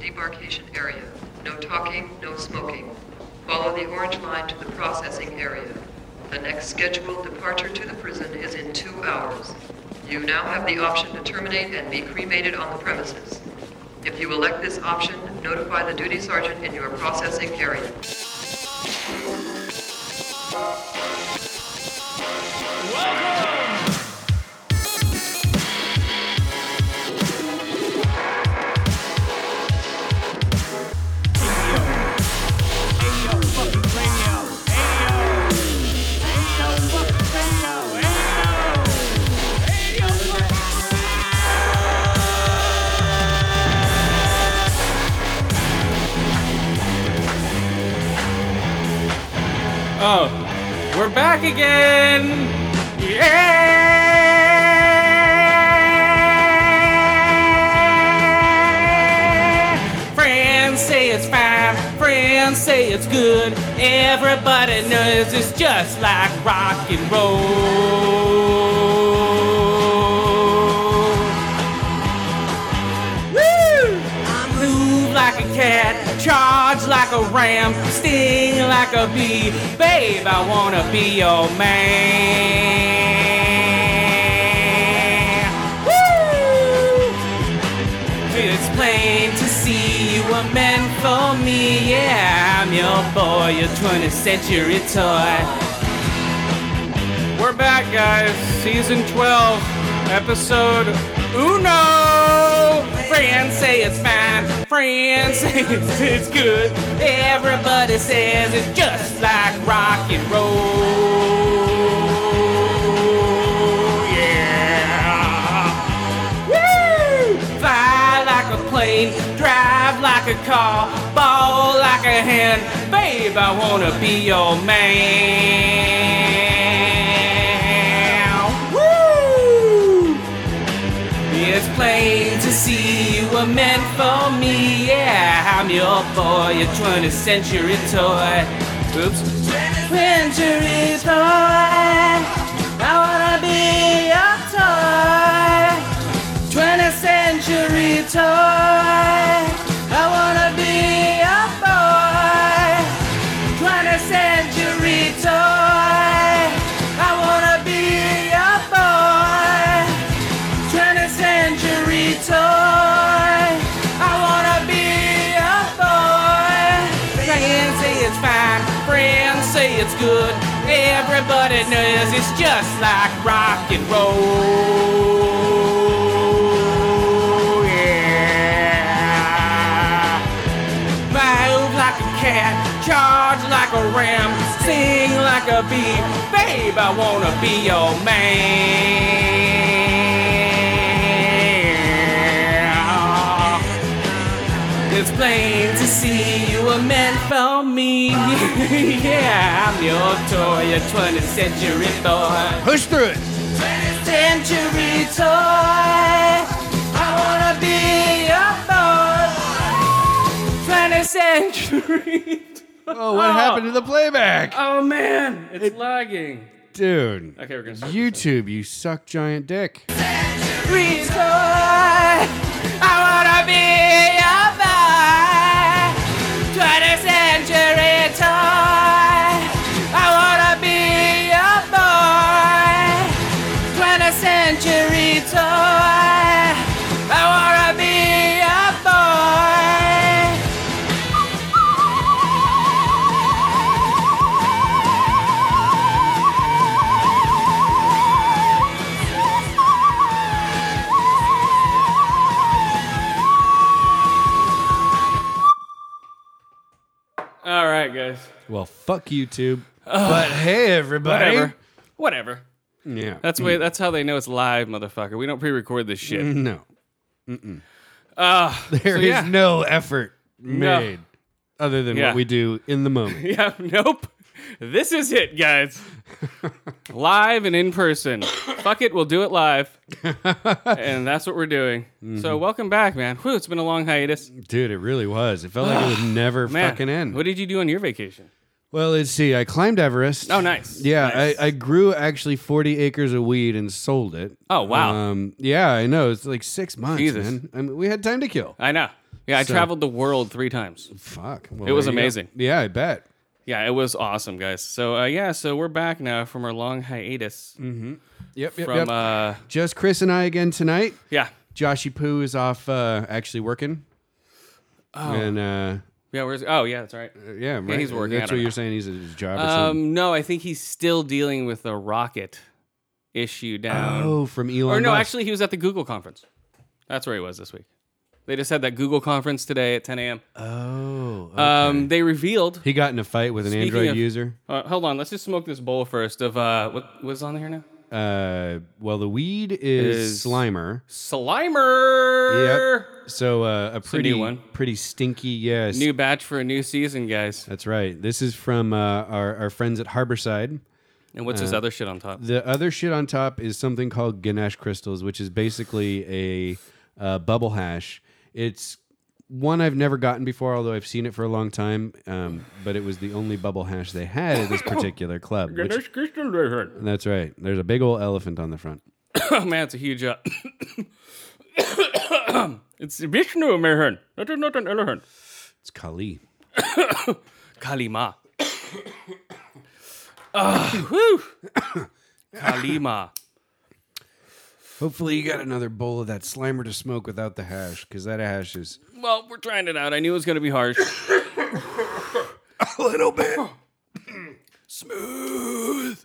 debarkation area. No talking, no smoking. Follow the orange line to the processing area. The next scheduled departure to the prison is in two hours. You now have the option to terminate and be cremated on the premises. If you elect this option, notify the duty sergeant in your processing area. Oh, we're back again. Yeah. Friends say it's fine. Friends say it's good. Everybody knows it's just like rock and roll. Woo! I move like a cat, charge like a ram, sting like a bee. Babe, I wanna be your man. Woo! It's plain to see you were meant for me. Yeah, I'm your boy, your 20th century toy. We're back, guys. Season 12, episode uno. Friends say it's fine. Friends say it's, it's good. Everybody says it's just like rock and roll. Yeah. Woo! Fly like a plane, drive like a car, ball like a hand. Babe, I wanna be your man. Woo! It's plain to see you were meant for me. Yeah, I'm your boy, your 20th century toy. Oops. Century toy. I wanna be your toy. 20th century toy. I wanna be a boy. 20th century toy. I wanna be a boy. 20th century toy. I wanna be a boy. Friends say it's fine. Friends say it's good. Everybody knows it's just like rock and roll. Yeah. Move like a cat, charge like a ram, sing like a bee. Babe, I wanna be your man. It's plain to see you were meant for me. yeah, I'm your toy, your 20th century boy. Push through it. Century toy. I wanna be a boy. 20th century. Oh, what happened to the playback? Oh man, it's lagging. Dude. Okay, we're gonna start. YouTube, you suck giant dick. Century toy. I wanna be a boy. 20th century toy. I wanna be a boy. 20th century toy. I wanna be a boy. All right, guys. Well, fuck YouTube. But hey, everybody. Whatever. Whatever. Yeah. That's way. That's how they know it's live, motherfucker. We don't pre-record this shit. no. Uh, There is yeah. no effort made other than Yeah. what we do in the moment. yeah. Nope. This is it, guys. live and in person. Fuck it. We'll do it live. and that's what we're doing. Mm-hmm. So welcome back, man. Whew, it's been a long hiatus. Dude, it really was. It felt like it would never Man, fucking end. What did you do on your vacation? well, let's see. I climbed Everest. Oh, nice. Yeah, Nice. I, I grew actually 40 acres of weed and sold it. Oh, wow. Um, yeah, I know. It's like six months, Jesus. man. I mean, we had time to kill. I know. Yeah, I So- traveled the world three times. Fuck. Well, It was there you go. amazing. Yeah, I bet. Yeah, it was awesome, guys. So uh, yeah, so we're back now from our long hiatus Yep, Mm, yep, from yep. uh, Just Chris and I again tonight. yeah, Joshy Poo is off uh, actually working. Oh. And uh, yeah. Where's oh yeah, that's right. yeah, right. he's working, I That's don't what know. you're saying. He's at his job or something. Um, no, I think he's still dealing with the rocket issue down. Oh, from Elon. or no, Musk. actually, he was at the Google conference. That's where he was this week. They just had that Google conference today at 10 a.m. Oh, okay. Um, they revealed. he got in a fight with an Speaking Android of- user. Uh, hold on, let's just smoke this bowl first. Of uh, what was on here now? Uh, well, the weed is, Is- Slimer. Slimer. So uh, a pretty one. pretty stinky. Yes, New batch for a new season, guys. that's right. This is from uh, our our friends at Harborside. And what's Uh-huh. this other shit on top? The other shit on top is something called Ganesh crystals, which is basically a uh, bubble hash. It's one I've never gotten before, although I've seen it for a long time. Um, but it was the only bubble hash they had at this particular club. which- that's right. There's a big old elephant on the front. Oh man, it's a huge. Uh, it's Vishnu Mehren. That is not an elephant. It's Kali. Kalima. Ah, whew. Kalima. Hopefully, you got another bowl of that Slimer to smoke without the hash, because that hash is Well, we're trying it out. I knew it was going to be harsh. a little bit smooth.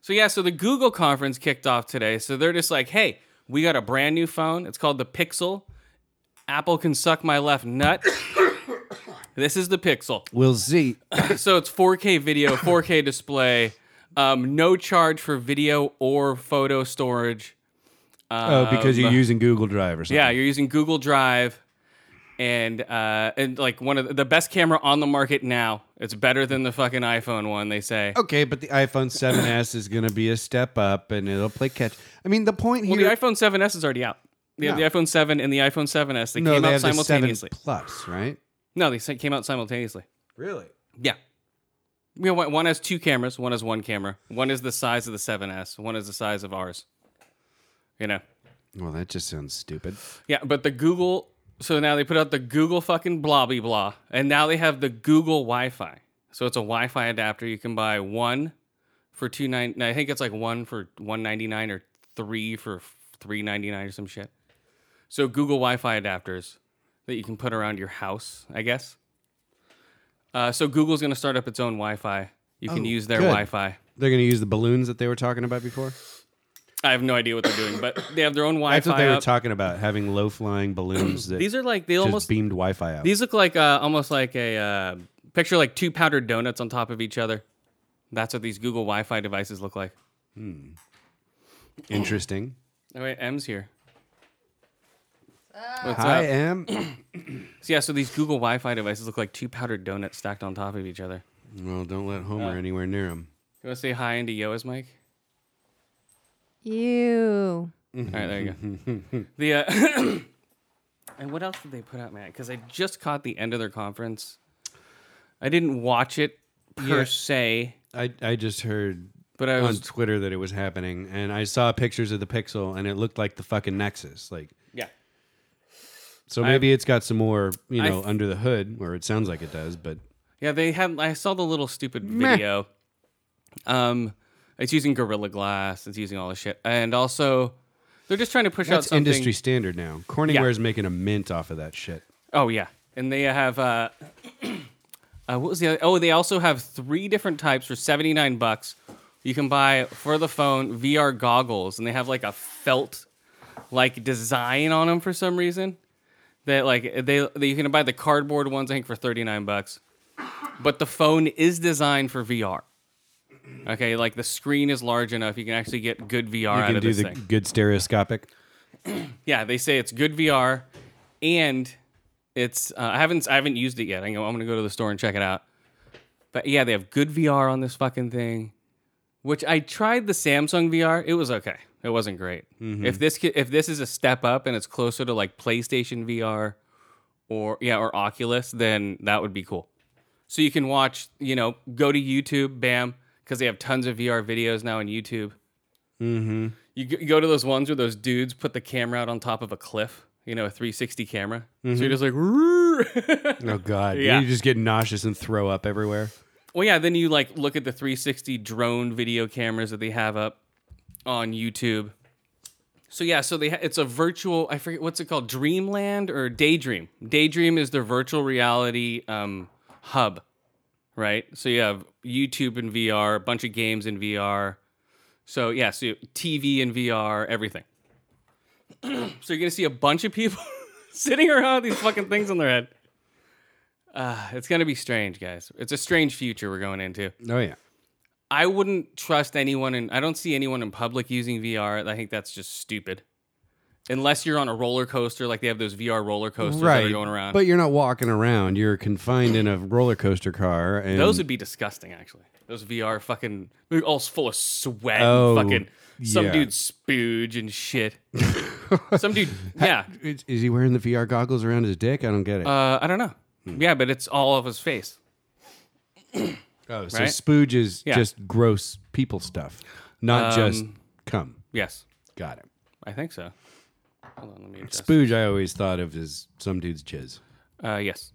So yeah, so the Google conference kicked off today. So they're just like, "Hey, we got a brand new phone. It's called the Pixel. Apple can suck my left nut. this is the Pixel. We'll see. So it's 4K video, 4K display, um, no charge for video or photo storage. Oh, because you're Um, using Google Drive or something. Yeah, you're using Google Drive, and uh, and like one of the, the best camera on the market now. It's better than the fucking iPhone one. They say. Okay, but the iPhone 7s is going to be a step up, and it'll play catch. I mean, the point Well, here. the iPhone 7s is already out. They have No. the iPhone 7 and the iPhone 7s. They no, came they out have simultaneously. the seven plus, right? No, they sa- came out simultaneously. Really? Yeah. You know, one one has two cameras. One has one camera. One is the size of the 7s. One is the size of ours. You know. Well, that just sounds stupid. Yeah, but the Google. So now they put out the Google fucking blobby blah, and now they have the Google Wi-Fi. So it's a Wi-Fi adapter. You can buy one for two nine. I think it's like one for one ninety nine or three for three ninety nine or some shit. So Google Wi-Fi adapters that you can put around your house, I guess. Uh, so Google's going to start up its own Wi-Fi. You can Oh, use their good. Wi-Fi. They're going to use the balloons that they were talking about before. I have no idea what they're doing, but they have their own Wi-Fi. That's what they were up. talking about, having low flying balloons that These are like they just almost beamed Wi Fi out. These look like uh, almost like a uh, picture like two powdered donuts on top of each other. That's what these Google Wi-Fi devices look like. Interesting. Oh wait, M's here. Hi, Em. So yeah, so these Google Wi-Fi devices look like two powdered donuts stacked on top of each other. well, don't let Homer Uh. anywhere near him. You want to say hi into Yoa's mic? Ew. All right, there you go. the uh, and what else did they put out, man? Because I just caught the end of their conference. I didn't watch it per Yeah. se, I, I just heard but I on was Twitter that it was happening, and I saw pictures of the Pixel, and it looked like the fucking Nexus. Like, yeah. so maybe it's got some more, you I know, th- under the hood, or it sounds like it does. But Yeah, they had. I saw the little stupid video. Um, it's using Gorilla Glass. It's using all this shit, and also they're just trying to push that's out something. industry standard now. Corningware Yeah. is making a mint off of that shit. Oh yeah, and they have. Uh, uh, what was the? Other? Oh, they also have three different types for seventy nine bucks. You can buy for the phone VR goggles, and they have like a felt like design on them for some reason. That like they, they you can buy the cardboard ones I think for thirty nine bucks, but the phone is designed for VR. Okay, like the screen is large enough you can actually get good VR You out can of do this the thing. good stereoscopic. Yeah, they say it's good VR, and it's uh, I haven't I haven't used it yet. I go, I'm gonna go to the store and check it out. But yeah, they have good VR on this fucking thing, which I tried the Samsung VR. It was okay. It wasn't great. If this ki- if this is a step up and it's closer to like PlayStation VR or yeah or Oculus, then that would be cool. So you can watch, you know, go to YouTube, bam, because they have tons of VR videos now on YouTube. You g- go to those ones where those dudes put the camera out on top of a cliff you know, a 360 camera. So you're just like, "Rrrr." Oh God! Yeah. You just get nauseous and throw up everywhere. well, yeah. Then you like look at the 360 drone video cameras that they have up on YouTube. So yeah, so they ha- it's a virtual. I forget what's it called, Dreamland or Daydream. Daydream is their virtual reality um, hub, right? So you have YouTube in VR, a bunch of games in VR. So yeah, so you- TV in VR, everything. so you're gonna see a bunch of people sitting around with these fucking things on their head. Uh, it's gonna be strange, guys. It's a strange future we're going into. Oh yeah. I wouldn't trust anyone, and I don't see anyone in public using VR. I think that's just stupid. Unless you're on a roller coaster, like they have those VR roller coasters that are going around. But you're not walking around. You're confined in a roller coaster car. And those would be disgusting, actually. Those VR fucking they're all full of sweat, Oh, and fucking some yeah. dude spooge and shit. some dude, yeah. Is, is he wearing the VR goggles around his dick? I don't get it. Uh, I don't know. Yeah, but it's all of his face. oh, so right? spooge is Yeah. Um, just gross people stuff, not just cum. Yes, Got it. I think so. Hold on, let me adjust. Spooge, I always thought of as some dude's jizz. Uh, yes.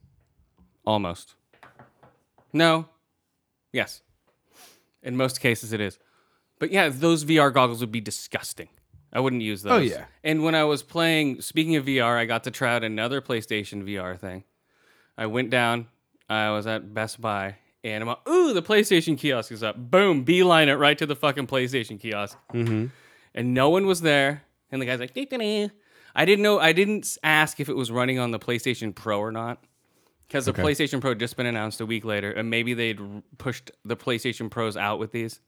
Almost. No. Yes. In most cases, it is. But yeah, those VR goggles would be disgusting. I wouldn't use those. yeah. And when I was playing, speaking of VR, I got to try out another PlayStation VR thing. I went down. I was at Best Buy, and I'm like, "Ooh, the PlayStation kiosk is up!" Boom, beeline it right to the fucking PlayStation kiosk and no one was there. And the guy's like, "Dee, dee, dee." I didn't know. I didn't s- ask if it was running on the PlayStation Pro or not, because the PlayStation Pro had just been announced a week later, and maybe they'd r- pushed the PlayStation Pros out with these.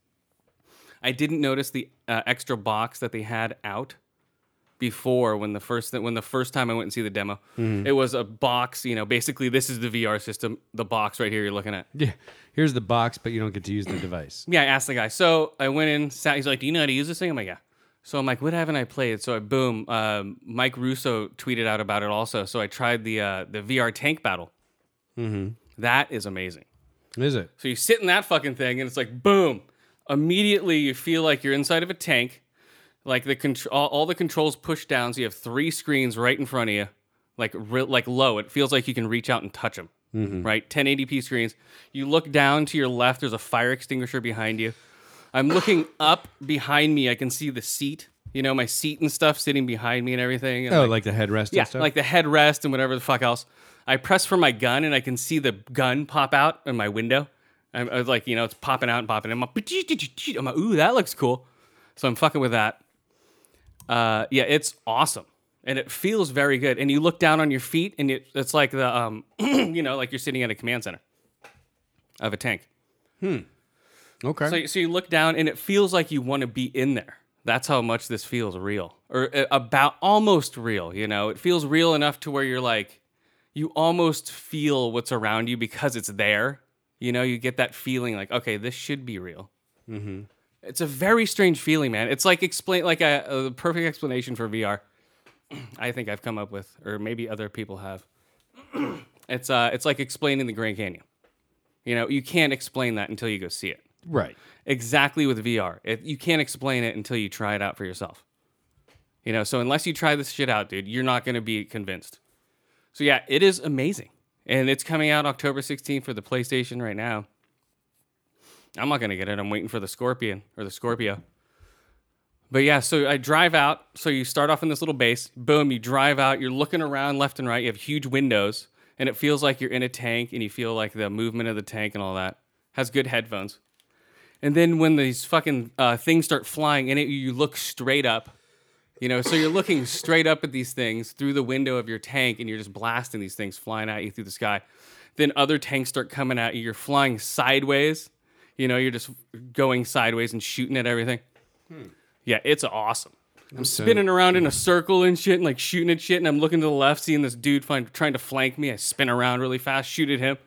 I didn't notice the uh, extra box that they had out before when the first th- when the first time I went and see the demo. It was a box, you know, basically this is the VR system, the box right here you're looking at. Yeah. Here's the box, but you don't get to use the device. Yeah, I asked the guy. So I went in, sat. He's like, "Do you know how to use this thing?" I'm like, "Yeah." So I'm like, "What haven't I played?" So I boom. Um, Mike Russo tweeted out about it also. So I tried the uh, the VR tank battle. Mm-hmm. is amazing. Is it? So you sit in that fucking thing, and it's like boom. Immediately, you feel like you're inside of a tank. Like the contr all, all the controls push down, so you have three screens right in front of you, like real like low. It feels like you can reach out and touch them. Right, 1080p screens. You look down to your left. There's a fire extinguisher behind you. I'm looking up behind me. I can see the seat. You know, my seat and stuff sitting behind me and everything. And Oh, like- like the headrest yeah, and stuff? like the headrest and whatever the fuck else. I press for my gun and I can see the gun pop out in my window. I'm, I was like, you know, it's popping out and popping. I'm like, I'm like, ooh, that looks cool. So I'm fucking with that. Uh, yeah, it's awesome and it feels very good. And you look down on your feet and it, it's like the, um, you know, like you're sitting at a command center of a tank. okay. So, so you look down and it feels like you want to be in there. That's how much this feels real or uh, about almost real. You know, it feels real enough to where you're like, you almost feel what's around you because it's there. You know, you get that feeling like, okay, this should be real. It's a very strange feeling, man. It's like explain like a, a perfect explanation for VR. I think I've come up with, or maybe other people have. it's uh, it's like explaining the Grand Canyon. You know, you can't explain that until you go see it right. exactly with VR. It, you can't explain it until you try it out for yourself. You know, so unless you try this shit out, dude, you're not going to be convinced. So yeah, it is amazing. And it's coming out October 16th for the PlayStation right now. I'm not going to get it. I'm waiting for the Scorpion or the Scorpio. But yeah, so I drive out. So you start off in this little base. Boom, you drive out. You're looking around left and right. You have huge windows, and it feels like you're in a tank and you feel like the movement of the tank and all that. Has good headphones. And then when these fucking uh, things start flying in it, you look straight up. You know, so you're looking straight up at these things through the window of your tank and you're just blasting these things flying at you through the sky. Then other tanks start coming at you. You're flying sideways. You know, you're just going sideways and shooting at everything. Yeah, it's awesome. I'm spinning around in a circle and shit and like shooting at shit. And I'm looking to the left, seeing this dude find, trying to flank me. I spin around really fast, shoot at him.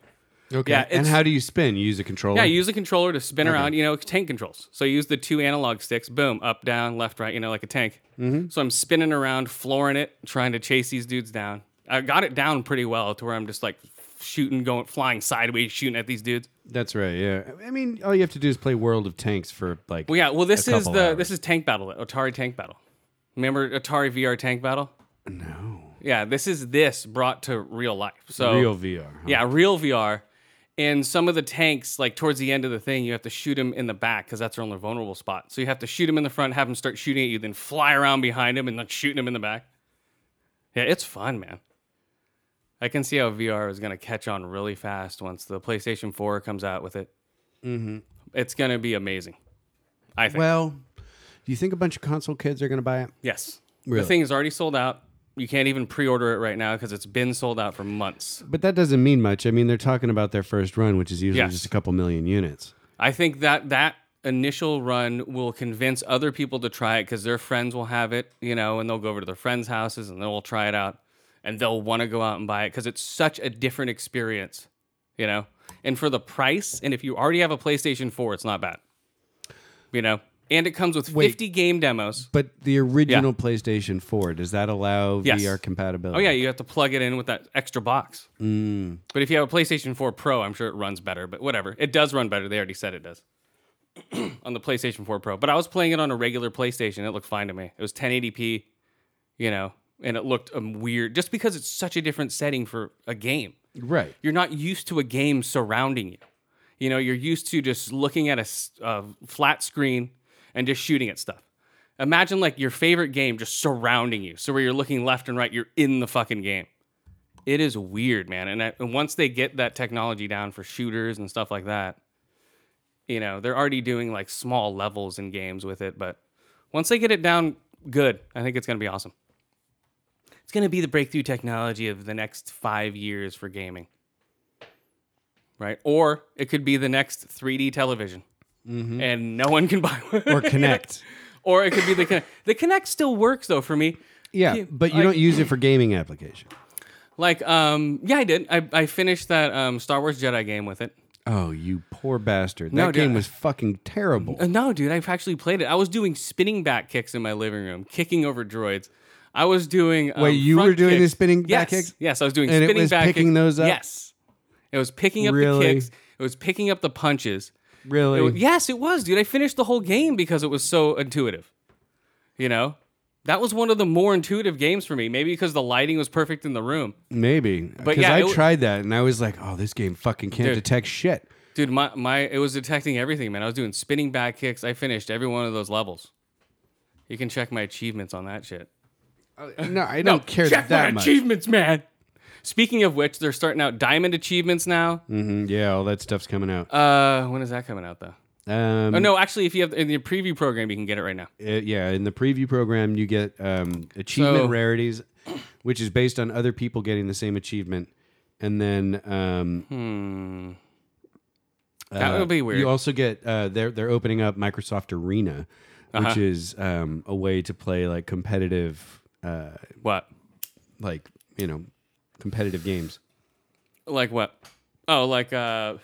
Okay. Yeah, and it's- how do you spin? You use a controller? Yeah, you use a controller to spin around, you know, tank controls. So you use the two analog sticks, boom, up, down, left, right, you know, like a tank. Mm-hmm. So I'm spinning around, flooring it, trying to chase these dudes down. I got it down pretty well to where I'm just like shooting, going, flying sideways, shooting at these dudes. That's right. Yeah. I mean, all you have to do is play World of Tanks for like. Well, yeah, well, this A is couple the hours. this is tank battle, Atari tank battle. Remember Atari VR tank battle? No. yeah. This is this brought to real life. So Real VR. huh? Yeah, real VR. And some of the tanks, like towards the end of the thing, you have to shoot them in the back because that's their only vulnerable spot. So you have to shoot them in the front, have them start shooting at you, then fly around behind them and like shooting them in the back. Yeah, it's fun, man. I can see how VR is going to catch on really fast once the PlayStation 4 comes out with it. Mm-hmm. It's going to be amazing. I think. Well, do you think a bunch of console kids are going to buy it? yes. Really? The thing is already sold out. You can't even pre order it right now because it's been sold out for months. But that doesn't mean much. I mean, they're talking about their first run, which is usually Yes. just a couple million units. I think that that initial run will convince other people to try it because their friends will have it, you know, and they'll go over to their friends' houses and they'll try it out and they'll want to go out and buy it because it's such a different experience, you know. And for the price, and if you already have a PlayStation 4, it's not bad, you know. And it comes with Wait. 50 game demos. But the original PlayStation 4, does that allow Yes. VR compatibility? Oh, yeah, you have to plug it in with that extra box. But if you have a PlayStation 4 Pro, I'm sure it runs better, but whatever. It does run better. They already said it does on the PlayStation 4 Pro. But I was playing it on a regular PlayStation. It looked fine to me. It was 1080p, you know, and it looked um, weird just because it's such a different setting for a game. Right. You're not used to a game surrounding you. You know, you're used to just looking at a s- a flat screen and just shooting at stuff. Imagine like your favorite game just surrounding you. So where you're looking left and right, you're in the fucking game. It is weird, man. And, I, and once they get that technology down for shooters and stuff like that, you know, they're already doing like small levels in games with it. But once they get it down good, I think it's going to be awesome. It's going to be the breakthrough technology of the next five years for gaming right? Or it could be the next 3D television, and no one can buy one. Mm-hmm. Or Connect. or it could be the Kinect. The Kinect still works though for me. yeah, but you like- don't use it for gaming application. Like, um, yeah, I did. I, I finished that um, Star Wars Jedi game with it. Oh, you poor bastard. That No, dude. game was fucking terrible. Uh, No, dude, I've actually played it. I was doing spinning back kicks in my living room, kicking over droids. I was doing. Um, Wait, you front were doing the kicks. spinning yes, back kicks? Yes, I was doing And it spinning was back picking kicks. those up? Yes, it was picking up Really? the kicks. It was picking up the punches. really? It wa- yes, it was, dude. I finished the whole game because it was so intuitive. You know, that was one of the more intuitive games for me. Maybe because the lighting was perfect in the room, Maybe. Because yeah, I it w- tried that and I was like, oh, this game fucking can't Dude. detect shit. dude. My my it was detecting everything, man. I was doing spinning back kicks. I finished every one of those levels. You can check my achievements on that shit. No, I don't care check that my much. achievements, man. Speaking of which, they're starting out diamond achievements now. Mhm, yeah, all that stuff's coming out. Uh, when is that coming out though? Um, Oh no, actually, if you have in your preview program, you can get it right now. it- yeah, in the preview program, you get um, achievement So- rarities, which is based on other people getting the same achievement, and then um, That uh, would be weird. You also get uh, they're they're opening up Microsoft Arena, which Uh-huh. is um, a way to play like competitive, uh, what? like you know, competitive games. Like what? Oh, like uh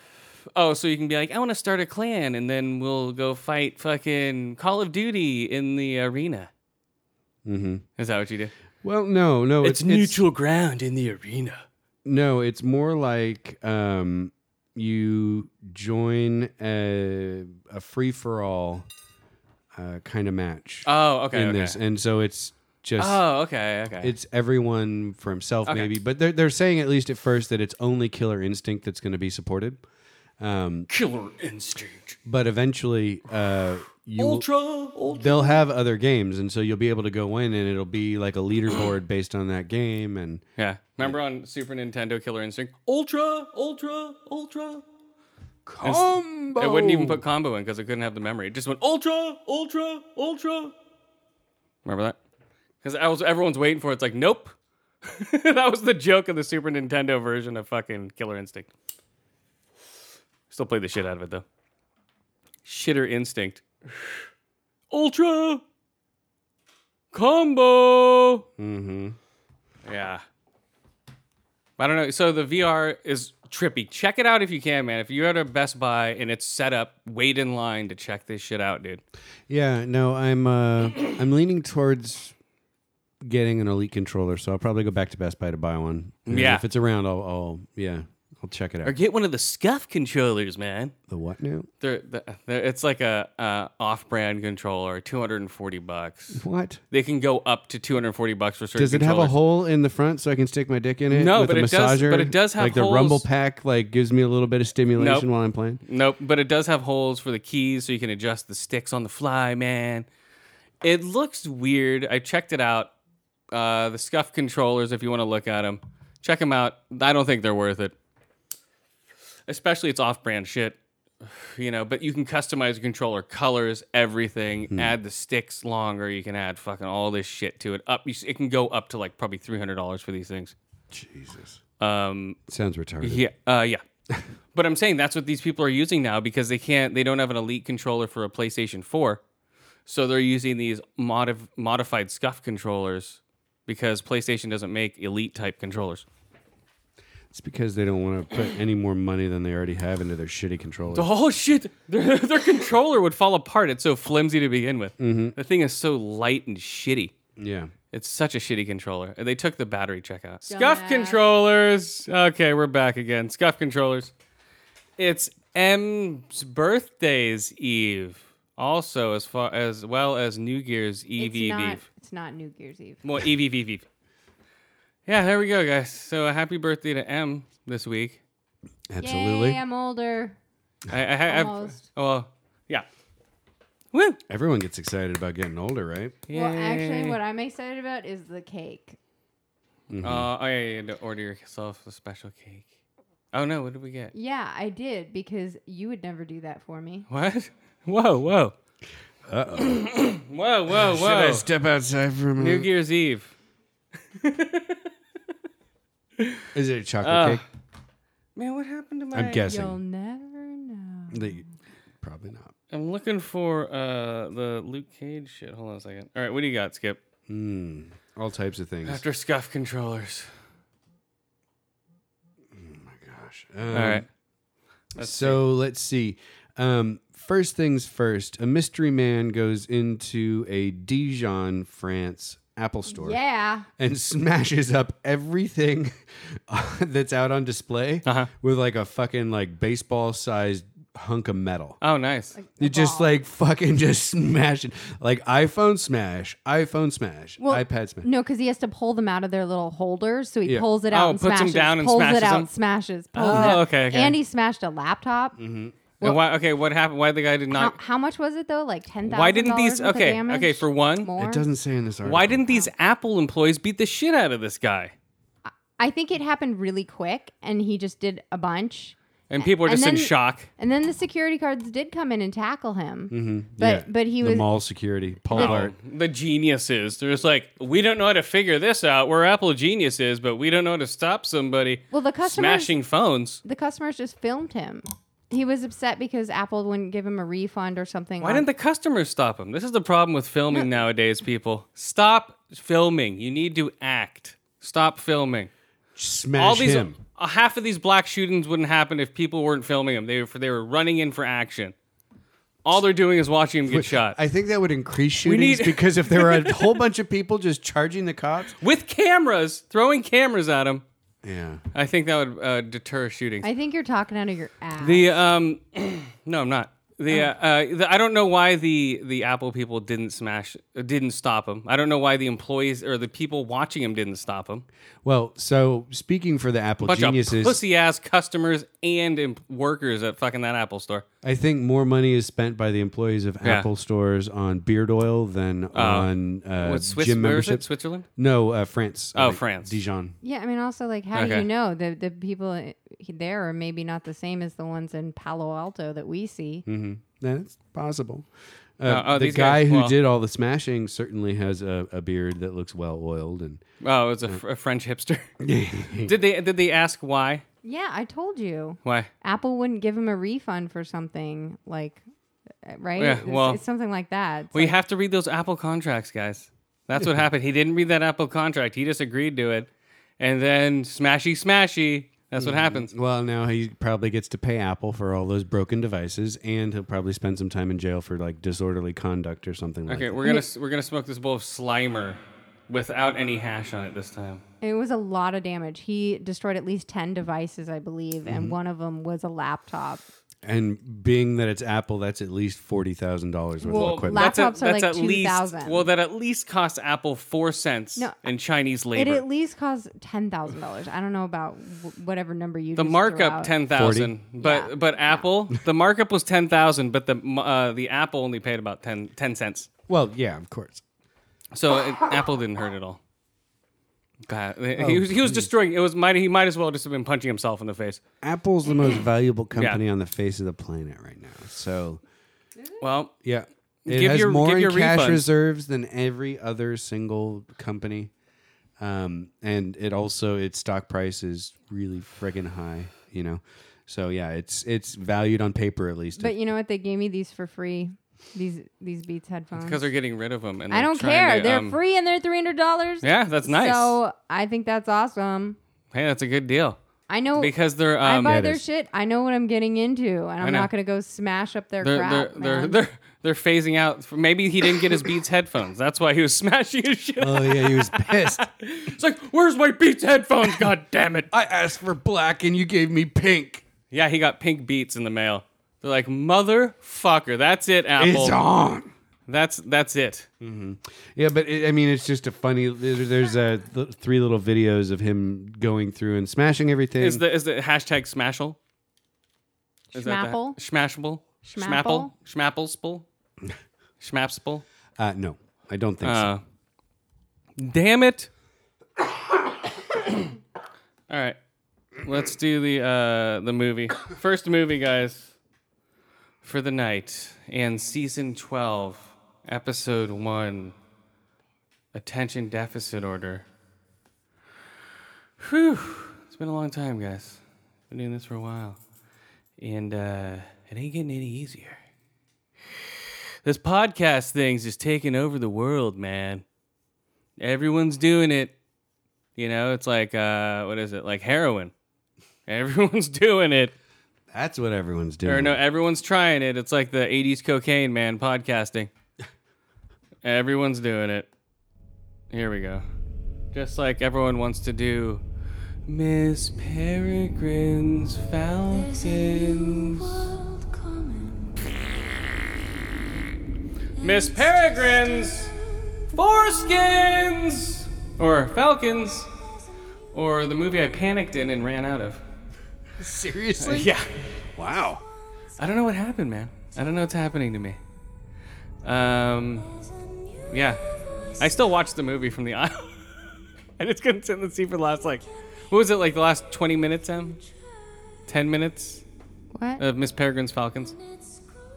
Oh, so you can be like, I want to start a clan and then we'll go fight fucking Call of Duty in the arena. Mm-hmm. Is that what you do? Well, no, no, it's, ground in the arena. No, it's more like um, you join a, a free for all uh, kind of match Oh, okay. in okay. this, and so it's just Oh, okay, okay. it's everyone for himself maybe, but they're they're saying at least at first that it's only Killer Instinct that's going to be supported, Killer Instinct. but eventually uh, you will- Ultra, ultra. they'll have other games, and so you'll be able to go in, and it'll be like a leaderboard based on that game, and Yeah. Remember on Super Nintendo Killer Instinct? Ultra, ultra, ultra. combo. It wouldn't even put combo in because it couldn't have the memory. It just went ultra, ultra, ultra. Remember that? Because I was everyone's waiting for it. It's like nope. that was the joke of the Super Nintendo version of fucking Killer Instinct. Still played the shit out of it though. Shitter Instinct. Ultra combo. Mm-hmm. Yeah. I don't know. So the VR is trippy. Check it out if you can, man. If you're at a Best Buy and it's set up, wait in line to check this shit out, dude. Yeah, no, I'm uh, I'm leaning towards getting an elite controller, so I'll probably go back to Best Buy to buy one. And Yeah. if it's around, I'll, I'll yeah, I'll check it out. Or get one of the scuff controllers, man. The what now? They're, they're, it's like a uh, off-brand controller, 240 bucks. What? They can go up to 240 bucks for certain Does it have a controllers. hole in the front so I can stick my dick in it? No, with but a it does- massager? but it does have like the holes. rumble pack. Like gives me a little bit of stimulation Nope. while I'm playing. Nope, but it does have holes for the keys so you can adjust the sticks on the fly, man. It looks weird. I checked it out. Uh, the scuff controllers, if you want to look at them, check them out. I don't think they're worth it. Especially it's off-brand shit, you know. But you can customize the controller colors, everything. Add the sticks longer. You can add fucking all this shit to it. Up, you, s- it can go up to like probably three hundred dollars for these things. Jesus, Um, sounds retarded. yeah, uh, yeah. but I'm saying that's what these people are using now because they can't. They don't have an elite controller for a PlayStation 4, so they're using these modif- modified scuff controllers because PlayStation doesn't make elite type controllers. It's because they don't want to put any more money than they already have into their shitty controller. Oh shit! Their, their controller would fall apart. It's so flimsy to begin with. The thing is so light and shitty. yeah. It's such a shitty controller. And They took the battery check out. Scuff controllers. Okay, we're back again. Scuff controllers. It's M's birthday's Eve. Also, as far as well as New Gear's Eve It's Eve not, Eve. it's not New Year's Eve. Well, Eve Eve Eve Eve. Yeah, there we go, guys. So a happy birthday to M this week. Absolutely. Yay, I'm older. I, I, I, I've- Almost. oh, well, yeah. Woo. Everyone gets excited about getting older, right? Well, actually, Yay. what I'm excited about is the cake. Uh, oh, yeah, yeah, yeah, to order yourself a special cake. Oh, no, what did we get? Yeah, I did because you would never do that for me. What? Whoa, whoa. Uh oh. whoa, whoa, whoa. step outside for a New Year's Eve. Is it a chocolate Uh, cake? Man, what happened to my. I'm You'll guessing. never know. They- probably not. I'm looking for uh the Luke Cage shit. Hold on a second. All right, what do you got, Skip? Mm, all types of things. After scuff controllers. Gosh. Um, All right. so let's see. Um, first things first, a mystery man goes into a Dijon, France Apple store Yeah. and smashes up everything uh, that's out on display Uh-huh. with like a fucking like baseball sized hunk of metal. Oh, nice. You just like fucking just smash it. Like iPhone smash, iPhone smash, Well, iPad smash. No, because he has to pull them out of their little holders, so he Yeah. pulls it Oh, out and puts 'em smashes. down and pulls smashes it out, 'em? smashes. Pulls Oh, it out. okay, okay. And he smashed a laptop. Mm-hmm. and why, okay, what happened? Why the guy did How, not. how much was it though? Like ten thousand. Why didn't these. worth of Okay, damage? okay, for one, more. It doesn't say in this article. why didn't these Apple employees beat the shit out of this guy? I think it happened really quick, and he just did a bunch. And people are And just in then- shock. And then the security guards did come in and tackle him. Mm-hmm. Yeah. But but he the was mall security, Paul Bart. The geniuses. They're just like, we don't know how to figure this out. We're Apple geniuses, but we don't know how to stop somebody well. The customers smashing phones. the customers just filmed him. He was upset because Apple wouldn't give him a refund or something. Why on- didn't the customers stop him? This is the problem with filming nowadays, people. Stop filming. You need to act. Stop filming. Smash All these, him. uh, half of these black shootings wouldn't happen if people weren't filming them. They were, they were running in for action. All they're doing is watching him get shot I think that would increase shootings need- because if there were a whole bunch of people just charging the cops, with cameras, throwing cameras at him. yeah, I think that would uh, deter shootings. I think you're talking out of your ass. The um, no, I'm not. The, uh, uh, the I don't know why the the Apple people didn't smash, uh, didn't stop him. I don't know why the employees or the people watching him didn't stop him. Well, so speaking for the Apple Bunch of geniuses, pussy ass customers and em- workers at fucking that Apple store. I think more money is spent by the employees of Yeah. Apple stores on beard oil than on uh, What Swiss? gym where is it? memberships. Switzerland? No, uh, France. I Oh, think. France. Dijon. yeah, I mean, also like, how do Okay. you know the the people i- there are maybe not the same as the ones in Palo Alto that we see? Mm-hmm. That's possible. Uh, Uh, oh, the these guy guys- who well- did all the smashing certainly has a, a beard that looks well oiled, and Oh, it was a, fr- a French hipster. did they did they ask why? Yeah, I told you, Why? Apple wouldn't give him a refund for something like, uh, right? Yeah, It's- well- it's, something like that. It's We like- have to read those Apple contracts, guys. That's what happened. He didn't read that Apple contract. He just agreed to it, and then smashy smashy. That's Mm-hmm. what happens. well, now he probably gets to pay Apple for all those broken devices, and he'll probably spend some time in jail for like disorderly conduct or something like Okay, that. we're gonna we're gonna smoke this bowl of Slimer. without any hash on it this time. It was a lot of damage. He destroyed at least 10 devices, I believe, Mm-hmm. and one of them was a laptop. And being that it's Apple, that's at least forty thousand dollars worth Well, of equipment. la- that's, at- Laptops are that's at like least 2,000. well, that at least cost Apple four cents No, in Chinese It labor. at least cost $10,000. I don't know about w- whatever number you the just threw markup out. ten thousand, but Yeah. but Apple the markup was ten thousand, but the uh, the Apple only paid about 10, 10 cents. well, yeah, of course. So it, Apple didn't hurt at all. God, Oh, he was he was destroying. It was might he might as well just have been punching himself in the face. Apple's the most valuable company on the face of the planet right now. So Well, yeah, it Give has your- more give in your cash refunds. reserves than every other single company. Um, and it also its stock price is really friggin' high. You know, so yeah, it's it's valued on paper at least. But you know what? They gave me these for free. These these Beats headphones. because they're getting rid of them, and I they're don't trying care. to, they're um, free and they're $300. Yeah, that's nice. So I think that's awesome. hey, that's a good deal I know because they're I um, buy Yeah, it their is. shit. I know what I'm getting into, and I'm know. not gonna go smash up their they're crap. they're, they're man. they're they're phasing out. Maybe he didn't get his Beats headphones. That's why he was smashing his shit. oh yeah, he was pissed. It's like, where's my Beats headphones? God damn it! I asked for black and you gave me pink. Yeah, he got pink Beats in the mail. They're like, motherfucker, that's it, Apple. It's on. That's that's it. Yeah, but it, I mean, it's just a funny. There's, there's uh, th- three little videos of him going through and smashing everything. Is the is the hashtag Smashel? Is that the- Schmapple? Smashable? Schmapple? Schmapple? Schmapplesple? Schmapsple? uh, no, I don't think so. Uh, damn it. All right. Let's do the uh, the movie. First movie, guys, for the night and season 12, episode 1 Attention Deficit Order. Whew. It's been a long time, guys. Been doing this for a while. And uh, it ain't getting any easier. This podcast thing's just taking over the world, man. Everyone's doing it. You know, it's like uh what is it? Like heroin. Everyone's doing it. That's what everyone's Or doing. no, everyone's trying it. It's like the 80s cocaine, man, podcasting. Everyone's doing it. Here we go. Just like everyone wants to do Miss Peregrine's Fountains. Miss Peregrine's Foreskins! Or Falcons. Or the movie I panicked in and ran out of. Seriously? Yeah. Wow. I don't know what happened, man. I don't know what's happening to me. Um, yeah, I still watched the movie from the aisle, and it's gonna sit in the seat for the last like, what was it like the last twenty minutes, Em? Ten minutes what? of Miss Peregrine's Falcons.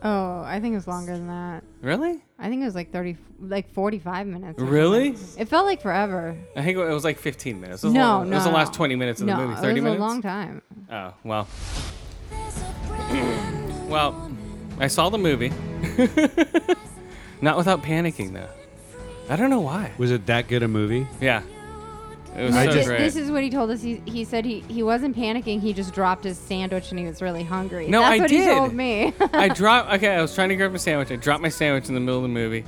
oh, I think it was longer than that. Really? I think it was like thirty, like forty-five minutes. Really? It felt like forever. I think it was like fifteen minutes. It was No, the, no. It was the no, last no. twenty minutes of No, the movie. Thirty it was minutes. a long time. Oh well. well, I saw the movie. Not without panicking though. I don't know why. Was it that good a movie? Yeah. It was so I This, just- great. this is what he told us. He, he said he, he wasn't panicking. He just dropped his sandwich and he was really hungry. No, That's I what did. he told me. I dropped. Okay, I was trying to grab my sandwich. I dropped my sandwich in the middle of the movie.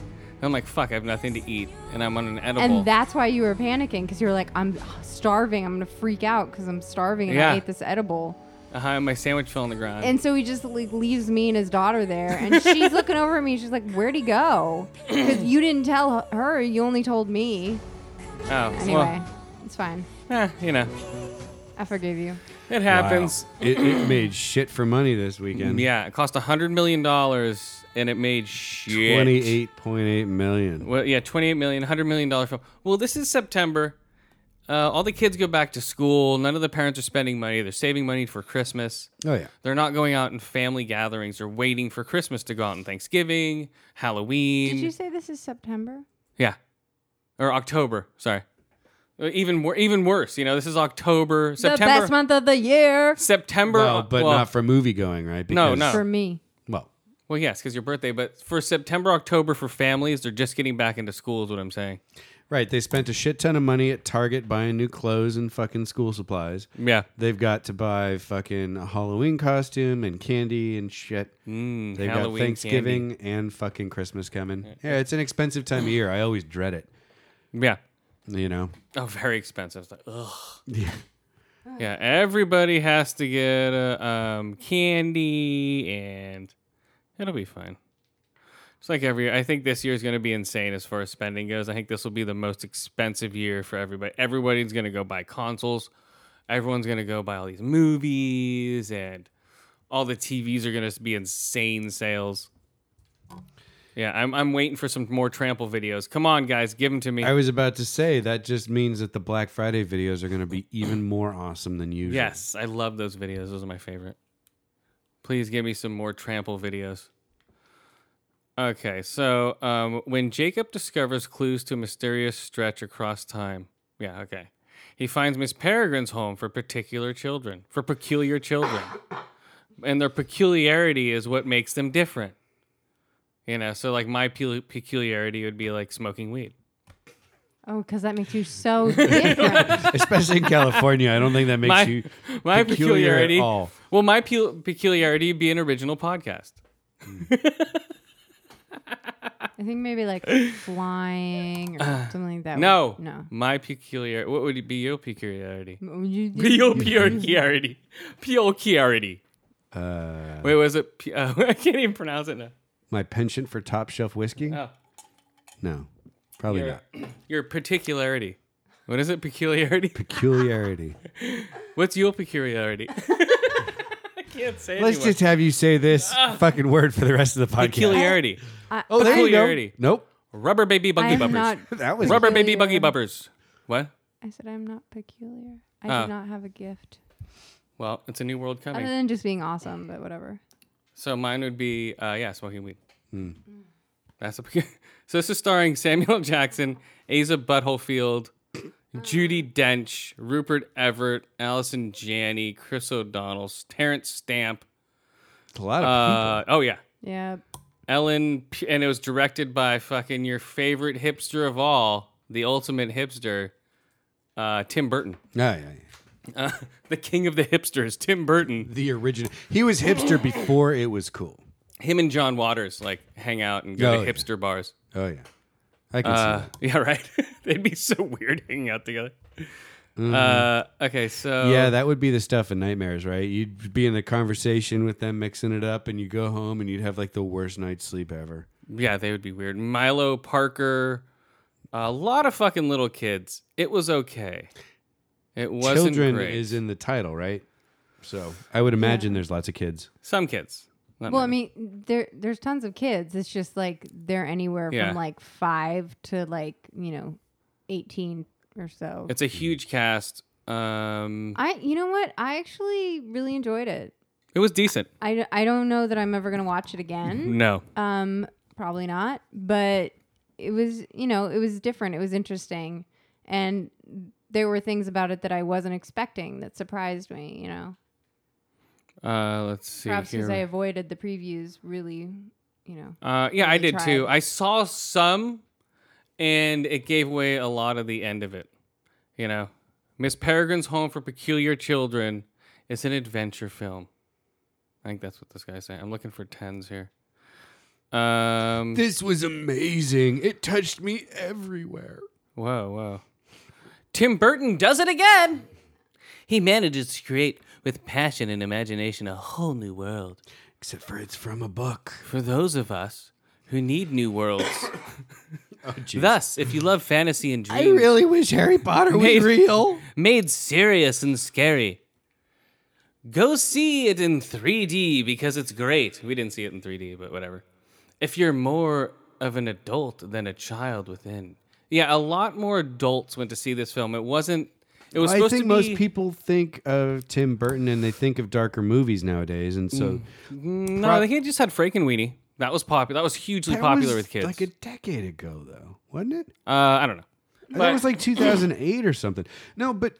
And I'm like, fuck, I have nothing to eat, and I'm on an edible. and that's why you were panicking because you were like, I'm starving. I'm gonna freak out because I'm starving and Yeah. I ate this edible. uh-huh, and my sandwich fell on the ground. And so he just like leaves me and his daughter there, and she's looking over at me. She's like, "Where'd he go?" Because you didn't tell her. You only told me. oh, Anyway, it's fine. well, eh, you know, I forgive you. it happens. Wow. It, it made shit for money this weekend. Yeah, it cost a hundred million dollars, and it made shit. Twenty-eight point eight million. Well, yeah, 28 million, 100 million dollar film. Well, this is September. Uh, all the kids go back to school. None of the parents are spending money. They're saving money for Christmas. Oh yeah. They're not going out in family gatherings. They're waiting for Christmas to go out on Thanksgiving, Halloween. Did you say this is September? Yeah, or October. Sorry, Uh, even wor- even worse. You know, this is October, September, The best month of the year September. Well, but well, not for movie going, right? No, no. for me. Well, well, yes, because your birthday. But for September, October for families, they're just getting back into school. Is what I'm saying. right. They spent a shit ton of money at Target buying new clothes and fucking school supplies. Yeah, They've got to buy fucking a Halloween costume and candy and shit. Mm, They've Halloween got Thanksgiving and fucking Christmas coming. Yeah, it's an expensive time of year. I always dread it. yeah. You know, Oh, very expensive. It's like, Ugh. Yeah. Yeah. Everybody has to get uh, um, candy, and it'll be fine. It's like every. I think this year is going to be insane as far as spending goes. I think this will be the most expensive year for everybody. Everybody's going to go buy consoles. Everyone's going to go buy all these movies, and all the TVs are going to be insane sales. Yeah, I'm, I'm waiting for some more trample videos. Come on, guys, give them to me. I was about to say that just means that the Black Friday videos are going to be even more awesome than usual. Yes, I love those videos. Those are my favorite. Please give me some more trample videos. Okay, so um, when Jacob discovers clues to a mysterious stretch across time, yeah, okay, he finds Miss Peregrine's home for particular children, for peculiar children, and their peculiarity is what makes them different. You know, so like my pe- peculiarity would be like smoking weed. Oh, because that makes you so different. especially in California. I don't think that makes my, you my peculiar peculiarity. at all. Well, my pe- peculiarity be an original podcast. I think maybe like flying or something like that. No, No. My peculiar. What would it be your peculiarity? What would you do? Be your peculiarity. Peculiarity. Uh, Wait, was it? P- uh, I can't even pronounce it now. my penchant for top shelf whiskey? Oh. No, probably Your, not. your particularity. What is it? Peculiarity. Peculiarity. What's your peculiarity? I can't say. Let's anymore. just have you say this Ah. fucking word for the rest of the podcast. peculiarity. Oh, there you Peculiarity. go. Nope. Rubber baby I buggy am bumpers. not. That was Rubber baby buggy peculiar. bumpers. What? I said I'm not peculiar. I Ah. do not have a gift, Well, it's a new world coming. other than just being awesome. But whatever. So mine would be uh, yeah, smoking weed. Hmm. That's a so this is starring Samuel Jackson, Asa Butthole Field, Judy Dench, Rupert Everett, Allison Janney, Chris O'Donnell, Terrence Stamp. a lot of Uh, oh yeah, Yeah. Ellen, P- and it was directed by fucking your favorite hipster of all, the ultimate hipster, uh, Tim Burton, people. Yeah, yeah, yeah. uh, the king of the hipsters, Tim Burton. The original. He was hipster before it was cool. Him and John Waters like hang out and go Oh, to yeah. hipster bars. Oh yeah, I can Uh, see yeah, right. They'd be so weird hanging out together. Uh, okay, so that. Mm-hmm. Yeah, that would be the stuff in nightmares, right? You'd be in a conversation with them, mixing it up, and you go home and you'd have like the worst night's sleep ever. yeah, they would be weird. Milo Parker, a lot of fucking little kids. It was okay. It wasn't Children great. is in the title, right? So I would imagine there's lots of kids. Some kids. Not Well, I many. mean, there there's tons of kids. It's just like they're anywhere Yeah. from like five to like you know, eighteen or so. it's a huge cast. Um, I you know what? I actually really enjoyed it. it was decent. I, d- I don't know that I'm ever gonna watch it again. No, Um, probably not. But it was, you know, it was different. It was interesting, and there were things about it that I wasn't expecting that surprised me. You know, uh, let's see perhaps because I here. avoided the previews, really. You know, Uh, yeah, I really did too. tried. I saw some, and it gave away a lot of the end of it. You know, Miss Peregrine's Home for Peculiar Children is an adventure film. I think that's what this guy's saying. I'm looking for tens here. Um, This was amazing. It touched me everywhere. Whoa, whoa. Tim Burton does it again. He manages to create with passion and imagination a whole new world Except for it's from a book. for those of us who need new worlds. Oh, jeez. Thus, if you love fantasy and dreams, I really wish Harry Potter was Amazing. real. made serious and scary. Go see it in 3D because it's great. We didn't see it in 3D, but whatever. If you're more of an adult than a child within. Yeah, a lot more adults went to see this film. It wasn't it was I supposed think to be most people think of Tim Burton and they think of darker movies nowadays, and so No, I think it just had Frankenweenie. That was popular. That was hugely That popular was with kids. Like a decade ago, though, wasn't it? uh, I don't know. that But- was like 2008 or something. No, but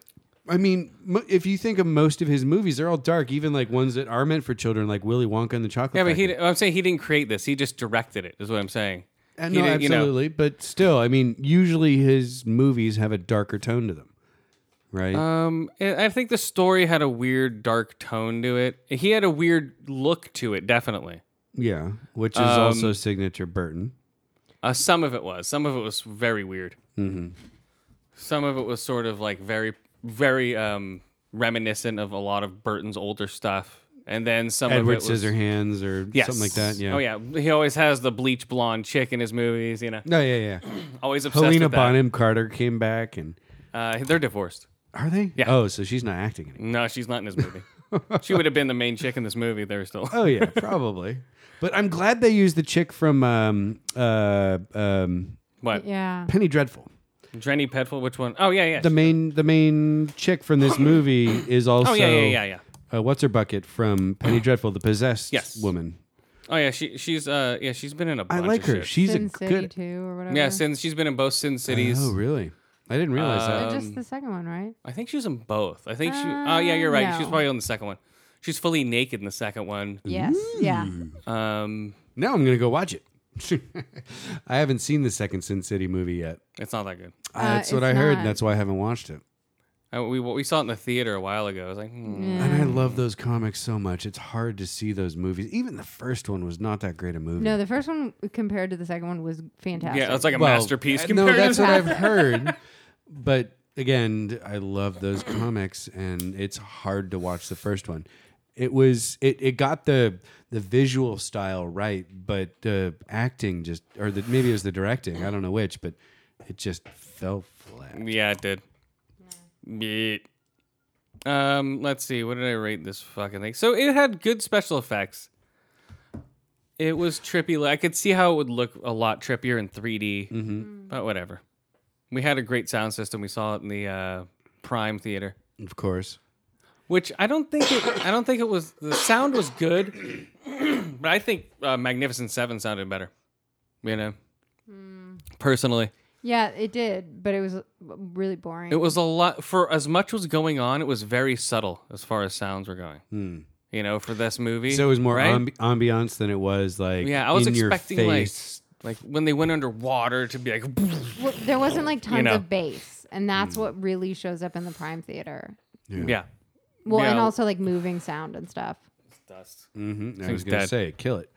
I mean, mo- if you think of most of his movies, they're all dark, even like ones that are meant for children, like Willy Wonka and the Chocolate Yeah, but he. Factory. di- I'm saying he didn't create this. He just directed it. Is what I'm saying. Uh, He no, didn't, you know- absolutely. But still, I mean, usually his movies have a darker tone to them, right? Um, I I think the story had a weird, dark tone to it. He had a weird look to it, definitely. yeah, which is um, also signature Burton. Uh, some of it was. Some of it was very weird. Mm-hmm. Some of it was sort of like very, very um, reminiscent of a lot of Burton's older stuff, and then some Edward of it was, Scissorhands or something like that. Yeah. Oh yeah. He always has the bleach blonde chick in his movies. You know, No, yeah, yeah. always obsessed Helena with that. Bonham Carter came back, and Uh, they're divorced. are they? Yeah. Oh, so she's not acting anymore. No, she's not in this movie. she would have been the main chick in this movie. They were still. Oh yeah, probably. But I'm glad they used the chick from um, uh, um, What? Yeah. Penny Dreadful. Jenny Petful? Which one? Oh yeah, yeah. The main the main chick from this movie is also oh yeah, yeah, yeah, yeah. Uh, what's her bucket from Penny Dreadful, the possessed Yes. woman. Oh yeah, she she's uh yeah she's been in a I bunch like of her. shit. She's Sin a City good. too or whatever. yeah, since she's been in both Sin Cities. Oh really? I didn't realize But that. just the second one, right? I think she was in both. I think she. Oh yeah, you're right. Uh, She's no. probably on the second one. She's fully naked in the second one. Yes. Yeah. Um, Now I'm gonna go watch it. I haven't seen the second Sin City movie yet. it's not that good. Uh, Uh, that's what it's I heard, not. and that's why I haven't watched it. Uh, we we saw it in the theater a while ago. I was like, hmm. And I love those comics so much. It's hard to see those movies. Even the first one was not that great a movie. No, the first one compared to the second one was fantastic. yeah, it's like a Well, masterpiece. uh, Compared No, that's to what I've heard. But again, I love those comics, and it's hard to watch the first one. It was it, it got the the visual style right, but the acting just or the, maybe it was the directing. I don't know which, but it just fell flat. Yeah, it did. Yeah. Um, let's see. What did I rate this fucking thing? So it had good special effects. It was trippy. I could see how it would look a lot trippier in 3D, but whatever. We had a great sound system. We saw it in the uh, Prime Theater, Of course, which I don't think it, I don't think it was the sound was good, but I think uh, Magnificent Seven sounded better. You know, personally. Yeah, it did, but it was uh, really boring. It was a lot for as much was going on. It was very subtle as far as sounds were going. You know, for this movie, Hmm. so it was more right? ambi- ambiance than it was like yeah. I was in expecting your like face. like when they went underwater to be like Well, there wasn't like tons know. Mm. of bass, and that's what really shows up in the Prime Theater. yeah. Well, and Yeah. also like moving sound and stuff. Dust. hmm I was Thing's gonna dead. say, kill it,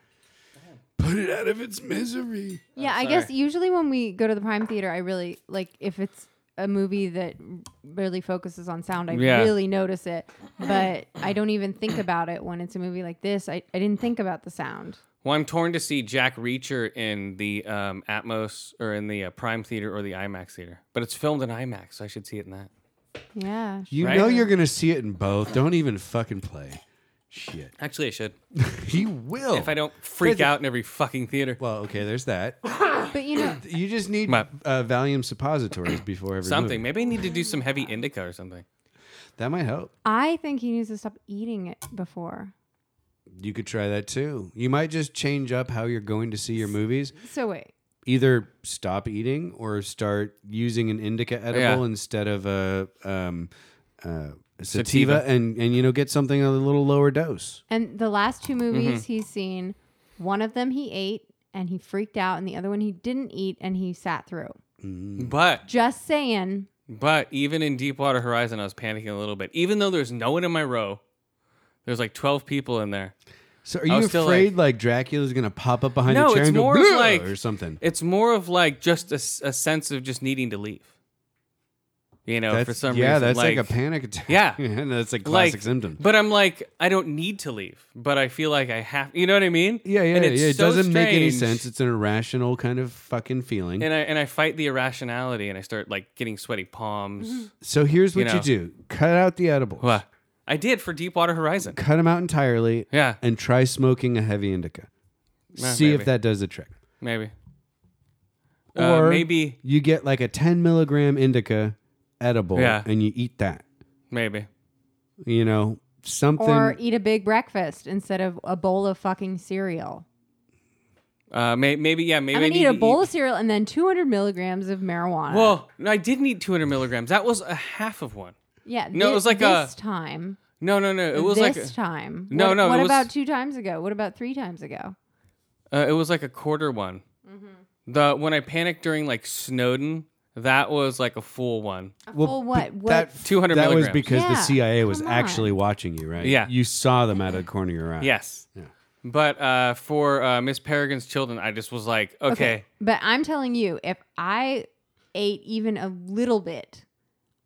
put it out of its misery. yeah, I guess usually when we go to the Prime Theater, I really like if it's a movie that really focuses on sound, I Yeah. really notice it. But I don't even think about it when it's a movie like this. I, I didn't think about the sound. Well, I'm torn to see Jack Reacher in the um, Atmos or in the uh, Prime Theater or the IMAX Theater, but it's filmed in IMAX, so I should see it in that. Yeah. You Right? know you're gonna see it in both. Don't even fucking play. Shit. Actually, I should He will. if I don't freak There's a- out in every fucking theater. Well, okay. There's that. But you know, You just need My- uh, Valium suppositories before every Something. Movie. Maybe I need to do some heavy indica or something. That might help. I think he needs to stop eating it before. You could try that too. You might just change up how you're going to see your movies. So wait. Either stop eating or start using an indica edible Yeah. instead of a um, uh, sativa, Sativa. and and you know get something a little lower dose. And the last two movies Mm-hmm. he's seen, one of them he ate and he freaked out, and the other one he didn't eat and he sat through. Hmm. But Just saying. But even in Deepwater Horizon, I was panicking a little bit. Even though there's no one in my row, there's like 12 people in there. So are I you was Oh, still afraid like, Dracula's gonna pop up behind No, your chair it's and go more of "Bleh," like- or something? It's more of like just a, s- a sense of just needing to leave. You know, for some yeah, reason. that's like, a panic attack. Yeah. that's a like- classic symptom. But I'm like, I don't need to leave, but I feel like I have. You know what I mean? Yeah, yeah, And yeah. it's It so doesn't make any strange. sense. It's an irrational kind of fucking feeling. And I and I fight the irrationality, and I start like getting sweaty palms. so here's what you you, know. do: cut out the edibles, Wha- I did for Deepwater Horizon. cut them out entirely, Yeah, and try smoking a heavy indica. Yeah, See maybe. if that does the trick. maybe. or uh, maybe, you get like a 10 milligram indica edible, Yeah. and you eat that. maybe. You know something. Or eat a big breakfast instead of a bowl of fucking cereal. Uh, may, maybe, yeah, maybe. I'm I gonna need eat a to bowl of cereal and then 200 milligrams of marijuana. Well, no, I didn't eat 200 milligrams. That was a half of one. yeah, no, it thi- was like a- this time. No, no, no. It was this like a, time. No, What- no, it What was- about two times ago? What about three times ago? uh, it was like a quarter one. Mm-hmm. The when I panicked during like Snowden, that was like a full one. Well, Full but what? What? That, 200 that was milligrams. because the Yeah, CIA was come on. actually watching you, right? Yeah. You saw them out of the corner of your eye. Yes. But uh, for uh, Miss Peregrine's children, I just was like, okay, But I'm telling you, if I ate even a little bit,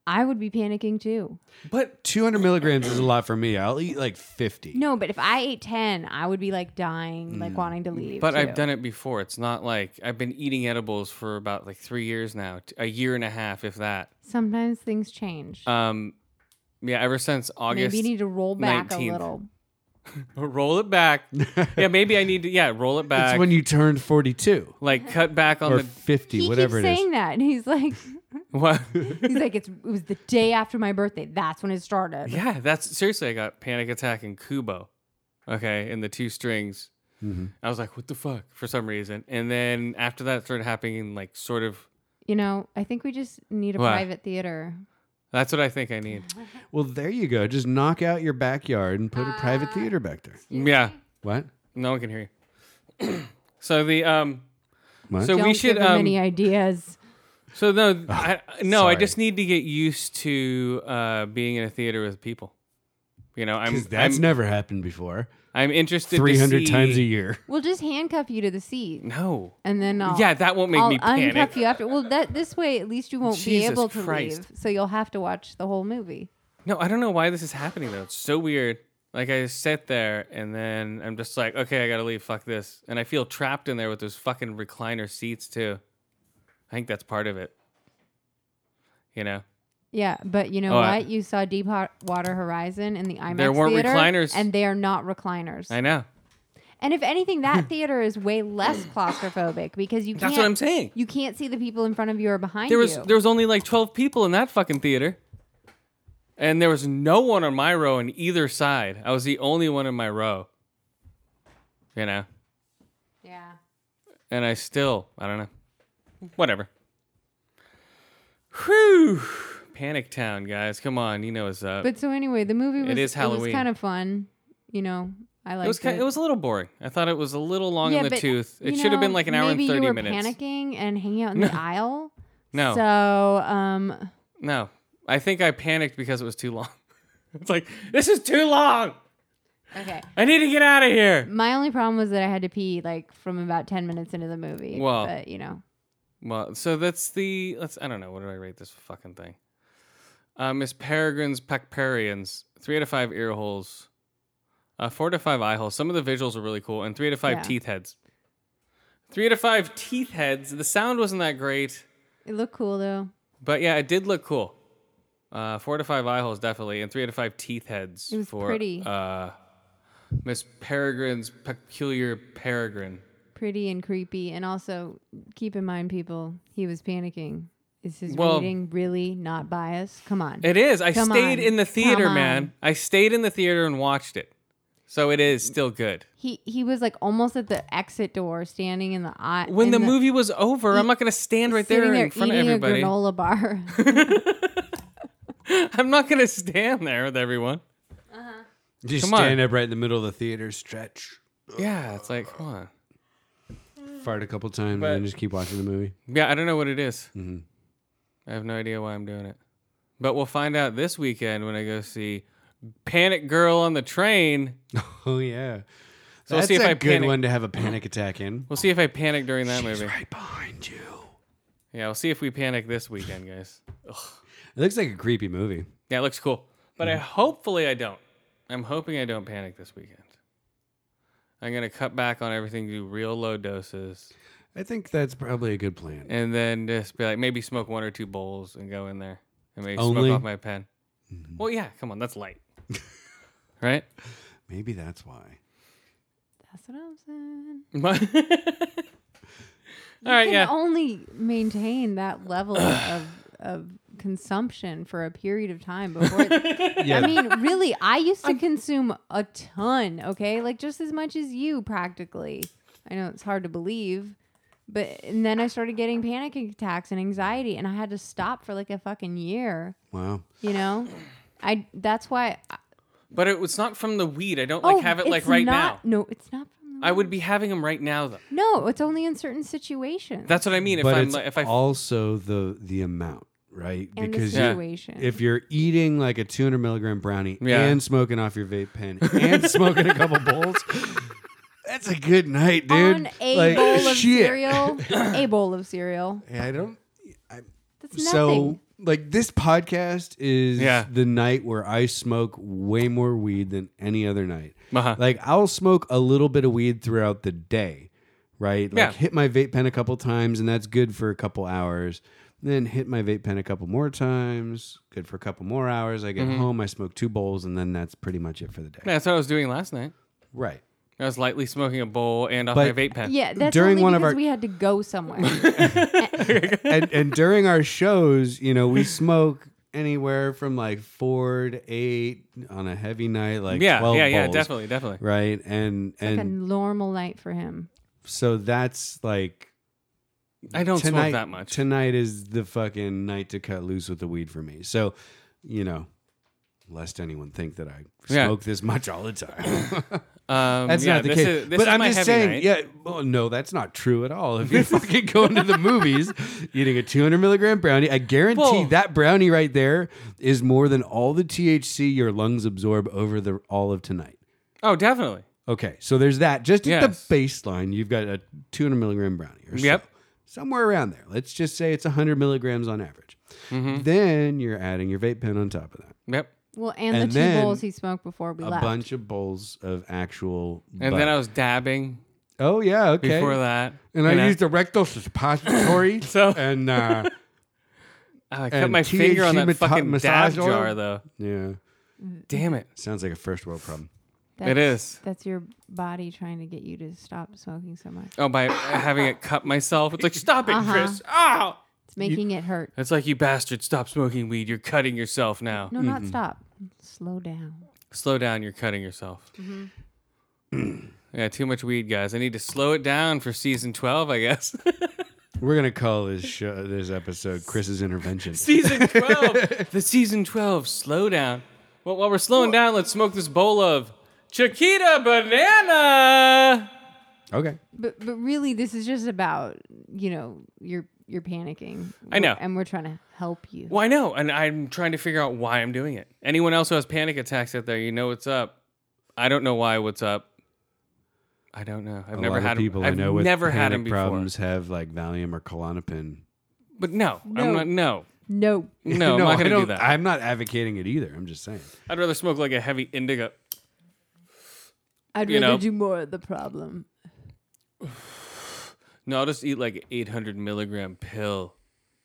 I would be panicking too. But 200 milligrams is a lot for me. I'll eat like 50. No, but if I ate 10, I would be like dying, Mm. like wanting to leave. But too. I've done it before. It's not like I've been eating edibles for about like three years now, t- a year and a half, if that. Sometimes things change. Um, yeah, ever since August. Maybe you need to roll back 19th. a little. roll it back. yeah, maybe I need to. Yeah, roll it It's back. when you turned 42 like cut back on or the 50, He whatever keeps it is. saying that, and he's like, what? he's like, it's it was the day after my birthday. That's when it started. yeah, that's seriously. I got panic attack in Kubo. Okay, and the two strings. Mm-hmm. I was like, what the fuck? For some reason, and then after that started happening, like sort of. You know, I think we just need a What? private theater. That's what I think I need. Well, there you go. Just knock out your backyard and put a Ah. private theater back there. Mm, Yeah, What? no one can hear you. so the um. What? Oh, So Don't we should give him um, any ideas. So no, I, no, I sorry. just need to get used to uh, being in a theater with people. You know, I'm 'Cause that's I'm, never happened before. I'm interested. 300 to see, times a year. We'll just handcuff you to the seat, No. and then I'll, yeah, that won't make I'll me uncuff panic. you after. Well, that this way at least you won't be Jesus able to Christ. leave, so you'll have to watch the whole movie. No, I don't know why this is happening though. It's so weird. Like I sit there and then I'm just like, okay, I gotta leave. Fuck this. And I feel trapped in there with those fucking recliner seats too. I think that's part of it. You know, Yeah, but you know Oh, what? I- you saw Deep Ho- Water Horizon in the IMAX weren't theater, recliners. and they are not recliners. I know. And if anything, that theater is way less claustrophobic because you can't. That's what I'm saying. You can't see the people in front of you or behind There was you. there was only like twelve people in that fucking theater, and there was no one on my row on either side. I was the only one in my row. You know, yeah. and I still I don't know, whatever. Whew, Panic Town, guys, come on, you know what's up. But so anyway, the movie was. It is Halloween. was kind of fun. You know, I liked it was kind, it was a little boring. I thought it was a little long yeah, in the but, tooth. It you should have been know, like an hour and maybe thirty you were minutes. Panicking and hanging out in the aisle. No. So um, No, I think I panicked because it was too long. it's like this is too long. okay. I need to get out of here. My only problem was that I had to pee like from about ten minutes into the movie. Well, but you know, Well, so that's the let's. I don't know. What do I rate this fucking thing? Uh, Miss Peregrine's Pecperians, three out of five ear holes, uh, four to five eye holes. Some of the visuals are really cool, and three out of five Yeah. teeth heads. Three out of five teeth heads. The sound wasn't that great, it looked cool though. but yeah, it did look cool. Uh, four to five eye holes definitely, and three out of five teeth heads. It was for, pretty. Uh, Miss Peregrine's peculiar peregrine. pretty and creepy. And also, keep in mind, people, he was panicking. Is his Well- reading really not biased? Come on. It is. I Come stayed on. in the theater, Come man. on. I stayed in the theater and watched it. So it is still good. he he was like almost at the exit door, standing in the eye. When in the, movie was over, I'm not going to stand right there sitting in there front of eating everybody. a granola bar. I'm not going to stand there with everyone. Just Come on. stand up right in the middle of the theater, stretch, Yeah, it's like, come on. fart a couple times, But- and then just keep watching the movie. Yeah, I don't know what it is. Mm-hmm. I have no idea why I'm doing it. But we'll find out this weekend when I go see Panic Girl on the Train. Oh, yeah. So we'll That's see if a I good panic. one to have a panic attack in. We'll see if I panic during that She's movie. right behind you. Yeah, we'll see if we panic this weekend, guys. It looks like a creepy movie. Yeah, it looks cool. But Mm. I hopefully I don't. I'm hoping I don't panic this weekend. I'm gonna cut back on everything, do real low doses, I think that's probably a good plan. and then just be like maybe smoke one or two bowls and go in there and maybe Only? Mm-hmm. smoke off my pen. Well, yeah, come on, that's light, right? Maybe that's why. That's what I'm saying. All right, can yeah. only maintain that level of of consumption for a period of time before it, Yeah. I mean really I used to consume a ton okay like just as much as you practically I know it's hard to believe but and then I started getting panic attacks and anxiety and I had to stop for like a fucking year Wow. you know I that's why I, But it, it's not from the weed. I don't like oh, have it like it's right not- now. no it's not from the I would be having them right now though. no it's only in certain situations That's what I mean. If but I'm it's like, if I also the the amount, right? and because the Yeah. situation if you're eating like a 200 milligram brownie Yeah. and smoking off your vape pen and smoking a couple bowls, that's a good night, dude. on a Like, bowl of shit. cereal. a bowl of cereal. Yeah, I don't. I, That's So, nothing. like, this podcast is Yeah. the night where I smoke way more weed than any other night. Uh-huh. Like, I'll smoke a little bit of weed throughout the day, right? Like, Yeah. hit my vape pen a couple times, and that's good for a couple hours. Then hit my vape pen a couple more times, good for a couple more hours. I Mm-hmm. get home, I smoke two bowls, and then that's pretty much it for the day. That's what I was doing last night. Right. I was lightly smoking a bowl and off But- my vape pen. yeah, that's during only one of because our- we had to go somewhere. and, and during our shows, you know, we smoke anywhere from like four to eight on a heavy night, like yeah, 12 yeah, yeah, bowls, definitely, definitely. right. And like a and normal night for him. so that's like I don't tonight. smoke that much. Tonight is the fucking night to cut loose with the weed for me. So, you know, lest anyone think that I Yeah. smoke this much all the time. um, That's yeah, not the this case. Is, this but is I'm my just heavy saying, night. yeah. Well, no, that's not true at all. If you're fucking going to the movies, eating a 200 milligram brownie, I guarantee Well- that brownie right there is more than all the THC your lungs absorb over the all of tonight. Oh, definitely. Okay, so there's that. Just at Yes. the baseline, you've got a 200 milligram brownie. Or so. Yep. Somewhere around there. Let's just say it's 100 milligrams on average. Mm-hmm. Then you're adding your vape pen on top of that. Yep. Well, and, And the two then bowls he smoked before we A left. bunch of bowls of actual. And then I was dabbing oh yeah, okay. before that. oh, And I used a rectal suppository. So- and uh, I, I cut and my finger on THC that mata- fucking dab massage oil? jar, though. yeah, Damn it. sounds like a first world problem. That's, It is. That's your body trying to get you to stop smoking so much. Oh, by having it cut myself. It's ah! like, stop it, Uh-huh. Chris. Ow. It's making it hurt. It's like, you bastard, stop smoking weed. You're cutting yourself now. No, Mm-hmm. not stop. Slow down. Slow down. You're cutting yourself. yeah, too much weed, guys. I need to slow it down for season 12, I guess. We're gonna call this show, this episode Chris's intervention. season 12. the season 12 slow down. Well, while we're slowing down, let's smoke this bowl of Chiquita banana. Okay, But but really, this is just about you know you're you're panicking. I know. and we're trying to help you. Well, I know, and I'm trying to figure out why I'm doing it. Anyone else who has panic attacks out there, you know what's up. I don't know why what's up. I don't know. I've a never lot had of people 'em. I know I've with never had panic them before. problems have like Valium or Klonopin. But no, No. I'm not. No, No, no, I'm I not gonna do don't- that. I'm not advocating it either. I'm just saying. I'd rather smoke like a heavy indigo. I'd You rather know. do more of the problem. No, I'll just eat like an 800 milligram pill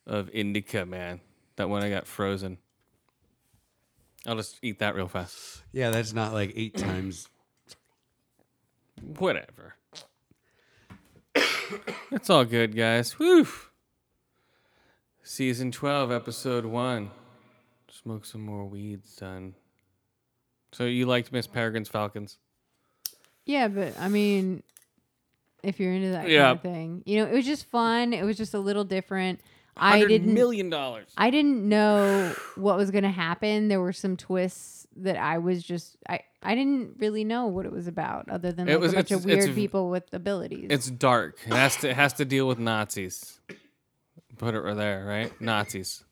of indica, man. That one I got frozen. I'll just eat that real fast. Yeah, that's not like eight times. Whatever. That's all good, guys. Whew. Season 12, episode 1. Smoke some more weed, son. So you liked Miss Peregrine's Falcons? Yeah, but I mean, if you're into that Yeah. kind of thing, you know, it was just fun. It was just a little different. I Hundred didn't. million dollars. I didn't know what was going to happen. There were some twists that I was just I I didn't really know what it was about, other than It like was- a bunch of it's- it's weird v- people with abilities. It's dark. It has to it has to deal with Nazis. Put it right there, right? Nazis.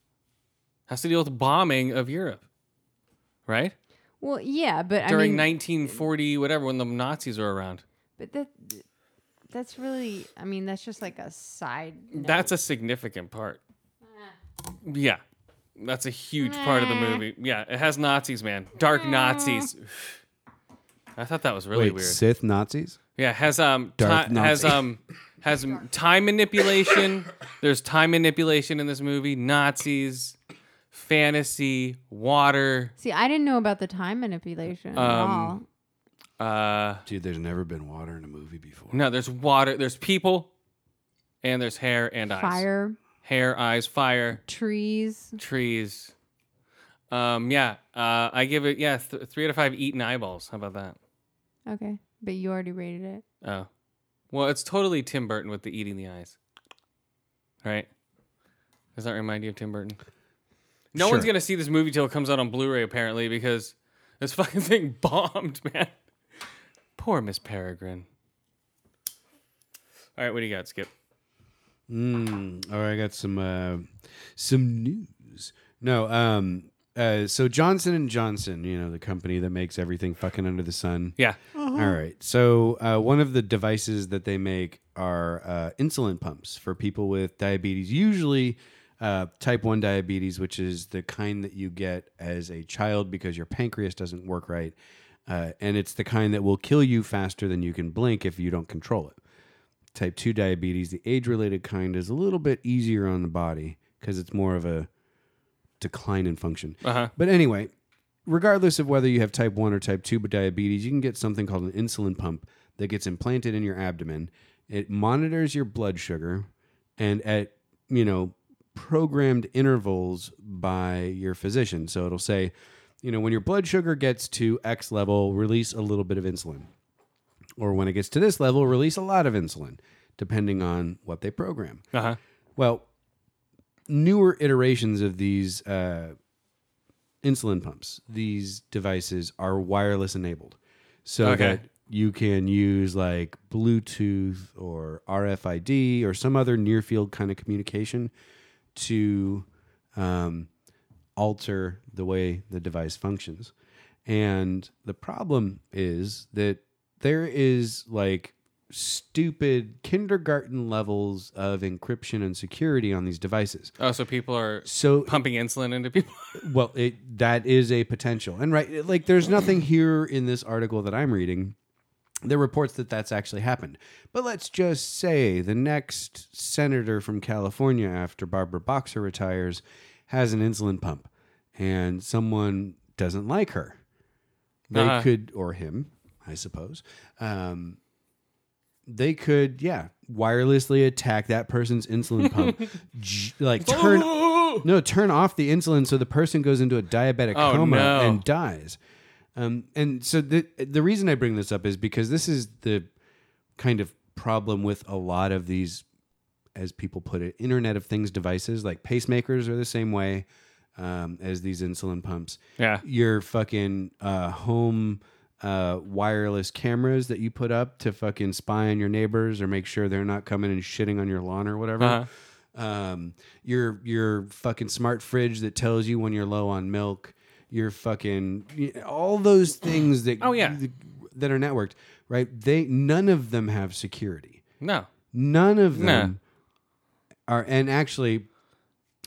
Has to deal with the bombing of Europe. Right? well, yeah, but I During mean, 1940 whatever when the Nazis were around. but that that's really I mean that's just like a side. note. That's a significant part. Yeah. That's a huge part of the movie. Yeah, it has Nazis, man. Dark Nazis. I thought that was really Wait, weird. Sith Nazis? Yeah, has um Darth ti- has Nazi. um has m- time manipulation. There's time manipulation in this movie. Nazis, fantasy, water. See, I didn't know about the time manipulation at Um, all. Uh, Dude, there's never been water in a movie before. no, there's water. There's people, and there's hair and eyes. Fire, Hair, eyes, fire, trees. trees. Um, yeah. Uh, I give it yeah th- three out of five eaten eyeballs. How about that? Okay, but you already rated it. Oh, well, it's totally Tim Burton with the eating the eyes, right? Does that remind you of Tim Burton? No one's Sure. gonna see this movie till it comes out on Blu-ray, apparently, because this fucking thing bombed, man. Poor Miss Peregrine. All right, what do you got, Skip? Mm, all right, I got some uh, some news. No, um, uh, so Johnson and Johnson, you know, the company that makes everything fucking under the sun. Yeah, All right, so uh, one of the devices that they make are uh, insulin pumps for people with diabetes, usually uh, type 1 diabetes, which is the kind that you get as a child because your pancreas doesn't work right. Uh, and it's the kind that will kill you faster than you can blink if you don't control it. Type 2 diabetes, the age related kind, is a little bit easier on the body because it's more of a decline in function. Uh-huh. But anyway, regardless of whether you have type 1 or type 2 diabetes, you can get something called an insulin pump that gets implanted in your abdomen. It monitors your blood sugar and at, you know, programmed intervals by your physician. So it'll say, you know, when your blood sugar gets to X level, release a little bit of insulin. Or when it gets to this level, release a lot of insulin, depending on what they program. Uh-huh. Well, newer iterations of these uh, insulin pumps, these devices are wireless enabled, so Okay. that you can use like Bluetooth or RFID or some other near field kind of communication to um, alter the way the device functions. And the problem is that there is like stupid kindergarten levels of encryption and security on these devices. Oh, so people are So pumping insulin into people. well, it that is a potential, and right, like there's nothing here in this article that I'm reading that reports that that's actually happened. But let's just say the next senator from California after Barbara Boxer retires has an insulin pump, and someone doesn't like her. They Uh-huh. could, or him, I suppose. Um, they could, yeah, wirelessly attack that person's insulin pump, j- like turn Ooh! no, turn off the insulin so the person goes into a diabetic Oh, coma no. and dies. Um, and so the the reason I bring this up is because this is the kind of problem with a lot of these, as people put it, Internet of Things devices. Like pacemakers are the same way um, as these insulin pumps. Yeah. Your fucking uh, home uh, wireless cameras that you put up to fucking spy on your neighbors or make sure they're not coming and shitting on your lawn or whatever Uh-huh. um, your your fucking smart fridge that tells you when you're low on milk, your fucking all those things that Oh, yeah. that are networked, right? They none of them have security. No. None of Nah. them are. And actually,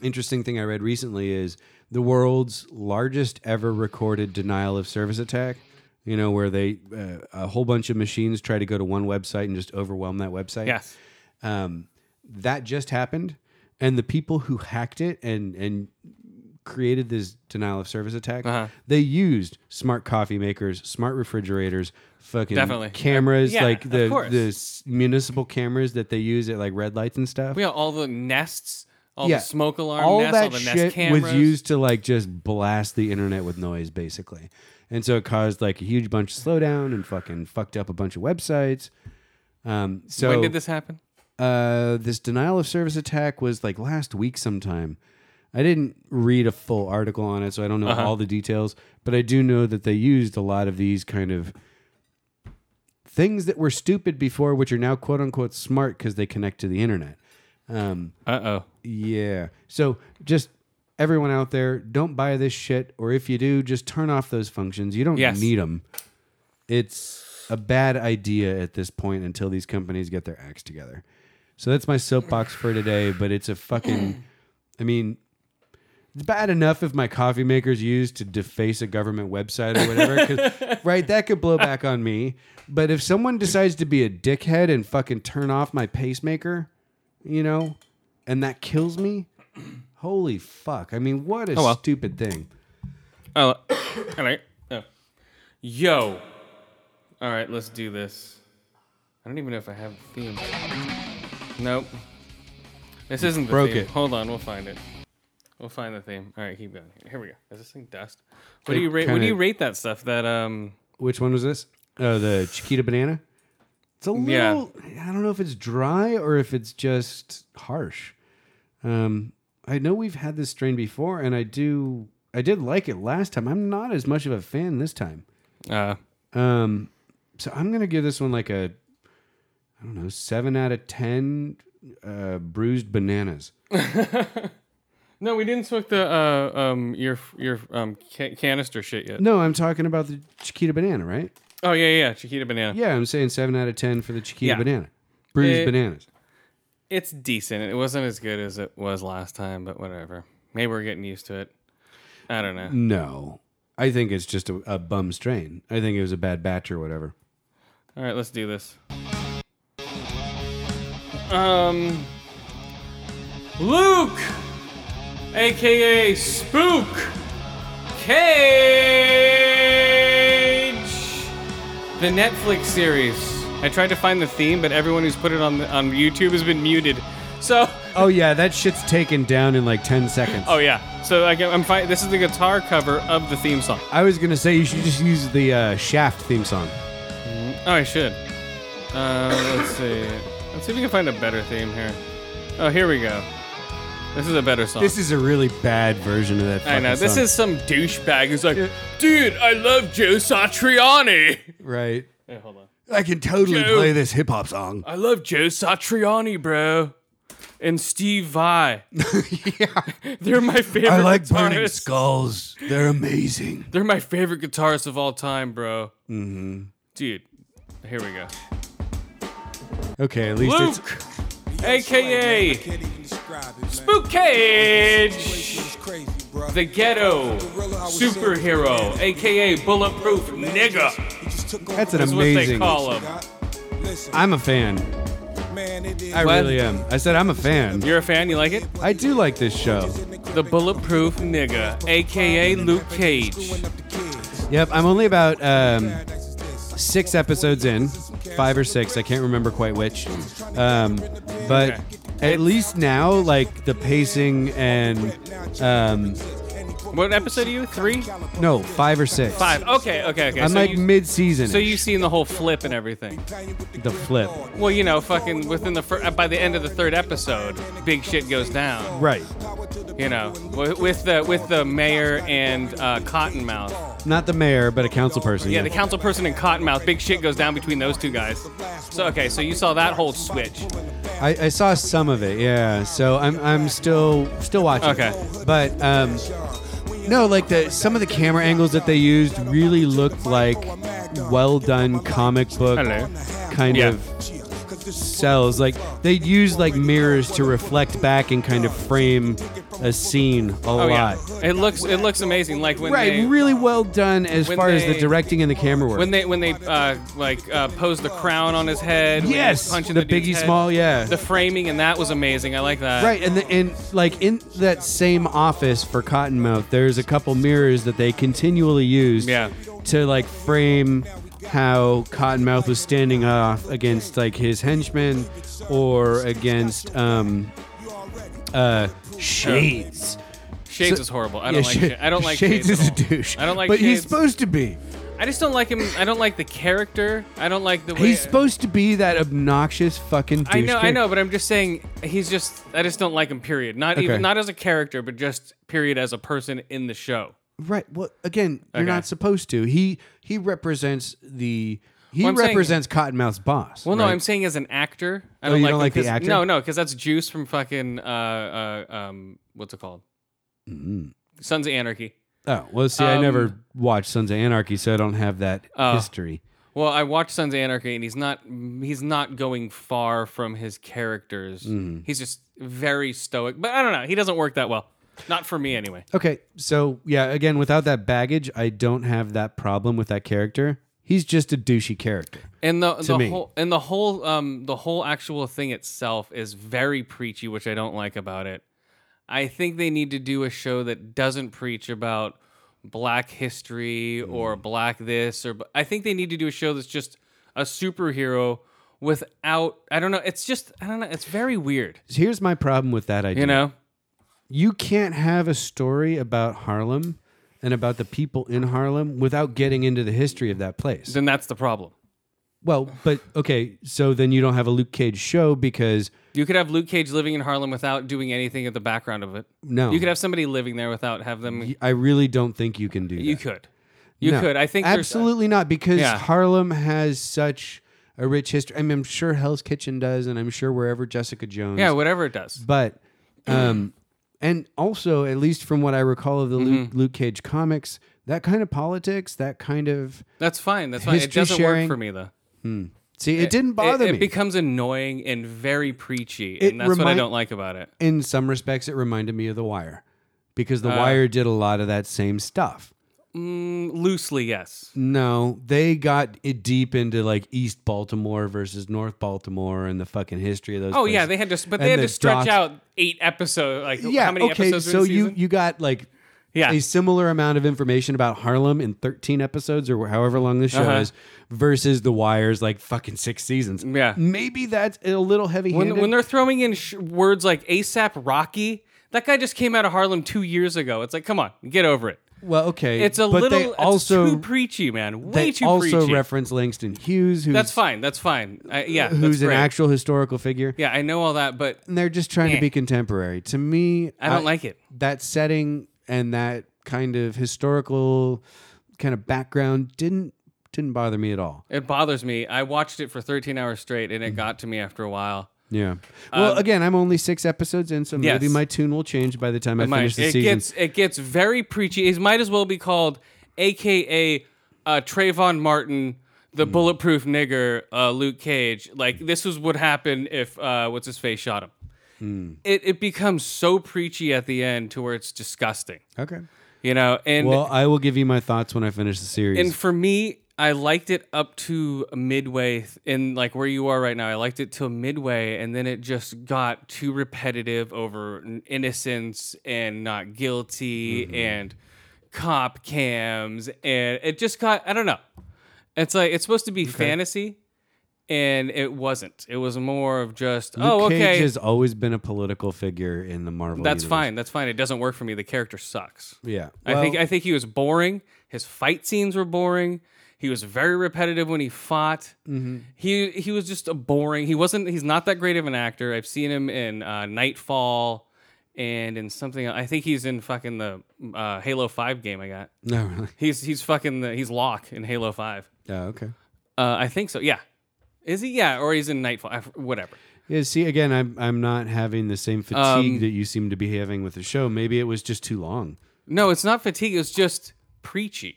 interesting thing I read recently is the world's largest ever recorded denial of service attack. You know where they uh, a whole bunch of machines try to go to one website and just overwhelm that website Yes. um, that just happened and the people who hacked it and and created this denial of service attack Uh-huh. they used smart coffee makers smart refrigerators fucking Definitely. cameras Yeah, like of the course. the s- municipal cameras that they use at like red lights and stuff We got all the nests, all Yeah. the smoke alarm all nests, that all the shit nest cameras. was used to like just blast the internet with noise basically and so it caused like a huge bunch of slowdown and fucking fucked up a bunch of websites um so when did this happen? uh, this denial of service attack was like last week sometime. I didn't read a full article on it, so I don't know all the details, but I do know that they used a lot of these kind of things that were stupid before, which are now quote unquote smart because they connect to the internet. Um, Uh oh. yeah. So just everyone out there, don't buy this shit, or if you do, just turn off those functions. You don't need 'em. Yes. need them. It's a bad idea at this point until these companies get their acts together. So that's my soapbox for today, but it's a fucking I mean it's bad enough if my coffee maker's used to deface a government website or whatever, 'cause- right? That could blow back on me. But if someone decides to be a dickhead and fucking turn off my pacemaker, you know, and that kills me, holy fuck! I mean, what a Oh, well. stupid thing. Oh, all right. Oh. Yo. All right, let's do this. I don't even know if I have a theme. Nope. This isn't the broke theme. it. Hold on, we'll find it. We'll find the theme. All right, keep going. Here we go. Is this thing dust? What do It you rate? What do kinda- you rate that stuff? That um. Which one was this? Oh, the Chiquita banana. It's a Yeah. little. I don't know if it's dry or if it's just harsh. Um, I know we've had this strain before, and I do. I did like it last time. I'm not as much of a fan this time. Uh, Um, so I'm gonna give this one like a, I don't know, seven out of ten. Uh, bruised bananas. no, we didn't smoke the uh um your your um ca- canister shit yet. No, I'm talking about the Chiquita banana, right? Oh yeah yeah Chiquita banana. Yeah, I'm saying seven out of ten for the Chiquita Yeah. banana. Bruised Eh, bananas. it's decent. It wasn't as good as it was last time, but whatever. Maybe we're getting used to it. I don't know. No, I think it's just a, a bum strain. I think it was a bad batch or whatever. All right, let's do this. Um, Luke, aka Spook Cage, the Netflix series. I tried to find the theme, but everyone who's put it on on YouTube has been muted. So Oh yeah, that shit's taken down in like ten seconds. Oh yeah. So I, am fine. This is the guitar cover of the theme song. I was gonna say you should just use the uh, Shaft theme song. Oh, I should. Uh, let's see. Let's see if we can find a better theme here. Oh, here we go. This is a better song. This is a really bad version of that. I know. fucking This song. is some douchebag who's like, Yeah. dude, I love Joe Satriani. right. Hey, hold on. I can totally Joe. play this hip hop song. I love Joe Satriani, bro. And Steve Vai. They're my favorite. I like burning guitarists. skulls. They're amazing. They're my favorite guitarists of all time, bro. Mm-hmm. Dude, here we go. Okay, at least it's Luke, aka Spook Cage, the ghetto superhero, aka Bulletproof Nigga. That's an That's what they amazing. call him. I'm a fan. I What? really am. I said I'm a fan. You're a fan? You like it? I do like this show. The Bulletproof Nigga, aka Luke Cage. Yep, I'm only about um, six episodes in, five or six. I can't remember quite which. Um, but at least now, like the pacing and um, What episode are you? Three? no, five or six. Five. Okay, okay, okay. I'm so like you, mid-season. so you've seen the whole flip and everything. the flip, Well, you know, fucking within the fir- uh, by the end of the third episode, big shit goes down. right? You know, wi- with the with the mayor and uh, Cottonmouth. Not the mayor, but a council person. Yeah, the council person and Cottonmouth. Big shit goes down between those two guys. So okay, so you saw that whole switch. I, I saw some of it, yeah. So I'm I'm still still watching. Okay. But um, no, like the some of the camera angles that they used really looked like well done comic book Hello. kind Yeah. of cells. Like they used like mirrors to reflect back and kind of frame a scene a Oh lot. yeah, it looks it looks amazing. Like when Right, they really well done as when far as the they- directing and the camera work. when they when they uh, like uh, pose the crown on his head. when he was yes, punching the, dude's Biggie head. Small, yeah. The framing and that was amazing. I like that. Right, and the, and like in that same office for Cottonmouth, there's a couple mirrors that they continually use Yeah. to like frame how Cottonmouth was standing off against like his henchmen or against um uh Shades. Shades So- is horrible. I Yeah, don't like. Sha- Sha- I don't like Shades. Shades, is a at all. douche. I don't like. But Shades. he's supposed to be. I just don't like him. I don't like the character. I don't like the way. He's supposed to be that obnoxious fucking. Douche I know, I kid. know, but I'm just saying he's just I just don't like him. Period. Not Okay. even not as a character, but just period as a person in the show. Right. Well, again, you're Okay. not supposed to. He he represents the he Well, I'm saying- represents Cottonmouth's boss. Well, no, right? I'm saying as an actor. I Oh, don't you like, don't him like the 'cause- actor? No, no, because that's Juice from fucking uh, uh um what's it called? Mm. Sons of Anarchy. Oh well, see, I Um, never watched Sons of Anarchy, so I don't have that Oh. history. Well, I watched Sons of Anarchy, and he's not he's not going far from his characters. Mm. He's just very stoic, but I don't know. He doesn't work that well. Not for me, anyway. Okay, so yeah, again, without that baggage, I don't have that problem with that character. He's just a douchey character. And the the me. whole and the whole um the whole actual thing itself is very preachy, which I don't like about it. I think they need to do a show that doesn't preach about black history or Mm. black this or I think they need to do a show that's just a superhero without I don't know, it's just I don't know, it's very weird, So here's my problem with that idea. you know? you can't have a story about Harlem and about the people in Harlem without getting into the history of that place. Then that's the problem. Well, but okay, so then you don't have a Luke Cage show because You could have Luke Cage living in Harlem without doing anything at the background of it. No. You could have somebody living there without have them I really don't think you can do that. you could. You No. could. I think there's- absolutely not because Yeah. Harlem has such a rich history. I mean, I'm sure Hell's Kitchen does, and I'm sure wherever Jessica Jones. Yeah, whatever it does. but um, and also at least from what I recall of the Luke, Mm-hmm. Luke Cage comics, that kind of politics, that kind of That's fine. That's fine. It History doesn't sharing. work for me though. See, it, didn't bother it, me. It becomes annoying and very preachy, It and that's what I remind- don't like about it. In some respects, it reminded me of The Wire because The Uh. Wire did a lot of that same stuff. Mm, loosely, yes. No, they got it deep into like East Baltimore versus North Baltimore and the fucking history of those. Oh yeah, places. they had to, but And they had the to stretch doc- out eight episodes. Like Yeah. how many okay. episodes? so were in a you season? you got like yeah, a similar amount of information about Harlem in 13 episodes or however long this show Uh-huh. is versus The Wire's like fucking six seasons. Yeah. Maybe that's a little heavy when handed. when they're throwing in sh- words like ASAP Rocky, that guy just came out of Harlem two years ago. It's like, come on, get over it. well, okay. It's a but little they it's also, too preachy, man. Way they too also preachy. reference Langston Hughes, who's, that's fine. That's fine. I, yeah, who's that's an great. actual historical figure. Yeah, I know all that, but And they're just trying Eh. to be contemporary. To me, I don't like it. That setting and that kind of historical kind of background didn't didn't bother me at all. It bothers me. I watched it for 13 hours straight and it Mm. got to me after a while. Yeah. Well, again, I'm only six episodes in, so Um, Yes. maybe my tune will change by the time I It might- finish the it season. gets it gets very preachy. It might as well be called AKA uh, Trayvon Martin, the Mm. bulletproof nigger, uh, Luke Cage. Like this was what happened if uh, what's his face shot him. Mm. It it becomes so preachy at the end to where it's disgusting. okay. You know, and Well, I will give you my thoughts when I finish the series. And for me, I liked it up to midway th- in like where you are right now. I liked it till midway, and then it just got too repetitive over n- innocence and not guilty and cop cams, and it just got I don't know. It's like it's supposed to be fantasy, and it wasn't. It was more of just Luke oh Cage okay, has always been a political figure in the Marvel. that's universe. fine, that's fine. It doesn't work for me. The character sucks. Yeah. I think Well, I think he was boring. His fight scenes were boring. He was very repetitive when he fought. He he was just a boring. He wasn't. He's not that great of an actor. I've seen him in uh, Nightfall and in something. I think he's in fucking the uh, Halo Five game I got. no, really. He's he's fucking the, he's Locke in Halo Five. Oh, okay. Uh, I think so. Yeah, is he? Yeah, or he's in Nightfall. I f whatever. Yeah. See, again, I'm I'm not having the Um, same fatigue that you seem to be having with the show. Maybe it was just too long. No, it's not fatigue. It's just preachy.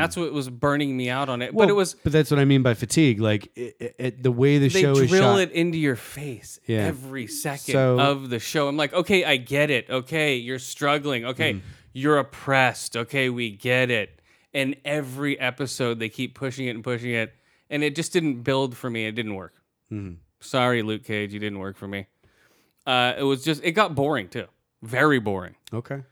That's what was burning me out on it. but it was But that's what I mean by fatigue. Like it, it, it- the way the they show is drill shot. it into your face Yeah. every second So- of the show. I'm like, okay, I get it. Okay, you're struggling. Okay, Mm-hmm. you're oppressed. Okay, we get it. And every episode, they keep pushing it and pushing it, and it just didn't build for me. It didn't work. Mm-hmm. Sorry, Luke Cage, you didn't work for me. Uh, it was just it got boring too, very boring. Okay.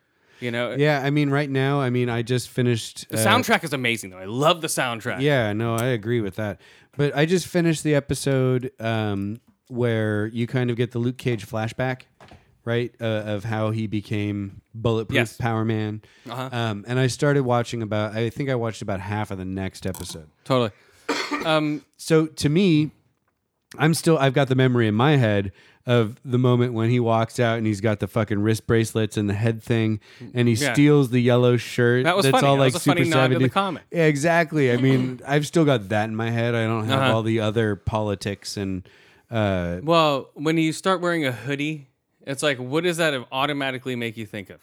You know, Yeah. I mean, right now, I mean, I just finished uh, the soundtrack is amazing though. I love the soundtrack. Yeah, no, I agree with that. But I just finished the episode um, where you kind of get the Luke Cage flashback, right, uh, of how he became Bulletproof Yes. Power Man. Uh-huh. Um, and I started watching about, I think I watched about half of the next episode. totally. Um, So to me, I'm still, I've got the memory in my head of the moment when he walks out and he's got the fucking wrist bracelets and the head thing and he Yeah. steals the yellow shirt. That was that's funny. all That like was a super funny nod to the 70s. comic. Yeah, exactly. I mean, I've still got that in my head. I don't have Uh-huh. all the other politics and uh, Well, when you start wearing a hoodie, it's like, what does that automatically make you think of?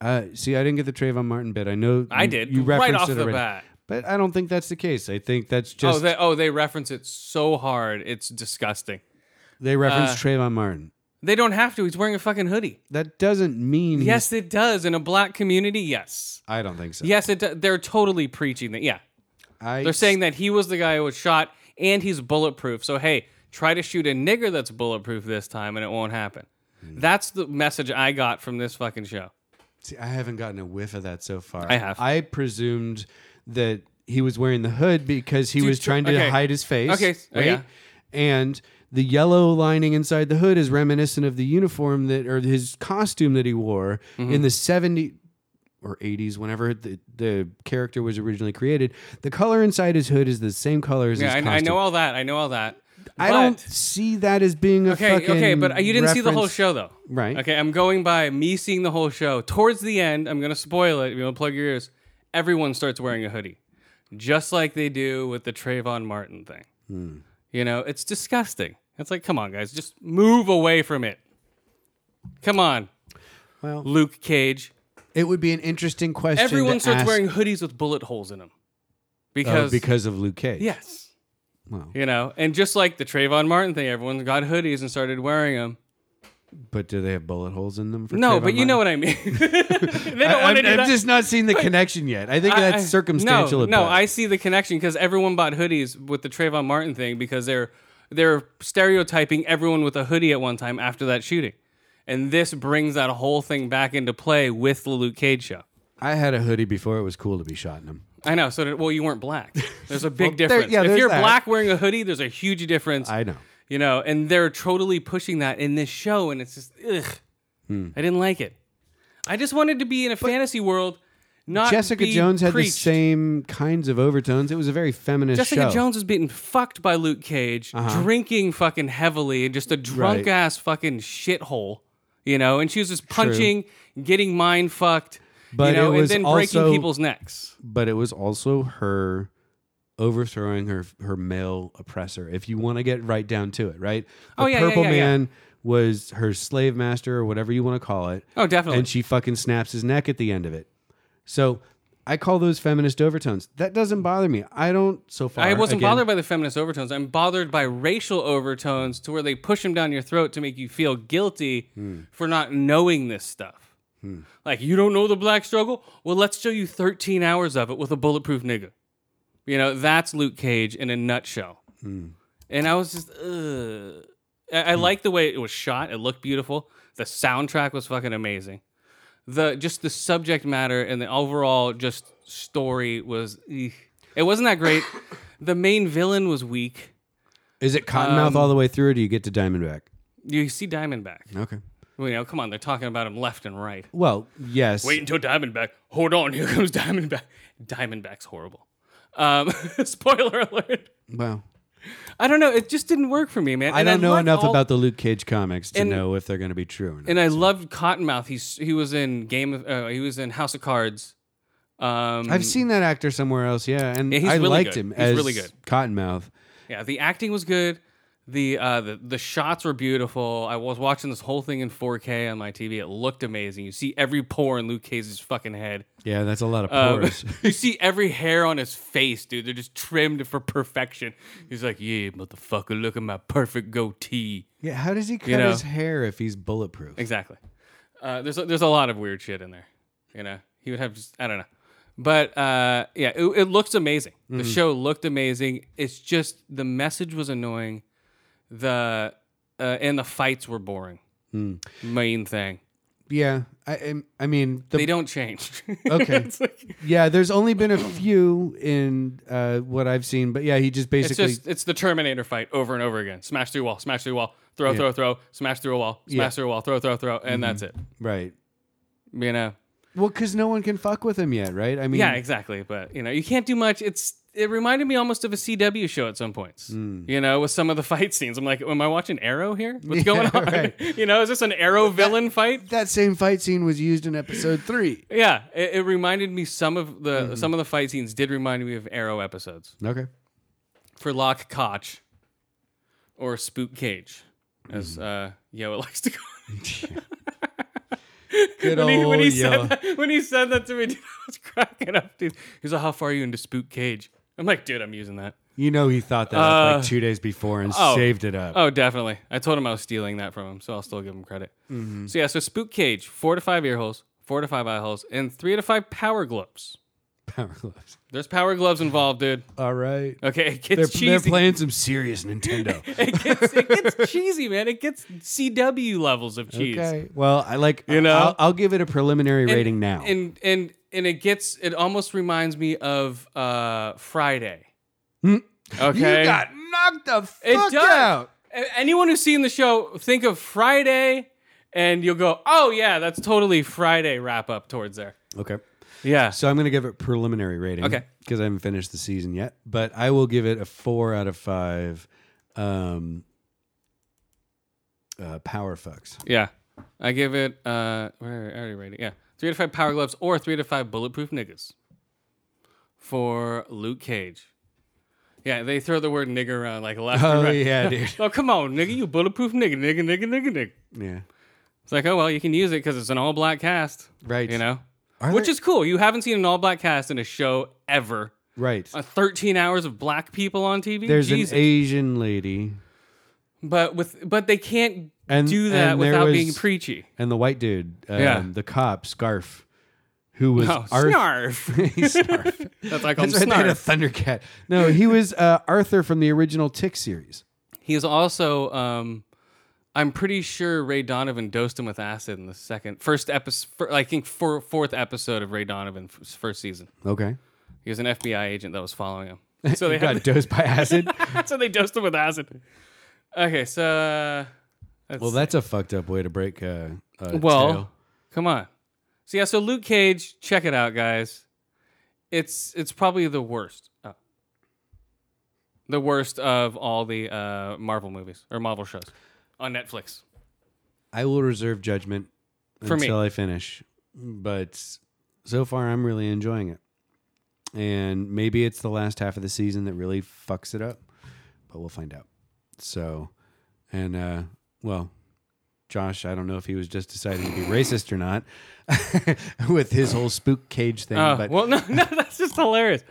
uh, see. I didn't get the Trayvon Martin bit. I know I you- did You right referenced off it the already. bat. but I don't think that's the case. I think that's just oh, they, oh, they reference it so hard, it's disgusting. they referenced uh, Trayvon Martin. They don't have to. He's wearing a fucking hoodie. That doesn't mean he's- Yes, it does. In a black community, yes, I don't think so. yes, it. Do- they're totally preaching that. Yeah, I, they're saying that he was the guy who was shot, and he's bulletproof. So hey, try to shoot a nigger that's bulletproof this time, and it won't happen. Mm. That's the message I got from this fucking show. See, I haven't gotten a whiff of that so far. I have. I presumed that he was wearing the hood because he Dude, was so- trying to okay. hide his face. Okay, s- Right? yeah. And the yellow lining inside the hood is reminiscent of the uniform that, or his costume that he wore in the 70s or 80s, whenever the, the character was originally created. The color inside his hood is the same color as Yeah, his I, costume. I know all that. I know all that. I don't But- see that as being a Okay, fucking okay, but uh, you didn't see the whole reference- show though. Right. Okay, I'm going by me seeing the whole show. Towards the end, I'm gonna spoil it. You know, plug your ears. Everyone starts wearing a hoodie, just like they do with the Trayvon Martin thing. Hmm. You know, it's disgusting. It's like, come on, guys, just move away from it. Come on, Well- Luke Cage. It would be an interesting question. Everyone to starts ask- uh, wearing hoodies with bullet holes in them Oh, because because of Luke Cage. yes, Well, you know. And just like the Trayvon Martin thing, everyone got hoodies and started wearing them. but do they have bullet holes in them? For No, Trayvon but you know Martin? what I mean. they don't I, want to I've, do I've that. just not seen the connection yet. I think I- that's I- circumstantial. No, at no, best. I see the connection because everyone bought hoodies with the Trayvon Martin thing because they're they're stereotyping everyone with a hoodie at one time after that shooting, and this brings that whole thing back into play with the Luke Cage show. I had a hoodie before it was cool to be shot in them. I know. So did, well, you weren't black. There's a big there- difference. yeah, if there's you're that. black wearing a hoodie, there's a huge difference. I know. You know, and they're totally pushing that in this show, and it's just ugh. Hmm. I didn't like it. I just wanted to be in a fantasy world. Not Jessica be Jones had preached. the same kinds of overtones. It was a very feminist Jessica show. Uh-huh. Jones was being fucked by Luke Cage, drinking fucking heavily, and just a drunk Right. ass fucking shithole, you know. And she was just punching, getting mind fucked, But you know, it was and then breaking also- people's necks. but it was also her overthrowing her her male oppressor. If you want to get right down to it, right? The Oh, yeah, yeah, purple yeah, yeah. man was her slave master or whatever you want to call it. Oh, definitely. And she fucking snaps his neck at the end of it. So I call those feminist overtones. That doesn't bother me. I don't so far. I wasn't again, bothered by the feminist overtones. I'm bothered by racial overtones to where they push them down your throat to make you feel guilty Hmm. for not knowing this stuff. Like, you don't know the black struggle? Well, let's show you 13 hours of it with a bulletproof nigga. You know, that's Luke Cage in a nutshell. Hmm. And I was just, ugh. I, I like the way it was shot. It looked beautiful. The soundtrack was fucking amazing. The just the subject matter and the overall just story was, eh. it wasn't that great. the main villain was weak. Is it um, Cottonmouth all the way through or do you get to Diamondback? You see Diamondback. Okay. You know, come on, they're talking about him left and right. Well, yes. Wait until Diamondback. Hold on, here comes Diamondback. Diamondback's horrible. Um, spoiler alert. Well, I don't know. It just didn't work for me, man. I And don't know loved enough all- about the Luke Cage comics to And- know if they're going to be true or not. And I loved Cottonmouth. He's he was in Game of uh, he was in House of Cards. Um, I've seen that actor somewhere else, yeah, and Yeah, he's I really liked good. him He's as really good. Cottonmouth. Yeah, the acting was good. The, uh, the the shots were beautiful. I was watching this whole thing in 4K on my TV. It looked amazing. You see every pore in Luke Cage's fucking head. Yeah, that's a lot of Um, pores. you see every hair on his face, dude. They're just trimmed for perfection. He's like, yeah, motherfucker, look at my perfect goatee. yeah, how does he cut know. his hair if he's bulletproof? Exactly. Uh, there's a, there's a lot of weird shit in there. You know, he would have just I don't know, but uh, yeah, it, it looks amazing. The Mm-hmm. show looked amazing. It's just the message was annoying. The uh, and the fights were boring. Hmm. Main thing Yeah, I, I'm- I mean, the, they don't change. Okay. It's like- yeah, there's only been a few in uh, what I've seen, but yeah, he just It's basically just it's the Terminator fight over and over again. Smash through wall, smash through wall, throw, throw, throw, smash through a wall, smash Yeah. Mm-hmm. through a wall, throw, throw, throw, and that's it. right. You know. Well, because no one can fuck with him yet, right? I mean, Yeah, exactly. But you know, you can't do much. It's it reminded me almost of a CW show at some points. Mm. You know, with some of the fight scenes, I'm like, am I watching Arrow here? What's going on? right. You know, is this an Arrow villain fight? that same fight scene was used in episode three. Yeah, it, it reminded me some of the Mm-hmm. some of the fight scenes did remind me of Arrow episodes Okay, for Lock Koch or Spook Cage, as Mm-hmm. uh, Yo likes to call. good when he, when he Oh, Yo. said that, when he said that to me, dude, I was cracking up, dude. He's like, "How far are you into Spook Cage?" I'm like, "Dude, I'm using that." You know, he thought that up Uh, like two days before and oh. saved it up. Oh, definitely. I told him I was stealing that from him, so I'll still give him credit. Mm-hmm. So yeah, so Spook Cage, four to five ear holes, four to five eye holes, and three to five power gloves. Power gloves. There's power gloves involved, dude. All right. Okay, it gets They're, Uh, cheesy. they're playing some serious Nintendo. it, gets, it gets cheesy, man. It gets CW levels of cheese. Okay. Well, I like You know? I'll, I'll give it a preliminary And- rating now. And and and it gets it almost reminds me of uh Friday. Okay. Hmm. You got knocked the fuck it does. out. A- Anyone who's seen the show, think of Friday and you'll go, "Oh yeah, that's totally Friday wrap up towards there." Okay. Yeah. So I'm going to give it preliminary rating. Okay. Because I haven't finished the season yet, but I will give it a four out of five. Um, uh, power fucks. Yeah. I give it uh where I already rated. Yeah. Three to five power gloves or three to five bulletproof niggas. For Luke Cage. Yeah, they throw the word nigger around like left and Oh right. yeah, dude. Oh come on, nigga, you bulletproof nigga, nigga, nigga, nigga, nigga. Yeah. It's like, oh well, you can use it because it's an all black cast. Right. You know? Are Which there- is cool. You haven't seen an all black cast in a show ever. Right. Uh, 13 hours of black people on TV. There's Jesus. an Asian lady but with but they can't And- do that and there without was- being preachy. and the white dude, um, Yeah. the cop, Scarf, who was No, Arth- Oh, snarf. He's Snarf. That's why I call him That's right, they had a snarf. Thundercat. No, he was uh, Arthur from the original Tick series. He is also, um, I'm pretty sure Ray Donovan dosed him with acid in the second, first episode, I think four, fourth episode of Ray Donovan's f- first season. Okay. He was an FBI agent that was following him. So they, Got had, dosed by acid. so they dosed him with acid. Okay, so. Uh, let's well, that's a fucked up way to break uh, a Well, tail. come on. So yeah, so Luke Cage, check it out, guys. It's it's probably the worst, oh. the worst of all the uh, Marvel movies or Marvel shows on Netflix. I will reserve judgment For me. until I finish. But so far, I'm really enjoying it. And maybe it's the last half of the season that really fucks it up, but we'll find out. So, and uh, well, Josh, I don't know if he was just deciding to be racist or not with his whole spook cage thing. Uh, but well, no, no, that's just hilarious.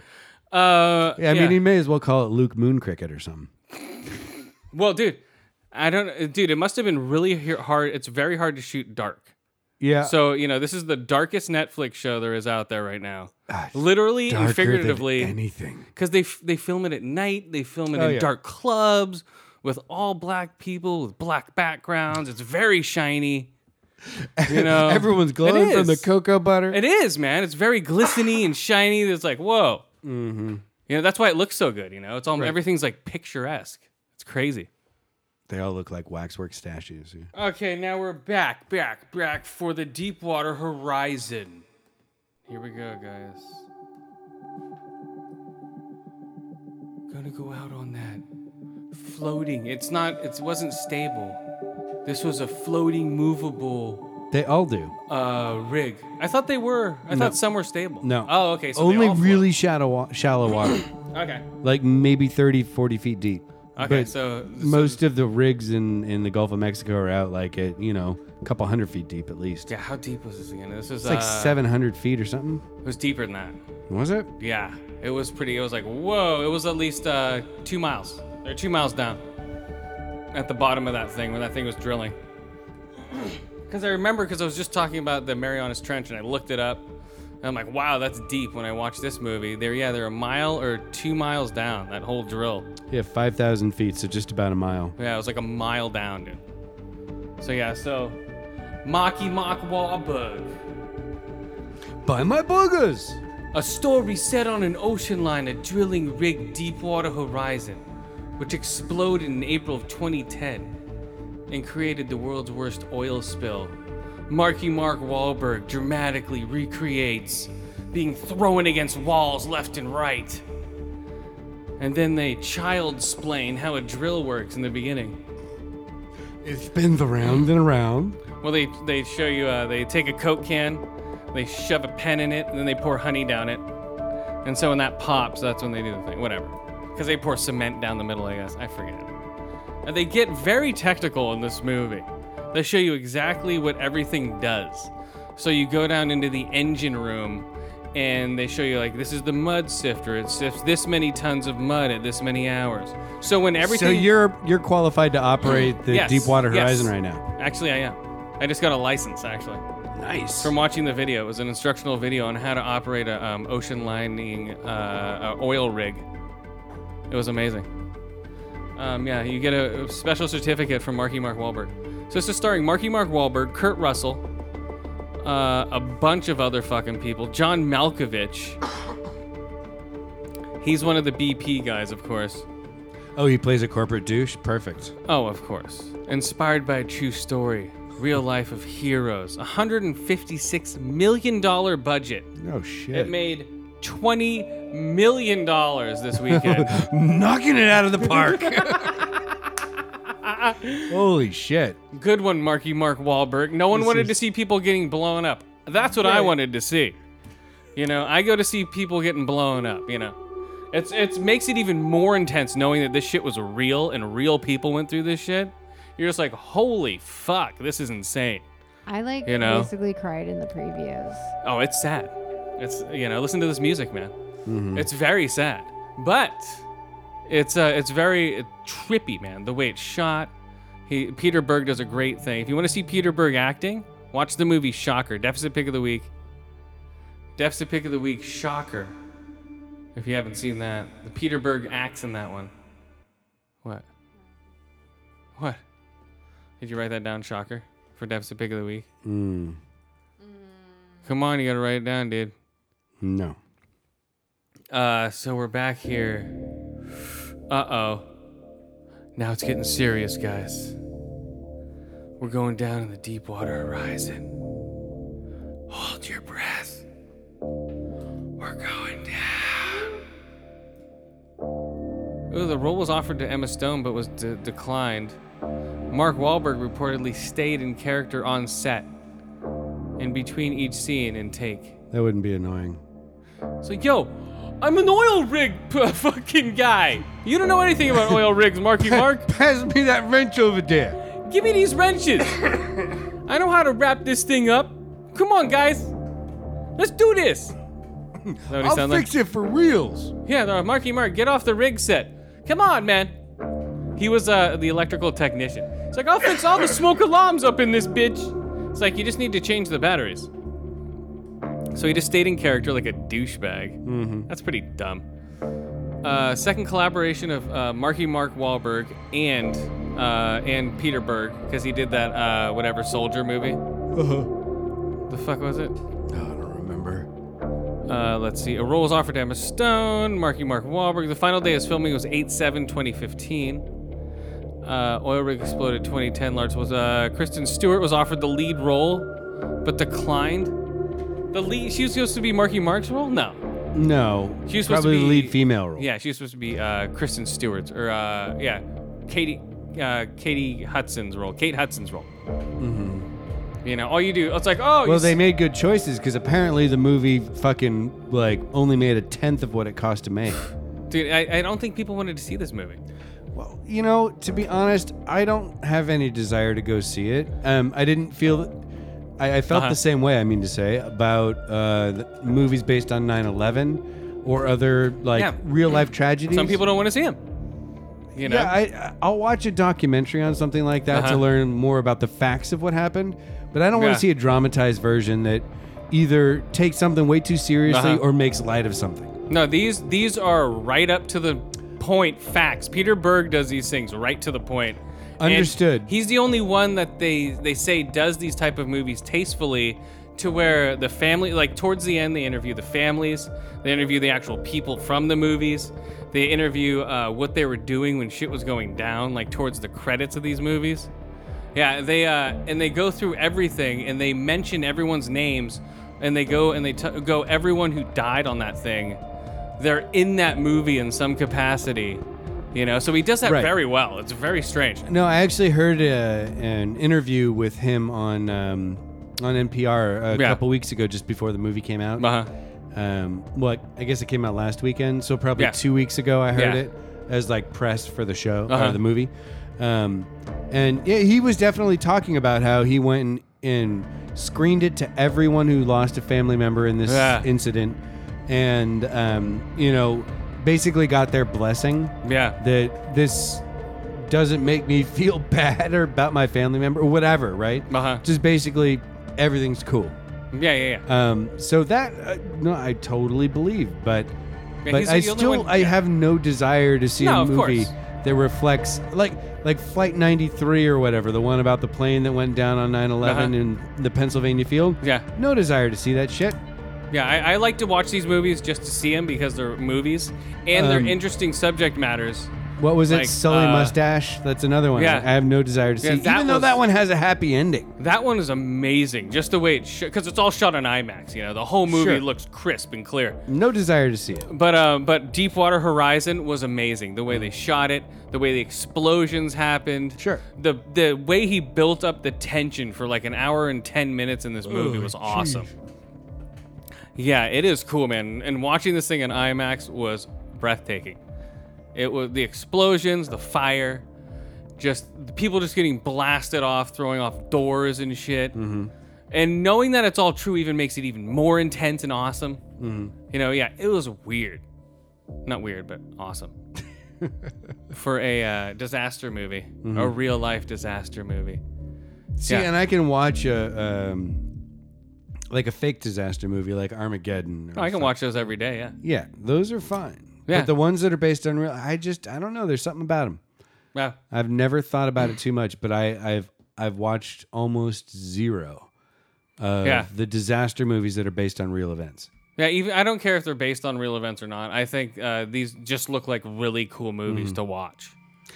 Uh, yeah, I mean, he may as well call it Luke Moon Cricket or something. well, dude, I don't, dude, it must have been really he- hard. It's very hard to shoot dark. Yeah. So you know, this is the darkest Netflix show there is out there right now, literally and figuratively. anything. because they f- they film it at night. They film it Oh, in yeah. dark clubs with all black people with black backgrounds. It's very shiny. You know, Everyone's It glowing from the is. cocoa butter. It is, man. It's very glistening and shiny. It's like whoa. Mm-hmm. You know, that's why it looks so good. You know, it's all everything's like picturesque. It's crazy. They all look like waxwork statues. yeah. Okay, now we're back, back, back for the Deepwater Horizon. Here we go, guys. Gonna go out on that floating. It's not. It wasn't stable. This was a floating, movable They all do. uh, rig. I thought they were. I thought some were stable. No. Oh, okay. So they Only all float. really shallow, wa- shallow water, Okay. like maybe 30, 40 feet deep. Okay. But so most of the rigs in, in the Gulf of Mexico are out like at, you know, a couple hundred feet deep at least. Yeah. How deep was this again? This was It's like uh, 700 feet or something. It was deeper than that. Was it? Yeah, it was pretty. It was like, whoa, it was at least uh, two miles. They're two miles down at the bottom of that thing when that thing was drilling. Because I remember, because I was just talking about the Marianas Trench and I looked it up. And I'm like, wow, that's deep when I watched this movie. They're, yeah, they're a mile or two miles down, that whole drill. Yeah, 5,000 feet, so just about a mile. Yeah, it was like a mile down, dude. So, yeah, so Mocky Mock Wahlberg. By my boogers! A story set on an ocean liner drilling rig Deepwater Horizon, which exploded in April of 2010 and created the world's worst oil spill. Marky Mark Wahlberg dramatically recreates being thrown against walls left and right. And then they child splain how a drill works in the beginning. It spins around and around. Well, they they show you. Uh, they take a coke can, they shove a pen in it, and then they pour honey down it. And so when that pops, that's when they do the thing. Whatever, because they pour cement down the middle. I guess I forget. And they get very technical in this movie. They show you exactly what everything does. So you go down into the engine room, and they show you like this is the mud sifter. It sifts this many tons of mud at this many hours. So when everything So you're you're qualified to operate the Yes, Deepwater yes. Horizon right now. actually I am. I just got a license actually. Nice. from watching the video. It was an instructional video on how to operate a um, ocean lining uh, uh, oil rig. It was amazing. Um, yeah, you get a a special certificate from Marky Mark Wahlberg. So this is starring Marky Mark Wahlberg, Kurt Russell, uh, a bunch of other fucking people. John Malkovich. He's one of the BP guys, of course. oh, he plays a corporate douche? Perfect. Oh, of course. Inspired by a true story, real life of heroes. $156 million budget. Oh, shit. It made twenty million dollars this weekend. knocking it out of the park. Holy shit. Good one, Marky Mark Wahlberg. No one This wanted to is- see people getting blown up. That's what I Right. wanted to see. You know, I go to see people getting blown up. You know, it's it's makes it even more intense knowing that this shit was real and real people went through this shit. You're just like, holy fuck, this is insane. I like You know? basically cried in the previews. Oh, it's sad. It's you know, listen to this music, man. It's very sad, but it's uh, it's very trippy, man. The way it's shot. He Peter Berg does a great thing. If you want to see Peter Berg acting, watch the movie Shocker. Deficit pick of the week. Deficit pick of the week. Shocker. If you haven't seen that, the Peter Berg acts in that one. What? What? Did you write that down? Shocker for deficit pick of the week. Come on, you gotta write it down, dude. No. Uh, so we're back here. Uh oh. Now it's getting serious, guys. We're going down in the deep water horizon. Hold your breath. We're going down. Ooh, the role was offered to Emma Stone but was de- declined. Mark Wahlberg reportedly stayed in character on set in between each scene and take. That wouldn't be annoying. It's like, yo, I'm an oil rig p- fucking guy. You don't know anything about oil rigs, Marky Mark. Pass me that wrench over there. Give me these wrenches. I know how to wrap this thing up. Come on, guys. Let's do this. Is that what he sound like? it for reals. Yeah, no, Marky Mark, get off the rig set. Come on, man. He was uh, the electrical technician. It's like, I'll fix all the smoke alarms up in this bitch. It's like, you just need to change the batteries. So he just stayed in character like a douchebag. Mm-hmm. That's pretty dumb. Uh, second collaboration of uh, Marky Mark Wahlberg and uh, and Peter Berg because he did that uh, whatever soldier movie. The fuck was it? Oh, I don't remember. Uh, let's see. A role was offered to Emma Stone, Marky Mark Wahlberg. The final day of filming was 8 7 2015. Uh, oil rig exploded 2010. Large was. Uh, Kristen Stewart was offered the lead role, but declined. The lead. She was supposed to be Marky Mark's role? No. No. She was supposed probably to the be, lead female role. Yeah, she was supposed to be uh, Kristen Stewart's or uh, yeah, Katie uh, Katie Hudson's role, Kate Hudson's role. Mm-hmm. You know, all you do, it's like, oh, you Mm-hmm. Well, they s- made good choices because apparently the movie fucking like only made a tenth of what it cost to make. dude, I, I don't think people wanted to see this movie. Well, you know, to be honest, I don't have any desire to go see it. Um, I didn't feel. I, I felt Uh-huh. the same way. I mean to say about uh, the movies based on 9/11 or other like Yeah. real life tragedies. Some people don't want to see him. You know, Yeah, I- I, I'll watch a documentary on something like that Uh-huh. to learn more about the facts of what happened, but I don't want Yeah. to see a dramatized version that either takes something way too seriously Uh-huh. or makes light of something. no, these these are right up to the point facts. Peter Berg does these things right to the point. And Understood. he's the only one that they they say does these type of movies tastefully to where the family like towards the end they interview the families they interview the actual people from the movies they interview uh, what they were doing when shit was going down like towards the credits of these movies yeah they uh, and they go through everything and they mention everyone's names and they go and they t- go everyone who died on that thing they're in that movie in some capacity you know so he does that Right. very well it's very strange No, I actually heard uh an interview with him on um, on NPR a Yeah. couple weeks ago, just before the movie came out. uh-huh. Um, well, I guess it came out last weekend, so probably Yeah. two weeks ago I heard Yeah. it as like press for the show or Uh-huh. the movie. Um, and yeah, he was definitely talking about how he went and, and screened it to everyone who lost a family member in this Yeah. incident, and um, you know, basically got their blessing yeah that this doesn't make me feel bad or about my family member or whatever, right? Uh-huh. Just basically everything's cool. Yeah, yeah, yeah. Um, so that uh, no, I totally believe, but Yeah, he's but the I only still one- I yeah. have no desire to see No, a of movie course. that reflects like like Flight 93 or whatever, the one about the plane that went down on 9/11 Uh-huh. in the Pennsylvania field. Yeah. no desire to see that shit. Yeah, I, I like to watch these movies just to see them because they're movies and they're Um, interesting subject matters. What was Like, it, Sully uh, Mustache? That's another one. yeah. I have no desire to see, Yeah, that even though was- that one has a happy ending. That one is amazing, just the way it's because it's all shot on IMAX. You know, the whole movie Sure. looks crisp and clear. No desire to see it. But um, but Deepwater Horizon was amazing. The way they shot it, the way the explosions happened, Sure. The the way he built up the tension for like an hour and ten minutes in this movie was awesome. Yeah, it is cool, man. And watching this thing in IMAX was breathtaking. It was the explosions, the fire, just the people just getting blasted off, throwing off doors and shit. And knowing that it's all true even makes it even more intense and awesome. You know, yeah, it was weird. Not weird, but awesome. For a uh, disaster movie, a real life disaster movie. See, Yeah. and I can watch a um, like a fake disaster movie like Armageddon. Or Oh, I can fu- watch those every day, yeah. Yeah, those are fine. Yeah. But the ones that are based on real, I just I don't know. There's something about them. Yeah. I've never thought about it too much, but I, I've I've watched almost zero of Yeah. the disaster movies that are based on real events. Yeah, even I don't care if they're based on real events or not. I think uh, these just look like really cool movies Mm. to watch.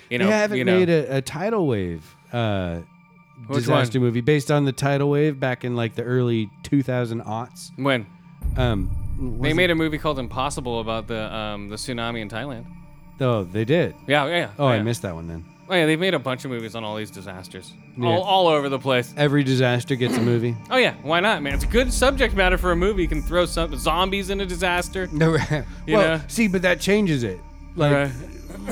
You know, they haven't you know, made a, a tidal wave uh, Which disaster one? movie based on the tidal wave back in like the early 2000 aughts. when Um, they made a movie called Impossible about the um, the tsunami in Thailand. oh, they did. Yeah, yeah. yeah Oh, I yeah. missed that one then. Oh yeah, they've made a bunch of movies on all these disasters, Yeah. all, all over the place. Every disaster gets a movie. Oh yeah, why not, man? It's a good subject matter for a movie. You can throw some zombies in a disaster. No, You well, know? see, but that changes it. Like Right.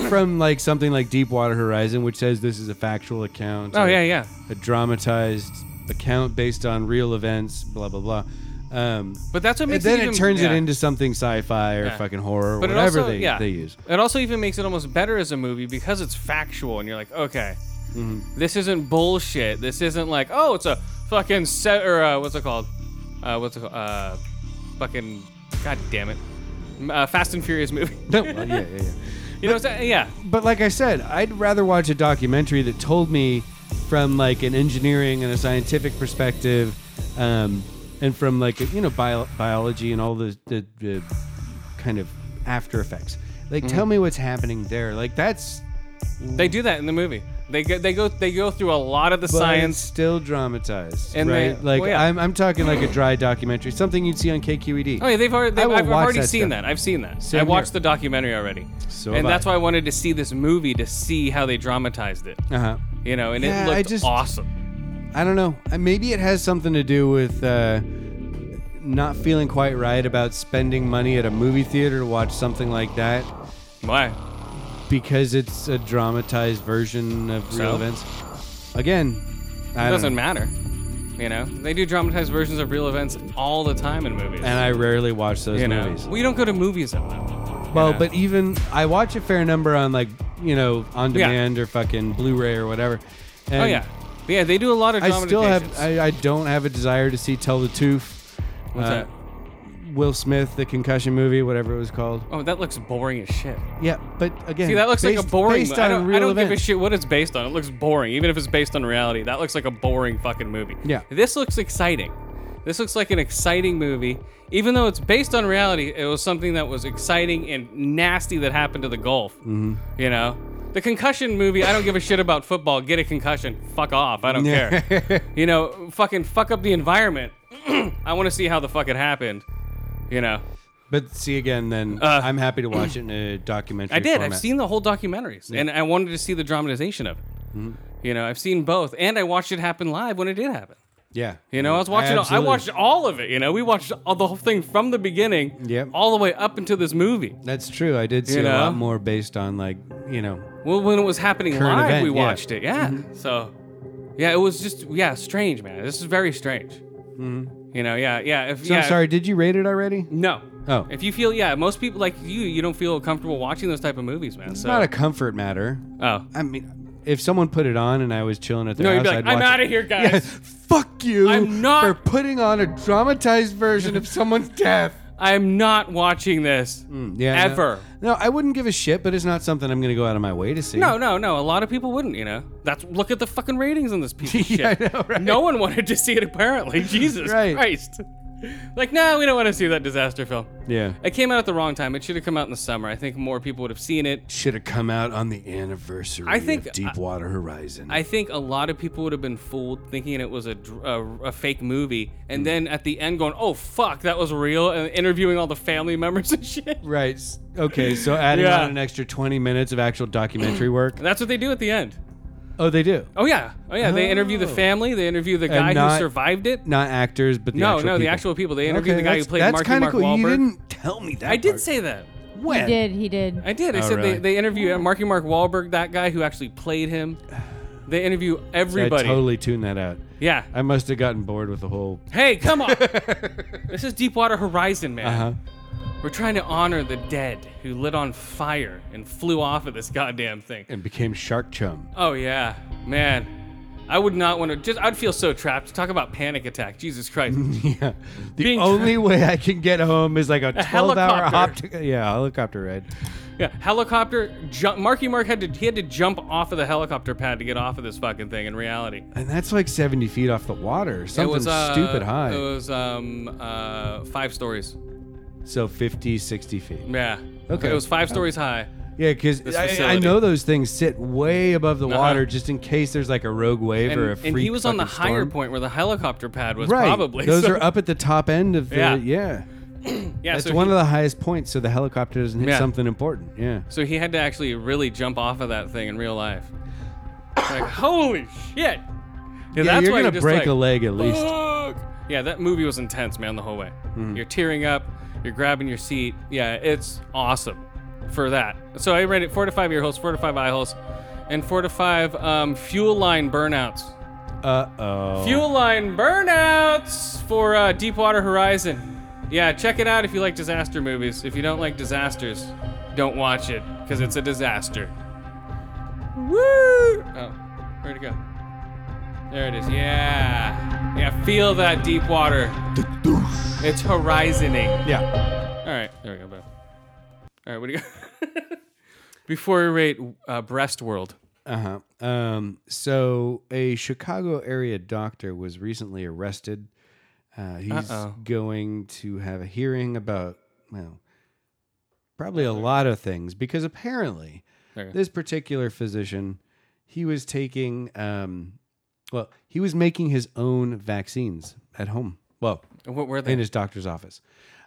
from like something like Deepwater Horizon, which says this is a factual account. Oh or yeah, yeah. A dramatized account based on real events. Blah blah blah. Um, But that's what and makes then it, it, even- turns it yeah. into something sci-fi or Yeah. fucking horror, or But it whatever also- they, yeah. they use. It also even makes it almost better as a movie because it's factual and you're like, okay, Mm-hmm. this isn't bullshit. This isn't like, oh, it's a fucking se- or uh, what's it called? Uh, what's it called? Uh, fucking god damn it, M- uh, Fast and Furious movie. No, well, yeah, yeah, yeah. you know, what I'm saying? yeah, But like I said, I'd rather watch a documentary that told me from like an engineering and a scientific perspective, um, and from like you know bio- biology and all the, the the kind of after effects. Like, tell Mm-hmm. me what's happening there. Like that's they do that in the movie. They go, they go, they go through a lot of the but it's science. still dramatized, And they- right? like well, yeah. I'm, I'm talking like a dry documentary, something you'd see on E KQED. Oh yeah, they've already. I They've, will I've, I've watch already that seen stuff. that. I've seen that. Same I watched here. the documentary already. So have and that's I. why I wanted to see this movie to see how they dramatized it. Uh-huh. You know, and Yeah, it I looked just- awesome. I don't know. Uh, Maybe it has something to do with uh, not feeling quite right about spending money at a movie theater to watch something like that Why? because it's a dramatized version of real So? events. Again, I It don't doesn't know. matter. You know, they do dramatized versions of real events all the time in movies. And I rarely watch those you know, movies. we don't go to movies Oh, that much. well, yeah. but even I watch a fair number on like you know on Yeah. demand or fucking Blu-ray or whatever. And oh yeah, yeah, they do a lot of. I still have dramatizations. I, I don't have a desire to see Tell the Tooth. What's uh, that? Will Smith, the concussion movie, whatever it was called. Oh, that looks boring as shit. Yeah, but again, See, that looks like a based- boring. Based I on don't, real I don't give a events. shit what it's based on. It looks boring, even if it's based on reality. That looks like a boring fucking movie. Yeah. This looks exciting. This looks like an exciting movie, even though it's based on reality. It was something that was exciting and nasty that happened to the Gulf. Mm-hmm. You know, the concussion movie. I don't give a shit about football. Get a concussion. Fuck off. I don't Yeah. care. You know, fucking fuck up the environment. I want to see how the fuck it happened. You know, But see again, then Uh, I'm happy to watch it in a documentary. I did. I've format. seen the whole documentaries, and I wanted to see the dramatization of it. Mm-hmm. You know, I've seen both, and I watched it happen live when it did happen. Yeah, You know, I was watching. I, Mm-hmm. absolutely- watched all of it. You know, we watched all, the whole thing from the beginning, Yep. all the way up into this movie. That's true. I did see You a know? lot more based on like you know. Well, when it was happening Current live, event, we yeah. Mm-hmm. watched it. Yeah. So, yeah, it was just yeah, strange, man. This is very strange. You know, yeah, yeah. If, Mm-hmm. So yeah, I'm sorry. Did you rate it already? No. Oh. If you feel yeah, most people like you, you don't feel comfortable watching those type of movies, man. It's so not a comfort matter. oh. I mean, if someone put it on and I was chilling at their No, you'd house, be like, I'd "I'm watch outta it." here, Yeah, guys. fuck you. I'm not- for putting on a dramatized version of someone's death. I'm not watching this Mm, Yeah, no- ever. No, I wouldn't give a shit, but it's not something I'm going to go out of my way to see. No, no, no. A lot of people wouldn't, you know. That's look at the fucking ratings on this piece of Yeah, shit. I know, right? No one wanted to see it apparently. Jesus Right. Christ. Like, no, we don't want to see that disaster film. Yeah. It came out at the wrong time. It should have come out in the summer. I think more people would have seen it. should have come out on the anniversary I think- of Deepwater Horizon. I think a lot of people would have been fooled thinking it was a, dr- a, a fake movie, Hmm. and then at the end going, "Oh fuck, that was real," and interviewing all the family members and shit. right. s- Okay, so adding Yeah. on an extra 20 minutes of actual documentary work. That's what they do at the end. Oh, they do. Oh yeah, oh yeah. They interview the Oh. family. They interview the guy not- who survived it. Not actors, but the no, actual no, the people. actual people. They interviewed Okay, the guy who that's- played that's Marky kinda Mark cool. You Wahlberg. didn't tell me that. I did part. say that. He when. did. He did. I did. I Oh, said really? they, they interview Marky Mark Wahlberg, that guy who actually played him. They interview I everybody. totally tuned that out. Yeah. I must have gotten bored with the whole. Hey, come on. this is Deepwater Horizon, man. Uh huh. We're trying to honor the dead who lit on fire and flew off of this goddamn thing. And became shark chum. Oh yeah, man. I would not want to. Just I'd feel so trapped. Talk about panic attack. Jesus Christ. yeah. The Being- only way I can get home is like a twelve-hour hop. helicopter. to- yeah, helicopter ride. yeah. Helicopter. Jump. Marky Mark had to. He had to jump off of the helicopter pad to get off of this fucking thing. In reality. And that's like seventy feet off the water. Something it was uh, stupid high. It was um uh five stories. so 50, 60 feet. Yeah. Okay. Uh, It was five stories high. Yeah, because This I, I facility. know those things sit way above the Uh-huh. water just in case there's like a rogue wave And, or a and freak he was on the fucking higher storm. point where the helicopter pad was Right. probably. Those so- are up at the top end of the. Yeah. Yeah. Yeah. That's so one he, of the highest points, so the helicopter doesn't hit Yeah. something important. Yeah. So he had to actually really jump off of that thing in real life. Like, holy shit! Yeah, you're gonna break a leg at least. Hmm. Fuck. Yeah, that movie was intense, man, the whole way. You're tearing up, you're grabbing your seat. Yeah, it's awesome for that. So I rated four to five ear holes, four to five eye holes, and four to five um, fuel line burnouts. Uh oh. Fuel line burnouts for uh, Deepwater Horizon. Yeah, check it out if you like disaster movies. If you don't like disasters, don't watch it because it's a disaster. Woo! Oh, where'd it go? There it is. Yeah, yeah. Feel that deep water. It's horizoning. Yeah. All right, there we go. Bro. All right, what do you go? Before we rate uh, Breast World. Uh huh. Um, so a Chicago area doctor was recently arrested. Uh, he's Uh-oh. going to have a hearing about well, probably Uh-huh. a lot of things because apparently There you go. this particular physician he was taking um, well he was making his own vaccines at home. Well, What were they? in his doctor's office.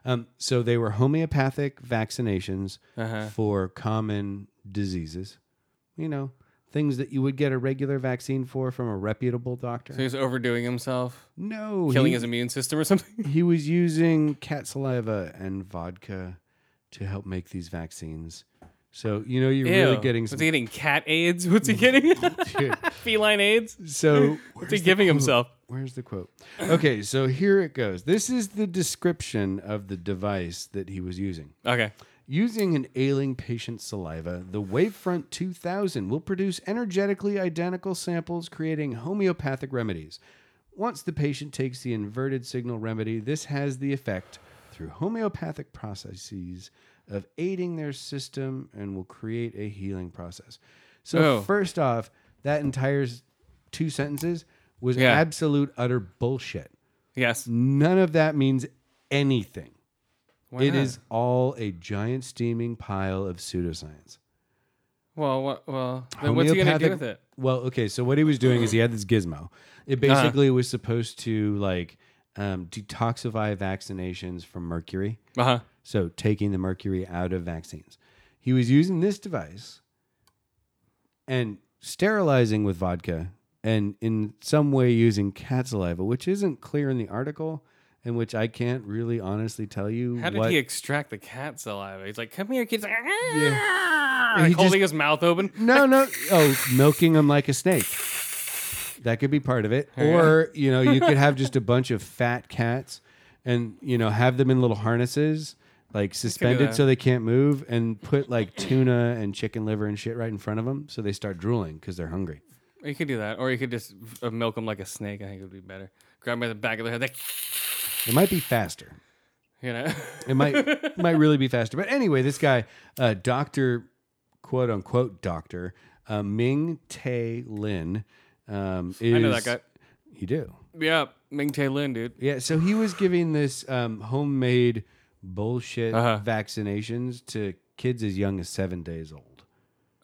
Um, so they were homeopathic vaccinations Uh-huh. for common diseases, you know, things that you would get a regular vaccine for from a reputable doctor. So he's overdoing himself, no, killing he, his immune system or something. he was using cat saliva and vodka to help make these vaccines. So you know you're really Ew. getting What's some. Mm. he getting? Cat AIDS? What's he getting? Feline AIDS? So What's he giving himself? Where's the quote? Okay, so here it goes. This is the description of the device that he was using. Okay. Using an ailing patient's saliva, the Wavefront 2000 will produce energetically identical samples, creating homeopathic remedies. Once the patient takes the inverted signal remedy, this has the effect, through homeopathic processes, of aiding their system and will create a healing process. So, Oh. first off, that entire s- two sentences was Yeah. absolute utter bullshit. Yes. None of that means anything. Why It not? is all a giant steaming pile of pseudoscience. Well, what, well, then what's he going to do Homeopathic- with it? Uh-huh. Well, okay, so what he was doing is he had this gizmo. It basically was supposed to like um, detoxify vaccinations from mercury. Uh huh. So taking the mercury out of vaccines. He was using this device and sterilizing with vodka and in some way using cat saliva, which isn't clear in the article and which I can't really honestly tell you How did what he extract the cat saliva? He's like, come here, kids. Like, And like he holding his just- mouth open. No, no. Oh, milking them like a snake. That could be part of it. Or, you know, you could have just a bunch of fat cats and, you know, have them in little harnesses, like suspended that. so they can't move, and put like tuna and chicken liver and shit right in front of them so they start drooling because they're hungry. Or You could do that. Or you could just uh, milk him like a snake. I think it would be better. Grab him by the back of the head. Like, It might be faster. you know? It might might really be faster. But anyway, this guy, uh, Doctor, quote unquote Doctor uh, Ming Tae Lin, um, is I know that guy. You do. Yeah. Ming Tae Lin, dude. Yeah, so he was giving this um, homemade bullshit Uh-huh. vaccinations to kids as young as seven days old.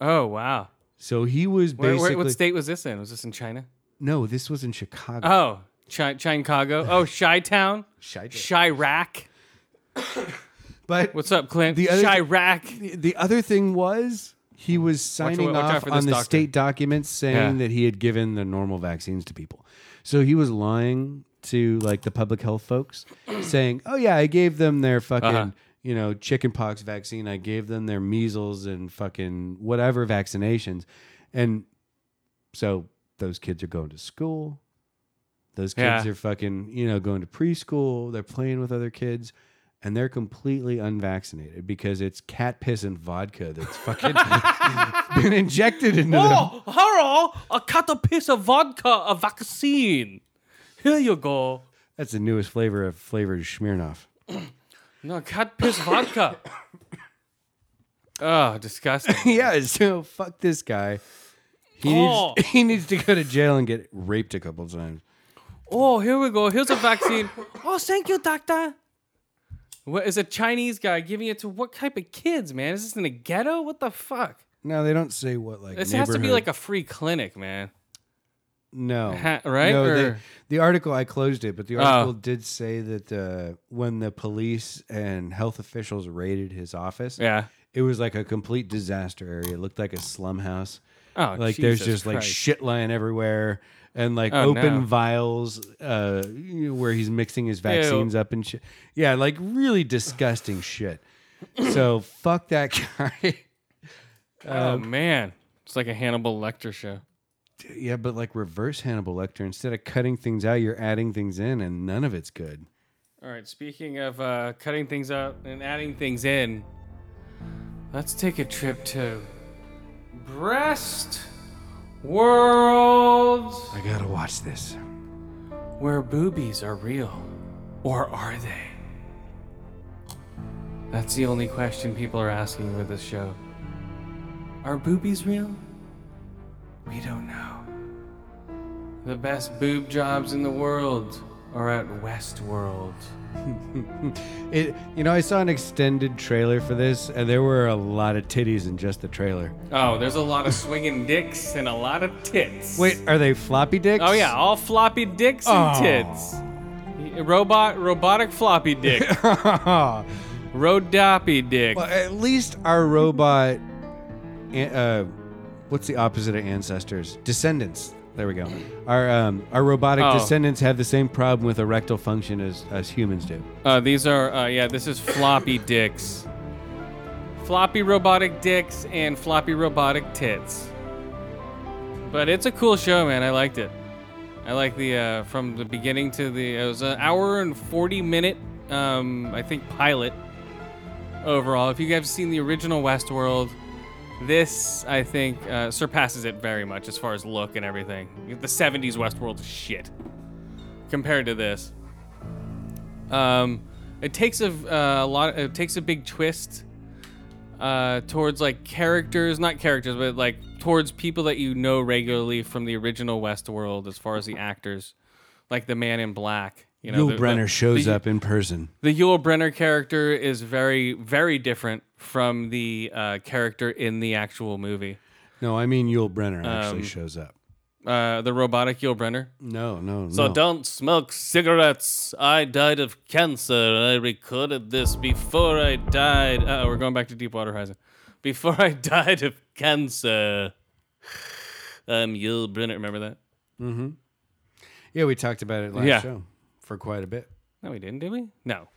Oh, wow. So he was Where, basically where, what state was this in? Was this in China? no. This was in Chicago. Oh, Chi- Chicago. Oh, Chi Town. Chi- Chirac. but What's up, Clint? The other- Chirac. the other thing was he was signing Hmm. watch out off for on this the doctor. state documents saying Yeah. that he had given the normal vaccines to people. So he was lying to like the public health folks, saying, "Oh yeah, I gave them their fucking." Uh-huh. You know, chickenpox vaccine. I gave them their measles and fucking whatever vaccinations. And so those kids are going to school. Those kids Yeah. are fucking, you know, going to preschool, they're playing with other kids, and they're completely unvaccinated because it's cat piss and vodka that's fucking been injected into them. Oh, hello! I cut a piece of vodka, a vaccine. Here you go. That's the newest flavor of flavored Smirnoff. No, cut piss vodka. Oh, disgusting. yeah, so fuck this guy. He, Oh. needs, he needs to go to jail and get raped a couple times. Oh, here we go. Here's a vaccine. Oh, thank you, doctor. What is a Chinese guy giving it to what type of kids, man? Is this in a ghetto? What the fuck? No, they don't say what like This has to be neighborhood. like a free clinic, man. No. Ha- right? No, they- Or- Oh. the article, I closed it, but the article did say that uh, when the police and health officials raided his office, Yeah. it was like a complete disaster area. It looked like a slum house. Oh, like there's Jesus just like Christ. shit lying everywhere and like Oh, open no. vials uh, you know, where he's mixing his vaccines up and shit. Yeah, like really disgusting shit. So fuck that guy. oh man, it's like a Hannibal Lecter show. Yeah, but like reverse Hannibal Lecter, instead of cutting things out, you're adding things in, and none of it's good. All right. Speaking of uh, cutting things up and adding things in, let's take a trip to Breast World. I gotta watch this. where boobies are real, or are they? That's the only question people are asking with this show. Are boobies real? We don't know. The best boob jobs in the world are at Westworld. It, you know, I saw an extended trailer for this, and there were a lot of titties in just the trailer. Oh, there's a lot of swinging dicks and a lot of tits. Wait, are they floppy dicks? Oh yeah, all floppy dicks and Oh. tits. Robot, robotic floppy dick. well, Rodoppy dick. at least our robot. an- Uh, what's the opposite of ancestors? Descendants. There we go. Our um, our robotic Oh. descendants have the same problem with erectile function as as humans do. Uh, these are, uh, yeah, this is floppy dicks. Floppy robotic dicks and floppy robotic tits. But it's a cool show, man. I liked it. I like the, uh, from the beginning to the, it was an hour and 40 minute, um, I think, pilot overall. If you guys have seen the original Westworld, this, I think, uh, surpasses it very much as far as look and everything. The 70s Westworld is shit compared to this. Um, it takes a, uh, a lot. It takes a big twist uh, towards like characters, not characters, but like towards people that you know regularly from the original Westworld, as far as the actors, like the Man in Black. You know, Yul the- the- Brenner shows the- up in person. the Yul Brenner character is very, very different from the uh, character in the actual movie. No, I mean Yul Brenner actually Um, shows up. Uh, the robotic Yul Brenner. No, no, So no. don't smoke cigarettes. I died of cancer. I recorded this before I died. Uh, we're going back to Deepwater Horizon. Before I died of cancer. I'm Yul Brenner. Remember that? Yeah, we talked about it last Yeah. show for quite a bit. No, we didn't, did we? No.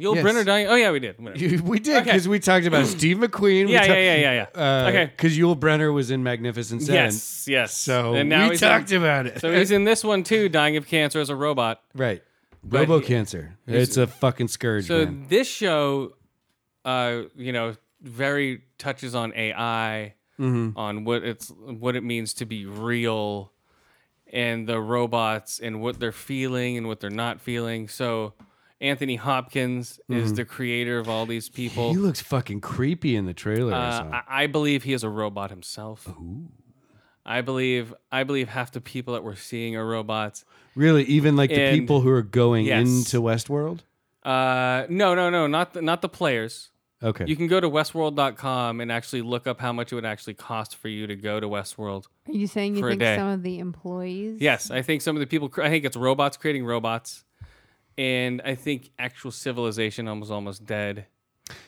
Yul Yes. Brenner dying. Oh yeah, we did. Whatever. We did Okay. because we talked about Steve McQueen. we Yeah, ta- yeah, yeah, yeah, yeah. Uh, okay. Because Yul Brenner was in Magnificent Seven. Yes, yes. So and now we he's in- talked about it. So he's in this one too, dying of cancer as a robot. right. But Robo he- cancer. It's a fucking scourge, So man. this show, uh, you know, very touches on AI, Mm-hmm. on what it's what it means to be real, and the robots and what they're feeling and what they're not feeling. So Anthony Hopkins is the creator of all these people. Mm-hmm. He looks fucking creepy in the trailer. I Uh, saw. I, I believe he is a robot himself. I believe I believe half the people that we're seeing are robots. really, even like the and- people who are going Yes. into Westworld. Uh, no, no, no, not the, not the players. Okay. You can go to westworld.com and actually look up how much it would actually cost for you to go to Westworld. Are you saying you For a think day. some of the employees? Yes, I think some of the people, cr- I think it's robots creating robots. And I think actual civilization almost almost dead.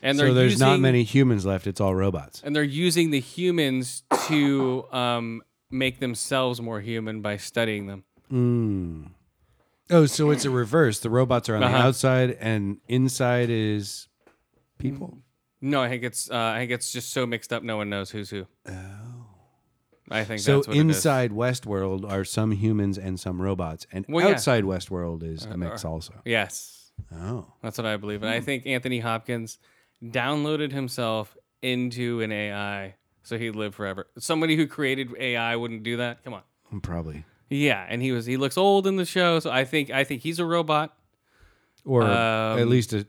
And they're so there's not using- many humans left. It's all robots. And they're using the humans to um, make themselves more human by studying them. Oh, so it's a reverse. The robots are on the Uh-huh. outside, and inside is people. No, I think it's uh, I think it's just so mixed up no one knows who's who. Oh. I think So that's what it is. inside Westworld are some humans and some robots, and Well, yeah. Uh, outside Westworld is a mix also. Yes. Oh, That's what I believe. And I think Anthony Hopkins downloaded himself into an AI so he'd live forever. Somebody who created AI wouldn't do that. Come on. probably Yeah, and he was he looks old in the show, so I think I think he's a robot. or Um, at least a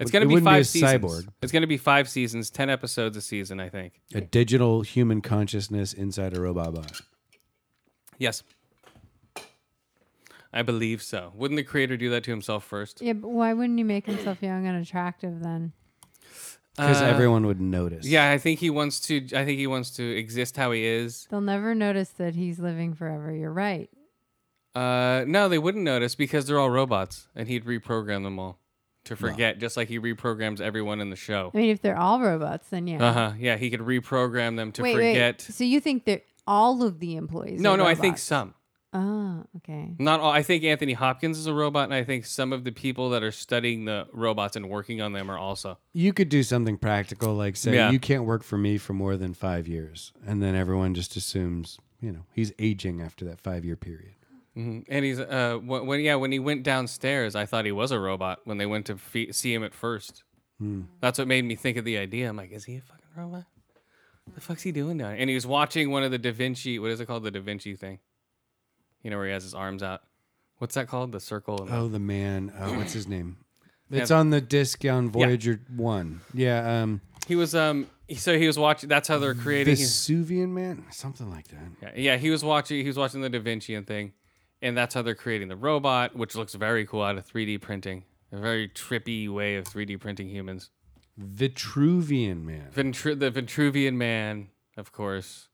It's gonna it be wouldn't five a seasons. cyborg, It's gonna be five seasons, ten episodes a season, I think. a digital human consciousness inside a robot bot. Yes. I believe so. Wouldn't the creator do that to himself first? Yeah, but why wouldn't he make himself young and attractive then? because Uh, everyone would notice. Yeah, I think he wants to I think he wants to exist how he is They'll never notice that he's living forever. You're right. Uh, no, they wouldn't notice because they're all robots, and he'd reprogram them all to forget, just like he reprograms everyone in the show. I mean, if they're all robots, then yeah. Uh huh. Yeah, he could reprogram them to wait, forget. wait. So you think that all of the employees? No, are no, I think robots? some, Oh, okay. not all. I think Anthony Hopkins is a robot, and I think some of the people that are studying the robots and working on them are also. you could do something practical, like say Yeah. you can't work for me for more than five years, and then everyone just assumes you know he's aging after that five year period. Mhm. And he's uh, when, when yeah, when he went downstairs, I thought he was a robot when they went to fe- see him at first. That's what made me think of the idea. I'm like, is he a fucking robot? The fuck's he doing down? here? And he was watching one of the Da Vinci. What is it called? The Da Vinci thing. You know where he has his arms out. What's that called? The circle. And the- Oh, the man, uh, what's his name? It's on the disc on Voyager One. Yeah, um, He was um. he- So he was watching. That's how they're creating. his- Vesuvian man, something like that. yeah, yeah, he was watching. He was watching the Da Vinci and thing, and that's how they're creating the robot, which looks very cool out of 3D printing. A very trippy way of 3D printing humans. Vitruvian man. Ventru- the Vitruvian Man, of course.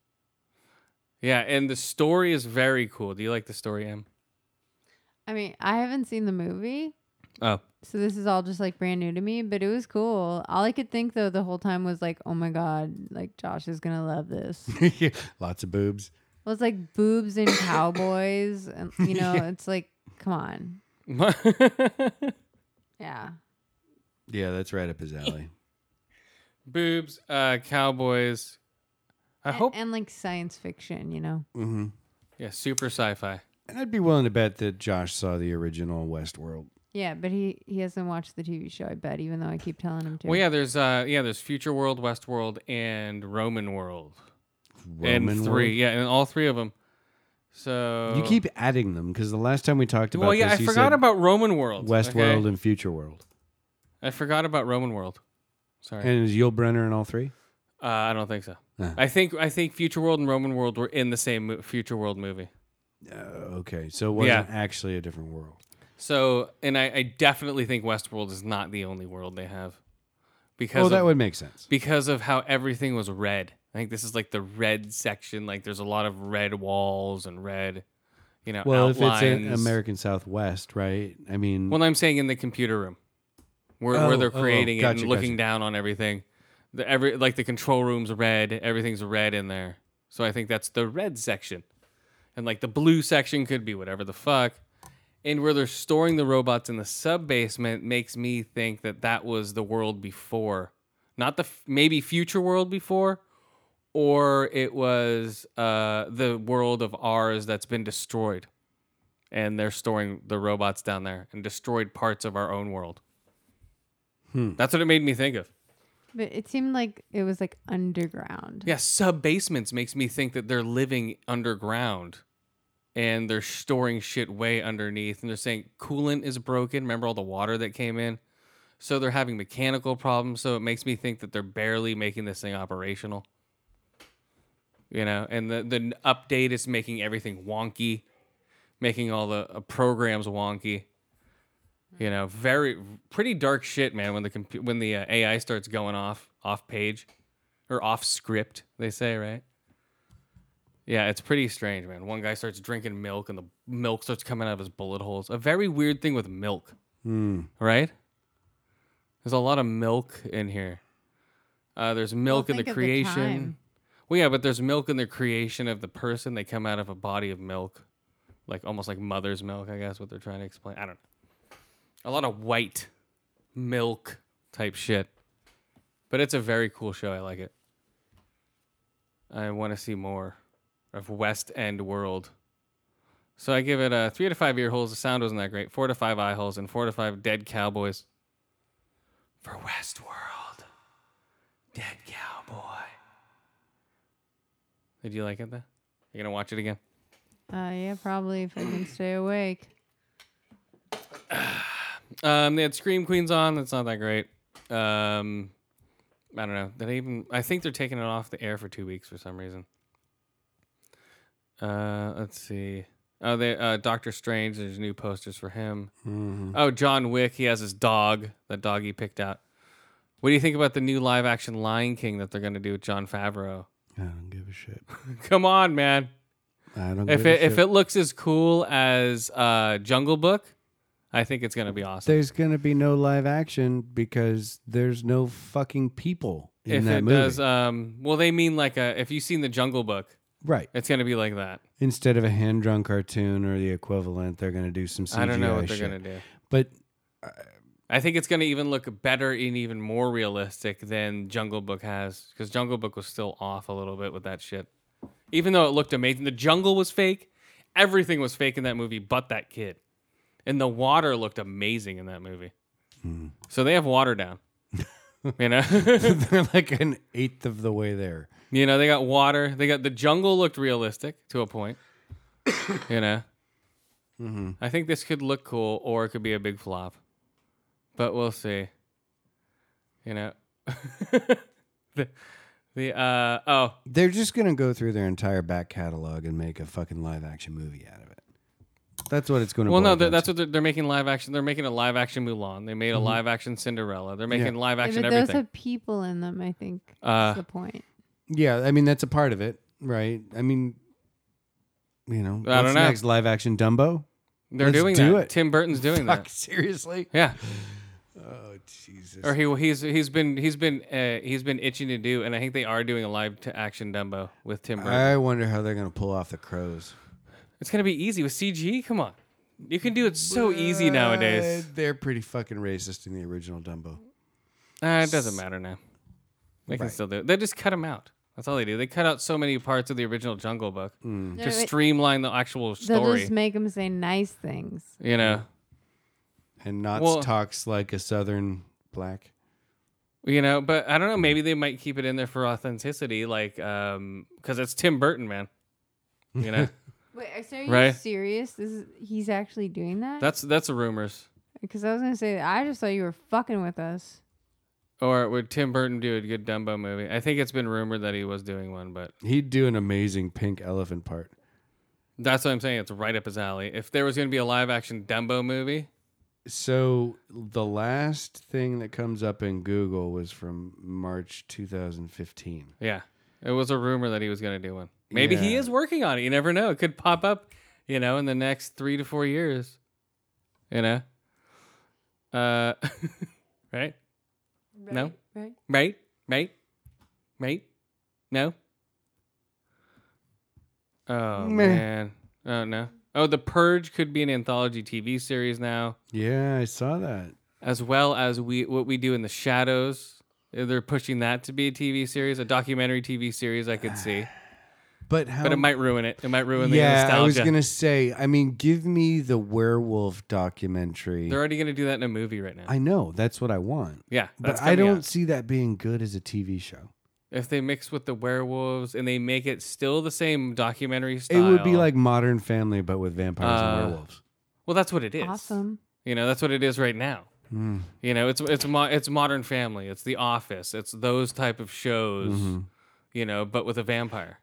Yeah, and the story is very cool. Do you like the story, Em? I mean, I haven't seen the movie, Oh, so this is all just like brand new to me. But it was cool. All I could think though the whole time was like, oh my god, like Josh is gonna love this. Lots of boobs. well, it's like boobs and cowboys, and you know, it's like, come on, yeah. Yeah, that's right up his alley. boobs, uh, cowboys. I And- hope. and like science fiction, you know. hmm Yeah, super sci-fi. And I'd be willing to bet that Josh saw the original Westworld. Yeah, but he he hasn't watched the TV show. I bet, even though I keep telling him to. Well, yeah, there's uh, yeah, there's Future World, West World, and Roman World, Roman and world. three, yeah, and all three of them. So You keep adding them because the last time we talked about Well, yeah, this, I you forgot said about Roman World. Westworld okay? and Future World. I forgot about Roman World. Sorry. And is Yul Brenner in all three? Uh, I don't think so. Uh. I think I think Future World and Roman World were in the same mo- Future World movie. Uh, okay, so it wasn't Yeah. actually a different world. So, and I, I definitely think Westworld is not the only world they have, because Oh, of, that would make sense. because of how everything was red. I think this is like the red section. Like, there's a lot of red walls and red, you know, Well, outlines. if it's in American Southwest, right? I mean, Well, I'm saying in the computer room, where, Oh, where they're oh, oh, creating it gotcha, and looking gotcha. down on everything. The every like the control room's red. Everything's red in there. So I think that's the red section, and like the blue section could be whatever the fuck. And where they're storing the robots in the sub basement makes me think that that was the world before, not the f- maybe future world before, or it was uh, the world of ours that's been destroyed and they're storing the robots down there and destroyed parts of our own world. That's what it made me think of. But it seemed like it was like underground. Yeah, sub basements makes me think that they're living underground and they're storing shit way underneath and they're saying coolant is broken. Remember all the water that came in? So they're having mechanical problems. So it makes me think that they're barely making this thing operational. You know, and the, the update is making everything wonky, making all the uh, programs wonky. You know, very pretty dark shit, man. When the compu- when the uh, AI starts going off off page, or off script, they say, right? Yeah, it's pretty strange, man. One guy starts drinking milk and the milk starts coming out of his bullet holes. A very weird thing with milk, right? There's a lot of milk in here. Uh, there's milk in think the of the creation. time. well, yeah, but there's milk in the creation of the person. They come out of a body of milk, like almost like mother's milk, I guess, what they're trying to explain. I don't know. A lot of white milk type shit. But it's a very cool show. I like it. I want to see more. of West End World. So I give it a three to five ear holes. The sound wasn't that great. Four to five eye holes and four to five dead cowboys for Westworld. Dead cowboy. Did you like it though? You gonna watch it again? Uh, yeah, probably if I can stay awake. Um, they had Scream Queens on. That's not that great. Um, I don't know. Did I even? I think they're taking it off the air for two weeks for some reason. Uh, let's see. Oh, they uh, Doctor Strange. There's new posters for him. Oh, John Wick. He has his dog. That dog he picked out. What do you think about the new live action Lion King that they're gonna do with John Favreau? I don't give a shit. Come on, man. I don't If give it a if shit. it looks as cool as uh, Jungle Book, I think it's gonna be awesome. there's gonna be no live action because there's no fucking people in if that it movie. does um well they mean like a if you've seen the jungle book right. it's gonna be like that Instead of a hand drawn cartoon or the equivalent, they're gonna do some CGI i don't know what they're shit. gonna do But i think it's gonna even look better and even more realistic than jungle book has because jungle book was still off a little bit with that shit even though it looked amazing the jungle was fake everything was fake in that movie but that kid and the water looked amazing in that movie Hmm. so they have water down you know they're like an eighth of the way there. You know, they got water. They got the jungle looked realistic to a point. you know, Mm-hmm. I think this could look cool, or it could be a big flop, but we'll see. You know, the the uh oh They're just gonna go through their entire back catalog and make a fucking live action movie out of it. That's what it's gonna. well no boil th- down that's to. what they're, they're making live action. They're making a live action Mulan. They made Mm-hmm. a live action Cinderella. They're making live Yeah, action but those everything. have people in them, I think. Uh, that's the point. Yeah, I mean that's a part of it, right? I mean, you know, I don't what's know. Next live action Dumbo. they're let's doing do that. it. Tim Burton's doing Fuck, that. seriously? Yeah. Oh Jesus! Or he he's he's been he's been uh, he's been itching to do, and I think they are doing a live to action Dumbo with Tim Burton. I wonder how they're gonna pull off the crows. it's gonna be easy with CG. Come on, you can do it so easy nowadays. Uh, they're pretty fucking racist in the original Dumbo. Uh, it doesn't matter now. They can still do it. They just cut them out. That's all they do. They cut out so many parts of the original Jungle Book Mm. to No, it- streamline the actual They'll mm, story. just make them say nice things. you know, And not Well- talks like a Southern black. you know. But I don't know. Maybe they might keep it in there for authenticity, like um, because it's Tim Burton, man. You know, Wait, so are you Right. serious? This is, he's actually doing that? that's that's the rumors. Because I was gonna say, I just thought you were fucking with us. Or would Tim Burton do a good Dumbo movie? I think it's been rumored that he was doing one, but He'd do an amazing pink elephant part. that's what I'm saying. It's right up his alley. If there was going to be a live action Dumbo movie, So the last thing that comes up in Google was from March 2015. yeah, it was a rumor that he was going to do one. Maybe he Yeah. is working on it. You never know. It could pop up, you know, in the next three to four years. You know, uh, right, No. Right. right, right, right. No. Oh Meh. man. Oh no. Oh, The Purge could be an anthology TV series now. Yeah, I saw that. as well as we what we do in the shadows. Uh, They're pushing that to be a TV series, a documentary TV series. I could see, But how? but it might ruin it. It might ruin the yeah, nostalgia. I was gonna say. I mean, give me the werewolf documentary. They're already gonna do that in a movie right now. I know that's what I want, yeah, but that's I coming don't out. see that being good as a TV show. If they mix with the werewolves and they make it still the same documentary style, It would be like Modern Family, but with vampires Uh, and werewolves. well, that's what it is. Awesome. You know, that's what it is right now. Hmm. You know, it's it's mo- it's Modern Family, it's The Office, it's those type of shows. Mm-hmm. You know, but with a vampire.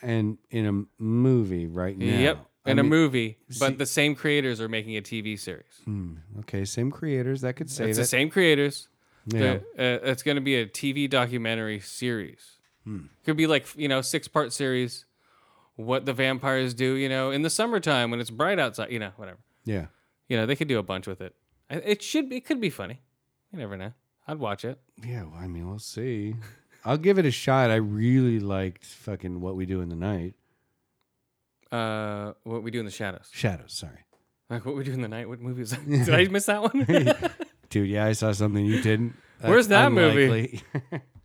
And in a m- movie right now. Yep. I In a mean- movie, but the same creators are making a TV series. Mm. Okay, same creators. That could save It's it. the same creators. Yeah. The- uh, it's going to be a TV documentary series. Hmm. Could be like, you know, six part series, what the vampires do, you know, in the summertime when it's bright outside, you know, whatever. Yeah. You know, they could do a bunch with it. I- It should be, it could be funny. You never know. I'd watch it. Yeah. Well, I mean, we'll see. I'll give it a shot. I really liked fucking What We Do in the Night. Uh, what we do in the shadows. Shadows, sorry. Like what we do in the night. What movie is that? Did I miss that one? Dude, yeah, I saw something you didn't. That's Where's that movie? unlikely.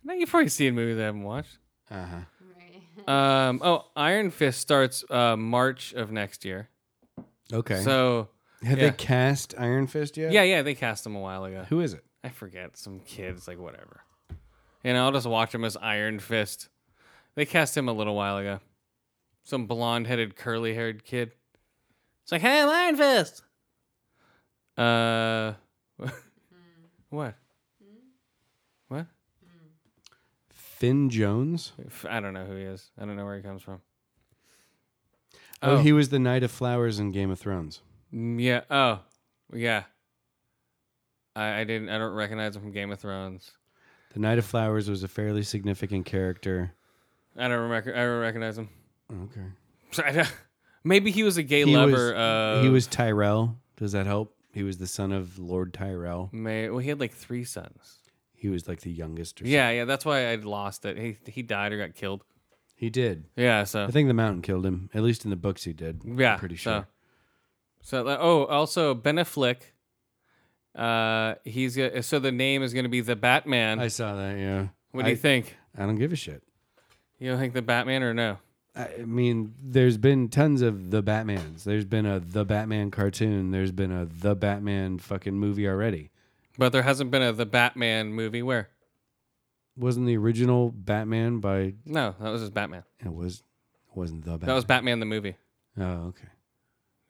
no, you've probably seen movies I haven't watched. uh-huh. Um, oh, Iron Fist starts uh, March of next year. Okay. So Have yeah. they cast Iron Fist yet? yeah, yeah, they cast him a while ago. Who is it? I forget some kids like whatever. And I'll just watch him as Iron Fist. They cast him a little while ago. Some blonde-headed, curly-haired kid. It's like, hey, I'm Iron Fist. Uh, what? What? Finn Jones. F- I don't know who he is. I don't know where he comes from. Oh, he was the Knight of Flowers in Game of Thrones. Mm, Yeah. Oh, yeah. I, I didn't. I don't recognize him from Game of Thrones. The Knight of Flowers was a fairly significant character. I don't. Rec- I don't recognize him. Okay. I don't- Maybe he was a gay He was- lover. of, he was Tyrell. Does that help? He was the son of Lord Tyrell. May- well, he had like three sons. He was like the youngest. Or Yeah, yeah. That's why I lost it. He he died or got killed. something. He did. Yeah. So I think the mountain killed him. At least in the books, he did. yeah. I'm pretty so- sure. So, like, oh, also Ben Affleck. Uh, he's go- so the name is going to be the Batman. I saw that. Yeah. what do I, you think? I don't give a shit. You don't think the Batman or no? I I mean, there's been tons of the Batmans. There's been a the Batman cartoon. There's been a the Batman fucking movie already. But there hasn't been a the Batman movie where. Wasn't the original Batman by No, that was just Batman. it was it wasn't the Batman. That was Batman the movie. Oh, okay.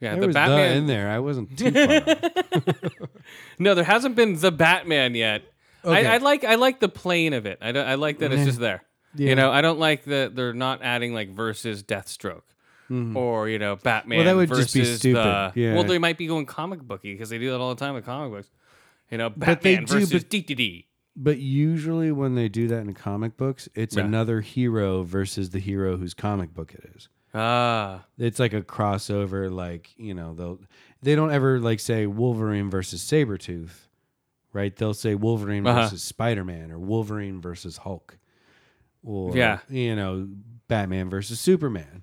Yeah, there the was Batman. the in there. I wasn't too far. off. No, there hasn't been the Batman yet. Okay. I, I like I like the plane of it. I, don't- I like that it's just there. Yeah. You know, I don't like that they're not adding like versus Deathstroke or you know Batman. Mm-hmm. Well, that would versus just be stupid. The, Yeah. Well, they might be going comic booky because they do that all the time with comic books. You know, Batman they do, versus but- DDD. But usually when they do that in comic books, it's Yeah. another hero versus the hero whose comic book it is. Ah, It's like a crossover, like, you know, they'll they don't ever like say Wolverine versus Sabretooth, right? They'll say Wolverine Uh-huh. versus Spider Man or Wolverine versus Hulk. Or Yeah. you know, Batman versus Superman.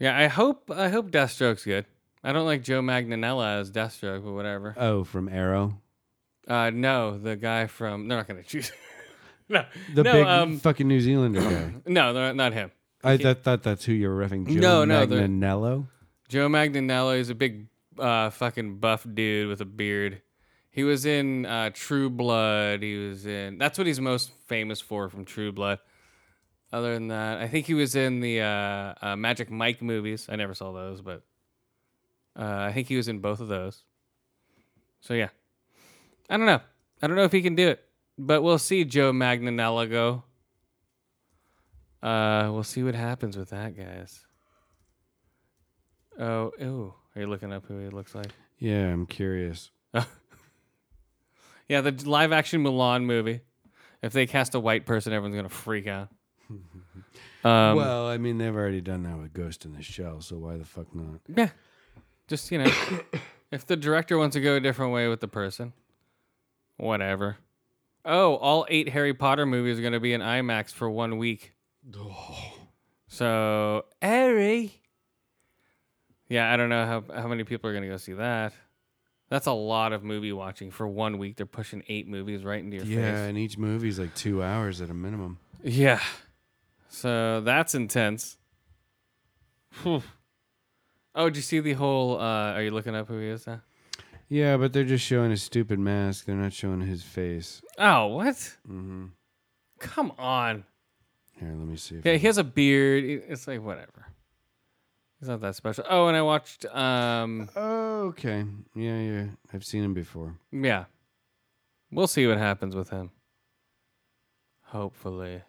yeah. I hope I hope Deathstroke's good. I don't like Joe Magnanella as Deathstroke, but whatever. Oh, from Arrow. Uh, no, the guy from they're not going to choose. no, The no, big um, fucking New Zealander guy. no, they're not him. I th- thought that's who you were referring to. No, no, the- Magnanello. Joe Magnanello is a big uh, fucking buff dude with a beard. He was in uh, True Blood. He was in. That's what he's most famous for from True Blood. Other than that, I think he was in the uh, uh, Magic Mike movies. I never saw those, but uh, I think he was in both of those. So yeah, I don't know. I don't know if he can do it, but we'll see Joe Magnanello go. Uh, we'll see what happens with that, guys. Oh, ew. Are you looking up who he looks like? Yeah, I'm curious. Yeah, the live action Milan movie. If they cast a white person, everyone's going to freak out. Um, well, I mean, they've already done that with Ghost in the Shell, so why the fuck not? yeah. Just, you know, if the director wants to go a different way with the person, whatever. Oh, all eight Harry Potter movies are going to be in IMAX for one week. So, Harry. Yeah, I don't know how, how many people are going to go see that. That's a lot of movie watching for one week. They're pushing eight movies right into your face. Yeah, and each movie's like two hours at a minimum. Yeah. So that's intense. Phew. Oh, did you see the whole? Uh, are you looking up who he is now? Yeah, but they're just showing his stupid mask. They're not showing his face. Oh, what? Mm-hmm. Come on. Here, let me see. If Yeah, he has a beard. It- It's like whatever. He's not that special. Oh, and I watched. Um, Oh, okay. Yeah, yeah. I've seen him before. yeah. We'll see what happens with him. Hopefully.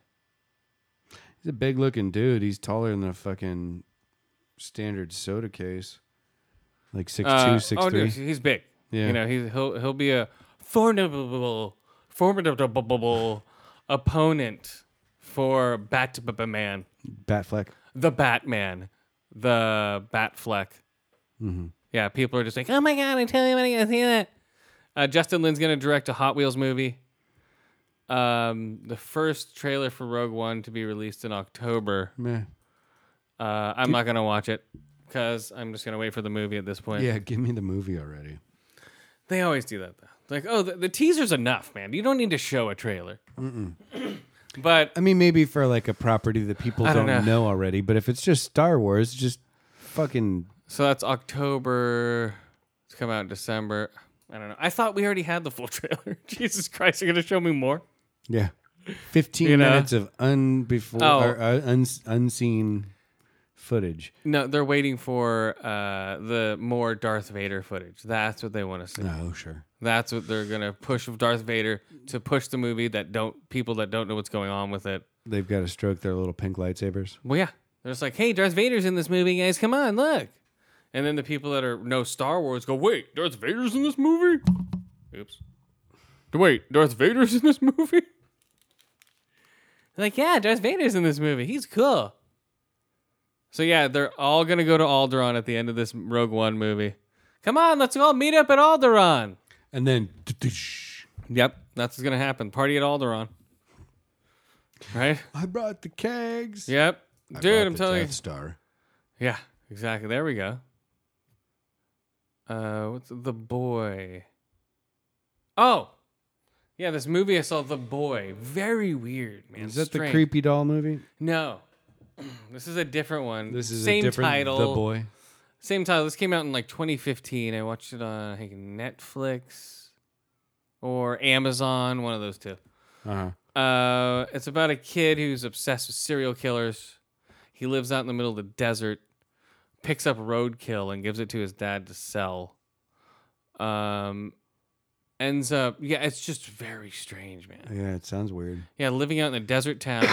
He's a big looking dude. He's taller than a fucking standard soda case. Like six Uh, two, six oh, three. no, he's big. Yeah. You know, he's, he'll he'll be a formidable, formidable opponent for Batman, Batfleck. the Batman, the Batfleck. Mm-hmm. Yeah, people are just like, oh my god, I tell you when I gotta see that. Uh, Justin Lin's gonna direct a Hot Wheels movie. Um, the first trailer for Rogue One to be released in October. Meh. Uh, I'm not gonna watch it because I'm just gonna wait for the movie at this point. Yeah, give me the movie already. They always do that though. It's Like, oh, the, the teaser's enough, man. You don't need to show a trailer. But I mean, maybe for like a property that people I don't, don't know. know already, but if it's just Star Wars, just fucking so that's October. It's come out in December. I don't know. I thought we already had the full trailer. Jesus Christ, you're gonna show me more? yeah, fifteen You know? minutes of unbefore Oh. or, uh, uns- unseen footage. No, they're waiting for uh, the more Darth Vader footage. That's what they want to see. Oh sure, That's what they're gonna push with Darth Vader to push the movie that don't people that don't know what's going on with it. they've got to stroke their little pink lightsabers. Well, yeah, they're just like, hey, Darth Vader's in this movie, guys. Come on, look. And then the people that are no Star Wars go, wait, Darth Vader's in this movie. Oops. Wait, Darth Vader's in this movie. Like, yeah, Darth Vader's in this movie. He's cool. So yeah, they're all gonna go to Alderaan at the end of this Rogue One movie. Come on, let's all meet up at Alderaan. And then Yep, that's what's gonna happen. Party at Alderaan. Right? I brought the kegs. Yep. Dude, I'm telling you. Star. Yeah, exactly. There we go. Uh, what's the boy? Oh, yeah. This movie I saw, The Boy. Very weird, man. Is that the Strange. creepy doll movie? No, this is a different one. This is same a different title. The Boy. Same title. This came out in like 2015. I watched it on I think Netflix or Amazon. One of those two. Uh-huh. Uh, it's about a kid who's obsessed with serial killers. He lives out in the middle of the desert, picks up roadkill and gives it to his dad to sell. Um, ends up, yeah, it's just very strange, man. Yeah, it sounds weird. Yeah, living out in a desert town.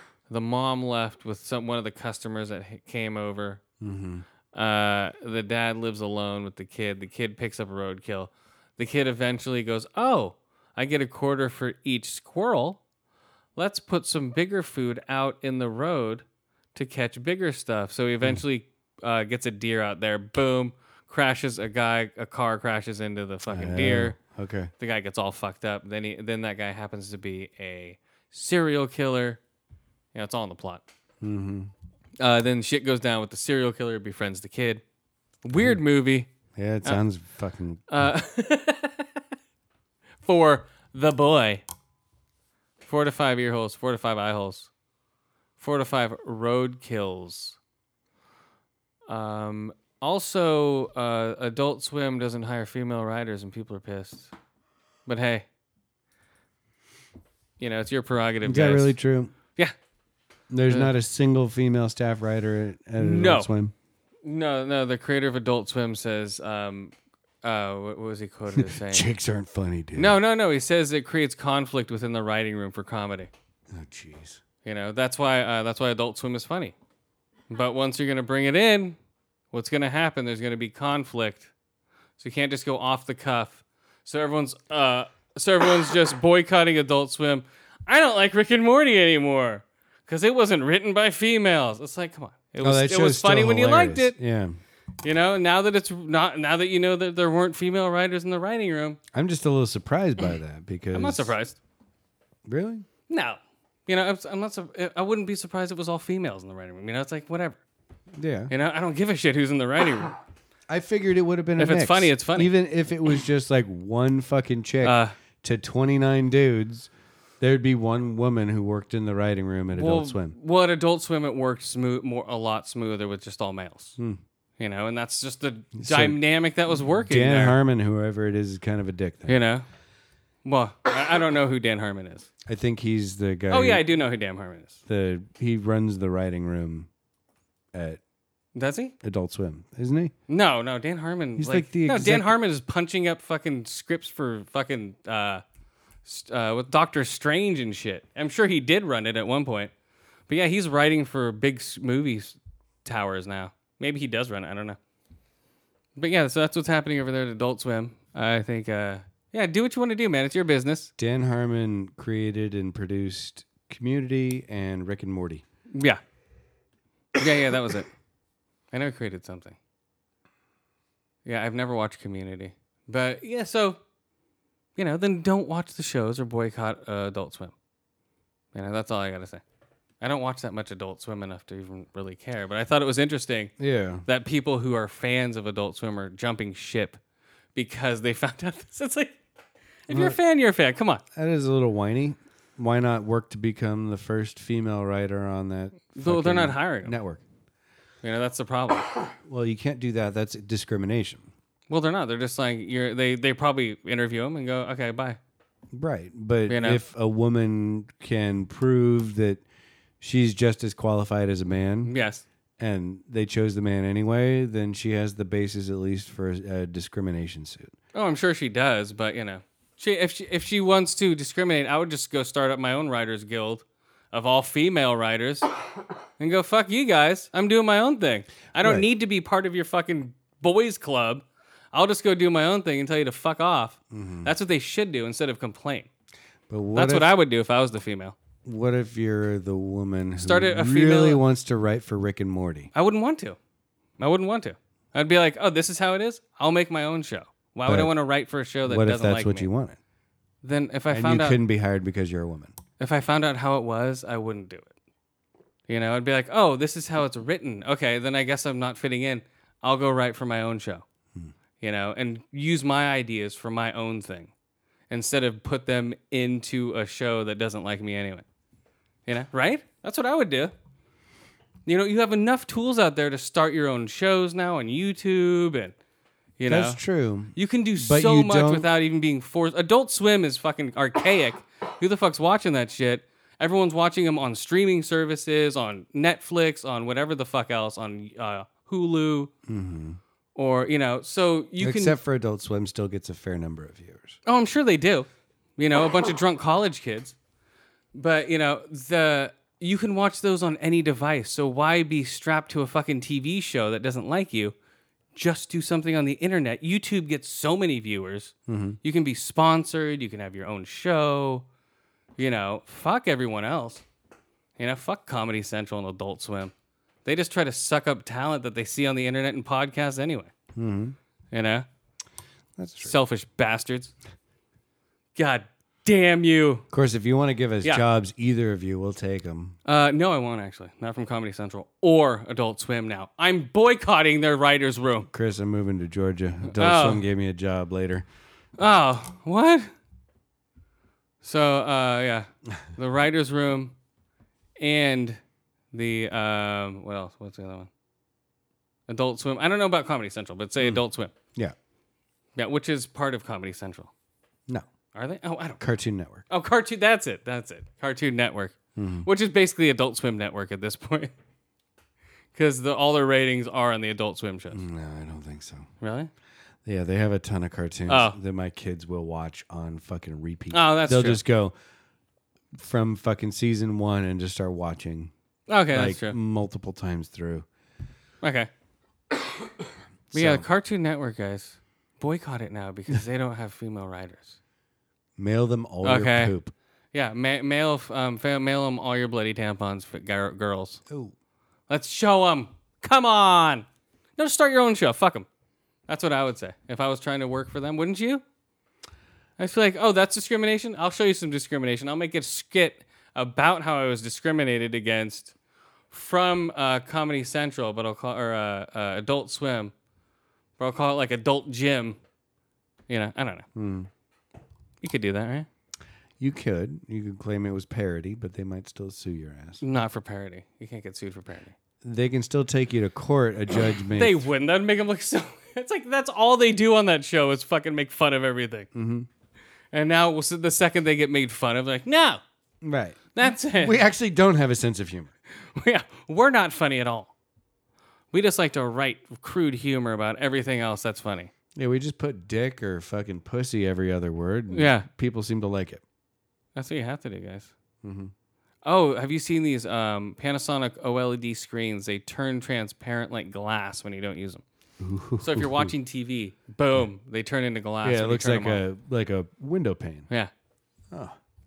the mom left with some one of the customers that h- came over. Mm-hmm. Uh, the dad lives alone with the kid. The kid picks up a roadkill. The kid eventually goes, "Oh, I get a quarter for each squirrel. Let's put some bigger food out in the road to catch bigger stuff." So he eventually uh, gets a deer out there. Boom! Crashes a guy. A car crashes into the fucking deer. Okay. The guy gets all fucked up. Then he then that guy happens to be a serial killer. You know, it's all in the plot. Mm-hmm. Uh, then shit goes down with the serial killer befriends the kid. Weird movie Yeah, it sounds fucking. uh, for the boy. Four to five ear holes, four to five eye holes, four to five road kills. Um, also, uh, Adult Swim doesn't hire female riders, and people are pissed. But hey, you know it's your prerogative. Is that guys. really true? Yeah. There's not a single female staff writer at, at Adult Uh, No. Swim. No, no. The creator of Adult Swim says, um, uh, what what was he quoted as saying? Chicks aren't funny, dude. No, no, no. He says it creates conflict within the writing room for comedy. Oh, jeez. You know, that's why uh, that's why Adult Swim is funny. But once you're gonna bring it in, what's gonna happen? There's gonna be conflict. So you can't just go off the cuff. So everyone's uh, so everyone's just boycotting Adult Swim. I don't like Rick and Morty anymore because it wasn't written by females. It's like, come on. It Oh, was, it was funny when you liked it. Yeah. You know, now that it's not, now that you know that there weren't female writers in the writing room, I'm just a little surprised by that because I'm not surprised. Really? No. You know, I'm, I'm not. sur- I wouldn't be surprised if it was all females in the writing room. You know, it's like whatever. Yeah. You know, I don't give a shit who's in the writing room. I figured it would have been. If a it's mix. funny, it's funny. Even if it was just like one fucking chick Uh. to 29 dudes, there'd be one woman who worked in the writing room at Adult Swim. Well, at Adult Swim, it worked smooth, more a lot smoother with just all males. Hmm. You know, and that's just the dynamic that was working Dan there. Harmon, whoever it is, is kind of a dick. Then. you know, well, I, I don't know who Dan Harmon is. I think he's the guy. Oh yeah, who- I do know who Dan Harmon is. the he runs the writing room at Does he? Adult Swim, isn't he? No, no, Dan Harmon. He's like, like the no. Dan exec- Harmon is punching up fucking scripts for fucking uh, st- uh, with Doctor Strange and shit. I'm sure he did run it at one point, but yeah, he's writing for big s- movie s- towers now. Maybe he does run it. I don't know. But yeah, so that's what's happening over there at Adult Swim. I think. Uh, yeah, do what you want to do, man. It's your business. Dan Harmon created and produced Community and Rick and Morty. Yeah. Yeah, yeah, that was it. I never created something. Yeah, I've never watched Community. But yeah, so, you know, then don't watch the shows or boycott uh, Adult Swim. You know, that's all I got to say. I don't watch that much Adult Swim enough to even really care, but I thought it was interesting Yeah. that people who are fans of Adult Swim are jumping ship because they found out this. It's like, if you're a fan, you're a fan. Come on. That is a little whiny. why not work to become the first female writer on that? Though they're fucking not hiring 'em. network. You know, that's the problem. Well, you can't do that. That's discrimination. well, they're not. They're just like you're. They they probably interview them and go, okay, bye. Right. But You know? if a woman can prove that she's just as qualified as a man Yes. and they chose the man anyway, then she has the basis at least for a, a discrimination suit. Oh, I'm sure she does, but you know, she if she if she wants to discriminate, I would just go start up my own writers guild of all female writers and go fuck you guys. I'm doing my own thing. I don't Right. need to be part of your fucking boys club. I'll just go do my own thing and tell you to fuck off. That's what they should do instead of complain. But Mm-hmm. what That's if, what I would do if I was the female. what if you're the woman who Start a- a really female- wants to write for Rick and Morty? I wouldn't want to. I wouldn't want to. I'd be like, oh, this is how it is. I'll make my own show. Why would But I want to write for a show that what doesn't if that's like what me? you wanted? Then if I And found you out couldn't be hired because you're a woman. if I found out how it was, I wouldn't do it. You know, I'd be like, oh, this is how it's written. Okay, then I guess I'm not fitting in. I'll go write for my own show, Hmm. you know, and use my ideas for my own thing instead of put them into a show that doesn't like me anyway. You know, right? That's what I would do. You know, you have enough tools out there to start your own shows now on YouTube and, you know. That's true. You can do But so you much don't- without even being forced. Adult Swim is fucking archaic. Who the fuck's watching that shit? Everyone's watching them on streaming services, on Netflix, on whatever the fuck else, on uh, Hulu, or you know. So you Mm-hmm. Except for Adult Swim still gets a fair number of viewers. can. Oh, I'm sure they do. You know, a bunch of drunk college kids. But you know the you can watch those on any device. So why be strapped to a fucking TV show that doesn't like you? just do something on the internet. YouTube gets so many viewers. Mm-hmm. You can be sponsored. You can have your own show. You know, fuck everyone else. You know, fuck Comedy Central and Adult Swim. They just try to suck up talent that they see on the internet and podcasts anyway. You know, Mm-hmm. That's true. selfish bastards. God damn you. Of course, if you want to give us Yeah. jobs, either of you will take them. Uh, no, I won't actually. Not from Comedy Central or Adult Swim now. I'm boycotting their writer's room. Chris, I'm moving to Georgia. Adult Oh. Swim gave me a job later. Oh, what? So, uh, yeah, the writer's room and the, um, what else? What's the other one? Adult Swim. I don't know about Comedy Central, but say Adult Swim. Yeah. Yeah, which is part of Comedy Central. No. Are they? Oh, I don't. Cartoon Network. Oh, Cartoon. That's it. That's it. Cartoon Network, which is basically Adult Swim Network at this point. Because the, all their ratings are on the Adult Swim shows. No, I don't think so. Really? Yeah, they have a ton of cartoons Oh. that my kids will watch on fucking repeat. Oh, that's They'll true. just go from fucking season one and just start watching Okay, like that's true. multiple times through. Okay. But yeah, the Cartoon Network guys boycott it now because they don't have female writers. Mail them all Okay. your poop. Yeah, ma- mail f- um, fa- mail them all your bloody tampons, for gir- girls. Oh. Let's show them. Come on. No, just start your own show. Fuck them. That's what I would say if I was trying to work for them. Wouldn't you? I feel like, oh, that's discrimination. I'll show you some discrimination. I'll make a skit about how I was discriminated against from uh, Comedy Central, but I'll call or uh, uh, Adult Swim, but I'll call it like Adult Gym. You know, I don't know. You could do that, right? You could. You could claim it was parody, but they might still sue your ass. Not for parody. You can't get sued for parody. They can still take you to court. A judge may They wouldn't. That'd make them look so. It's like that's all they do on that show is fucking make fun of everything. Mm-hmm. And now well, so the second they get made fun of, they're like, no, Right. that's it. We actually don't have a sense of humor. yeah, we're not funny at all. We just like to write crude humor about everything else that's funny. Yeah, we just put dick or fucking pussy every other word. and Yeah. People seem to like it. That's what you have to do, guys. Oh, have you seen these um, Panasonic OLED screens? They turn transparent like glass when you don't use them. So if you're watching TV, boom, they turn into glass. yeah, when it you looks turn like 'em on. a like a window pane. Yeah.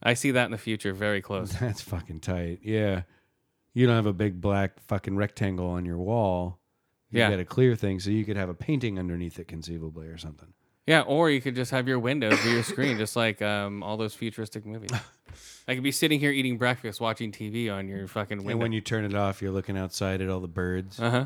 I see that in the future, very close. That's fucking tight. Yeah. You don't have a big black fucking rectangle on your wall. You Yeah. got a clear thing, so you could have a painting underneath it conceivably or something. Yeah, or you could just have your windows be your screen, just like um, all those futuristic movies. I could be sitting here eating breakfast, watching TV on your fucking And window. when you turn it off, you're looking outside at all the birds. uh huh.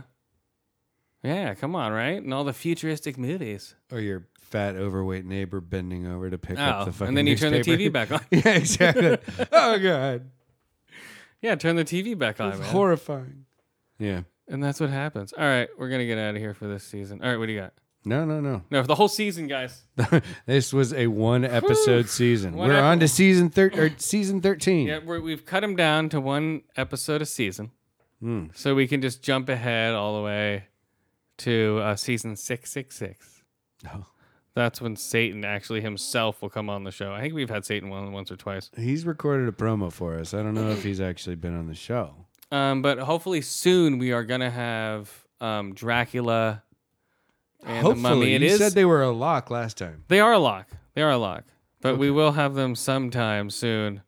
Yeah, come on, right? And all the futuristic movies. Or your fat, overweight neighbor bending over to pick up Oh, the fucking and then you turn the newspaper. TV back on. yeah, exactly. oh god, Yeah, turn the TV back on, man. horrifying. Yeah. And that's what happens. All right, we're gonna get out of here for this season. All right, what do you got? No, no, no. No, the whole season, guys. this was a one episode season. One We're epi- on to season thir- or season thirteen. Yeah, we're, we've cut them down to one episode a season, Hmm. so we can just jump ahead all the way to uh, season six six six. Oh. That's when Satan actually himself will come on the show. I think we've had Satan one once or twice. He's recorded a promo for us. I don't know if he's actually been on the show. Um, but hopefully soon we are gonna have um, Dracula and the mummy. It you is said they were a lock last time. They are a lock. They are a lock. But we will have them sometime soon.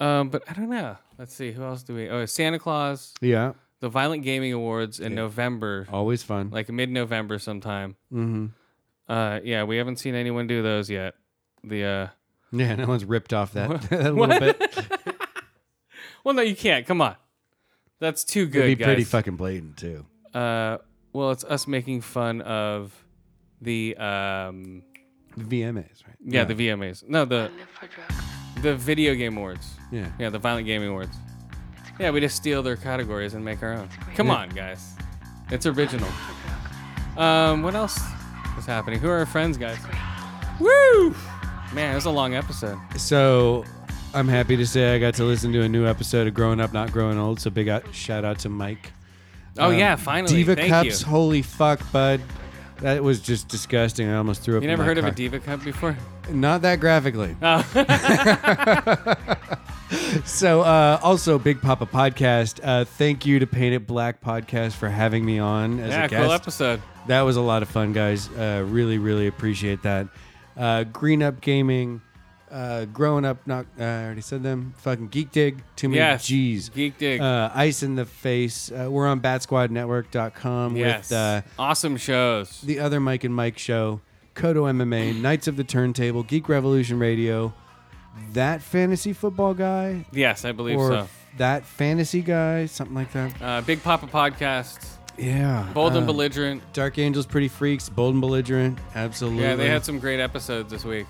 Um, but I don't know. Let's see. Who else do we? Oh, Santa Claus, Yeah, the Violent Gaming Awards in November, always fun. like mid November sometime. Mm-hmm. Uh, yeah, we haven't seen anyone do those yet. The uh, yeah, no one's ripped off that, that little bit. well, no, you can't. Come on, that's too good. It'd be pretty guys. fucking blatant too. Uh, well, it's us making fun of the um, VMAs, right? yeah, the VMAs. No, the the video game awards. Yeah. Yeah, the Violent Gaming Awards. Yeah, we just steal their categories and make our own. Come on, guys. It's original. Um, what else is happening? Who are our friends, guys? Woo! Man, it was a long episode. So I'm happy to say I got to listen to a new episode of Growing Up, Not Growing Old. So big out, shout out to Mike. Oh Um, yeah, finally. Diva Thank Cups, you. holy fuck, bud. That was just disgusting. I almost threw up. You in never my heard of car. a diva cup before? Not that graphically. Oh. so, uh, also, Big Papa Podcast. Uh, thank you to Paint It Black Podcast for having me on as yeah, a guest. cool episode. That was a lot of fun, guys. Uh, really, really appreciate that. Uh, Green Up Gaming, uh, Growing Up, not uh, I already said them. Fucking Geek Dig, too many Yes, G's. Geek Dig. Uh, Ice in the Face. Uh, we're on BatSquadNetwork.com Yes. with uh, awesome shows. the other Mike and Mike show, Kodo MMA, Knights of the Turntable, Geek Revolution Radio, that fantasy football guy, yes, I believe or so. that fantasy guy, something like that. Uh, Big Papa podcast. Yeah. Bold and Uh, belligerent. Dark Angels, Pretty Freaks, Bold and Belligerent. Absolutely. Yeah, they had some great episodes this week.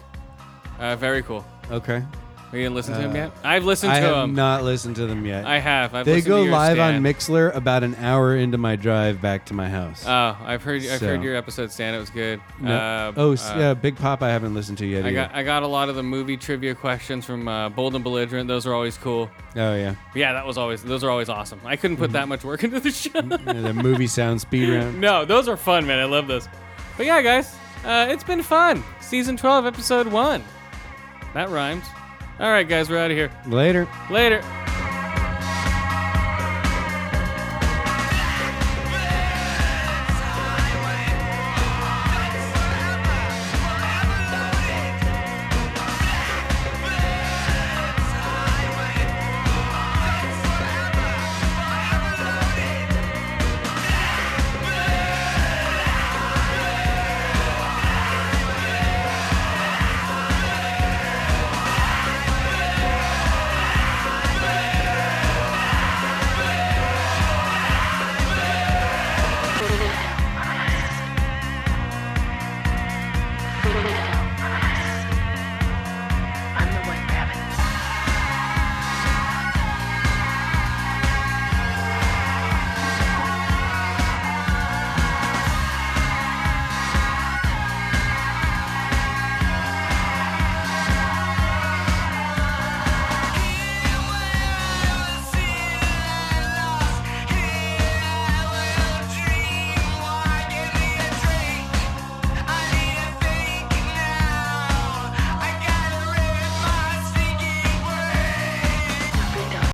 Uh, very cool. Okay. Are you gonna listen to him yet? I've listened Uh, I to have him. not listened to them yet. I have. I've they listened go to your live on stand. Mixler about an hour into my drive back to my house. Oh, I've heard. I've So. heard your episode, Stan. It was good. No- Uh, oh, uh, s yeah, Big Pop, I haven't listened to yet. I either. got I got a lot of the movie trivia questions from uh, Bold and Belligerent. Those are always cool. oh, yeah. Yeah, that was always. Those are always awesome. I couldn't Mm-hmm. put that much work into the show. Yeah, the movie sound speed round. no, those are fun, man. I love those. But yeah, guys, uh, it's been fun. Season twelve, episode one. That rhymes. All right, guys, we're out of here. Later. Later.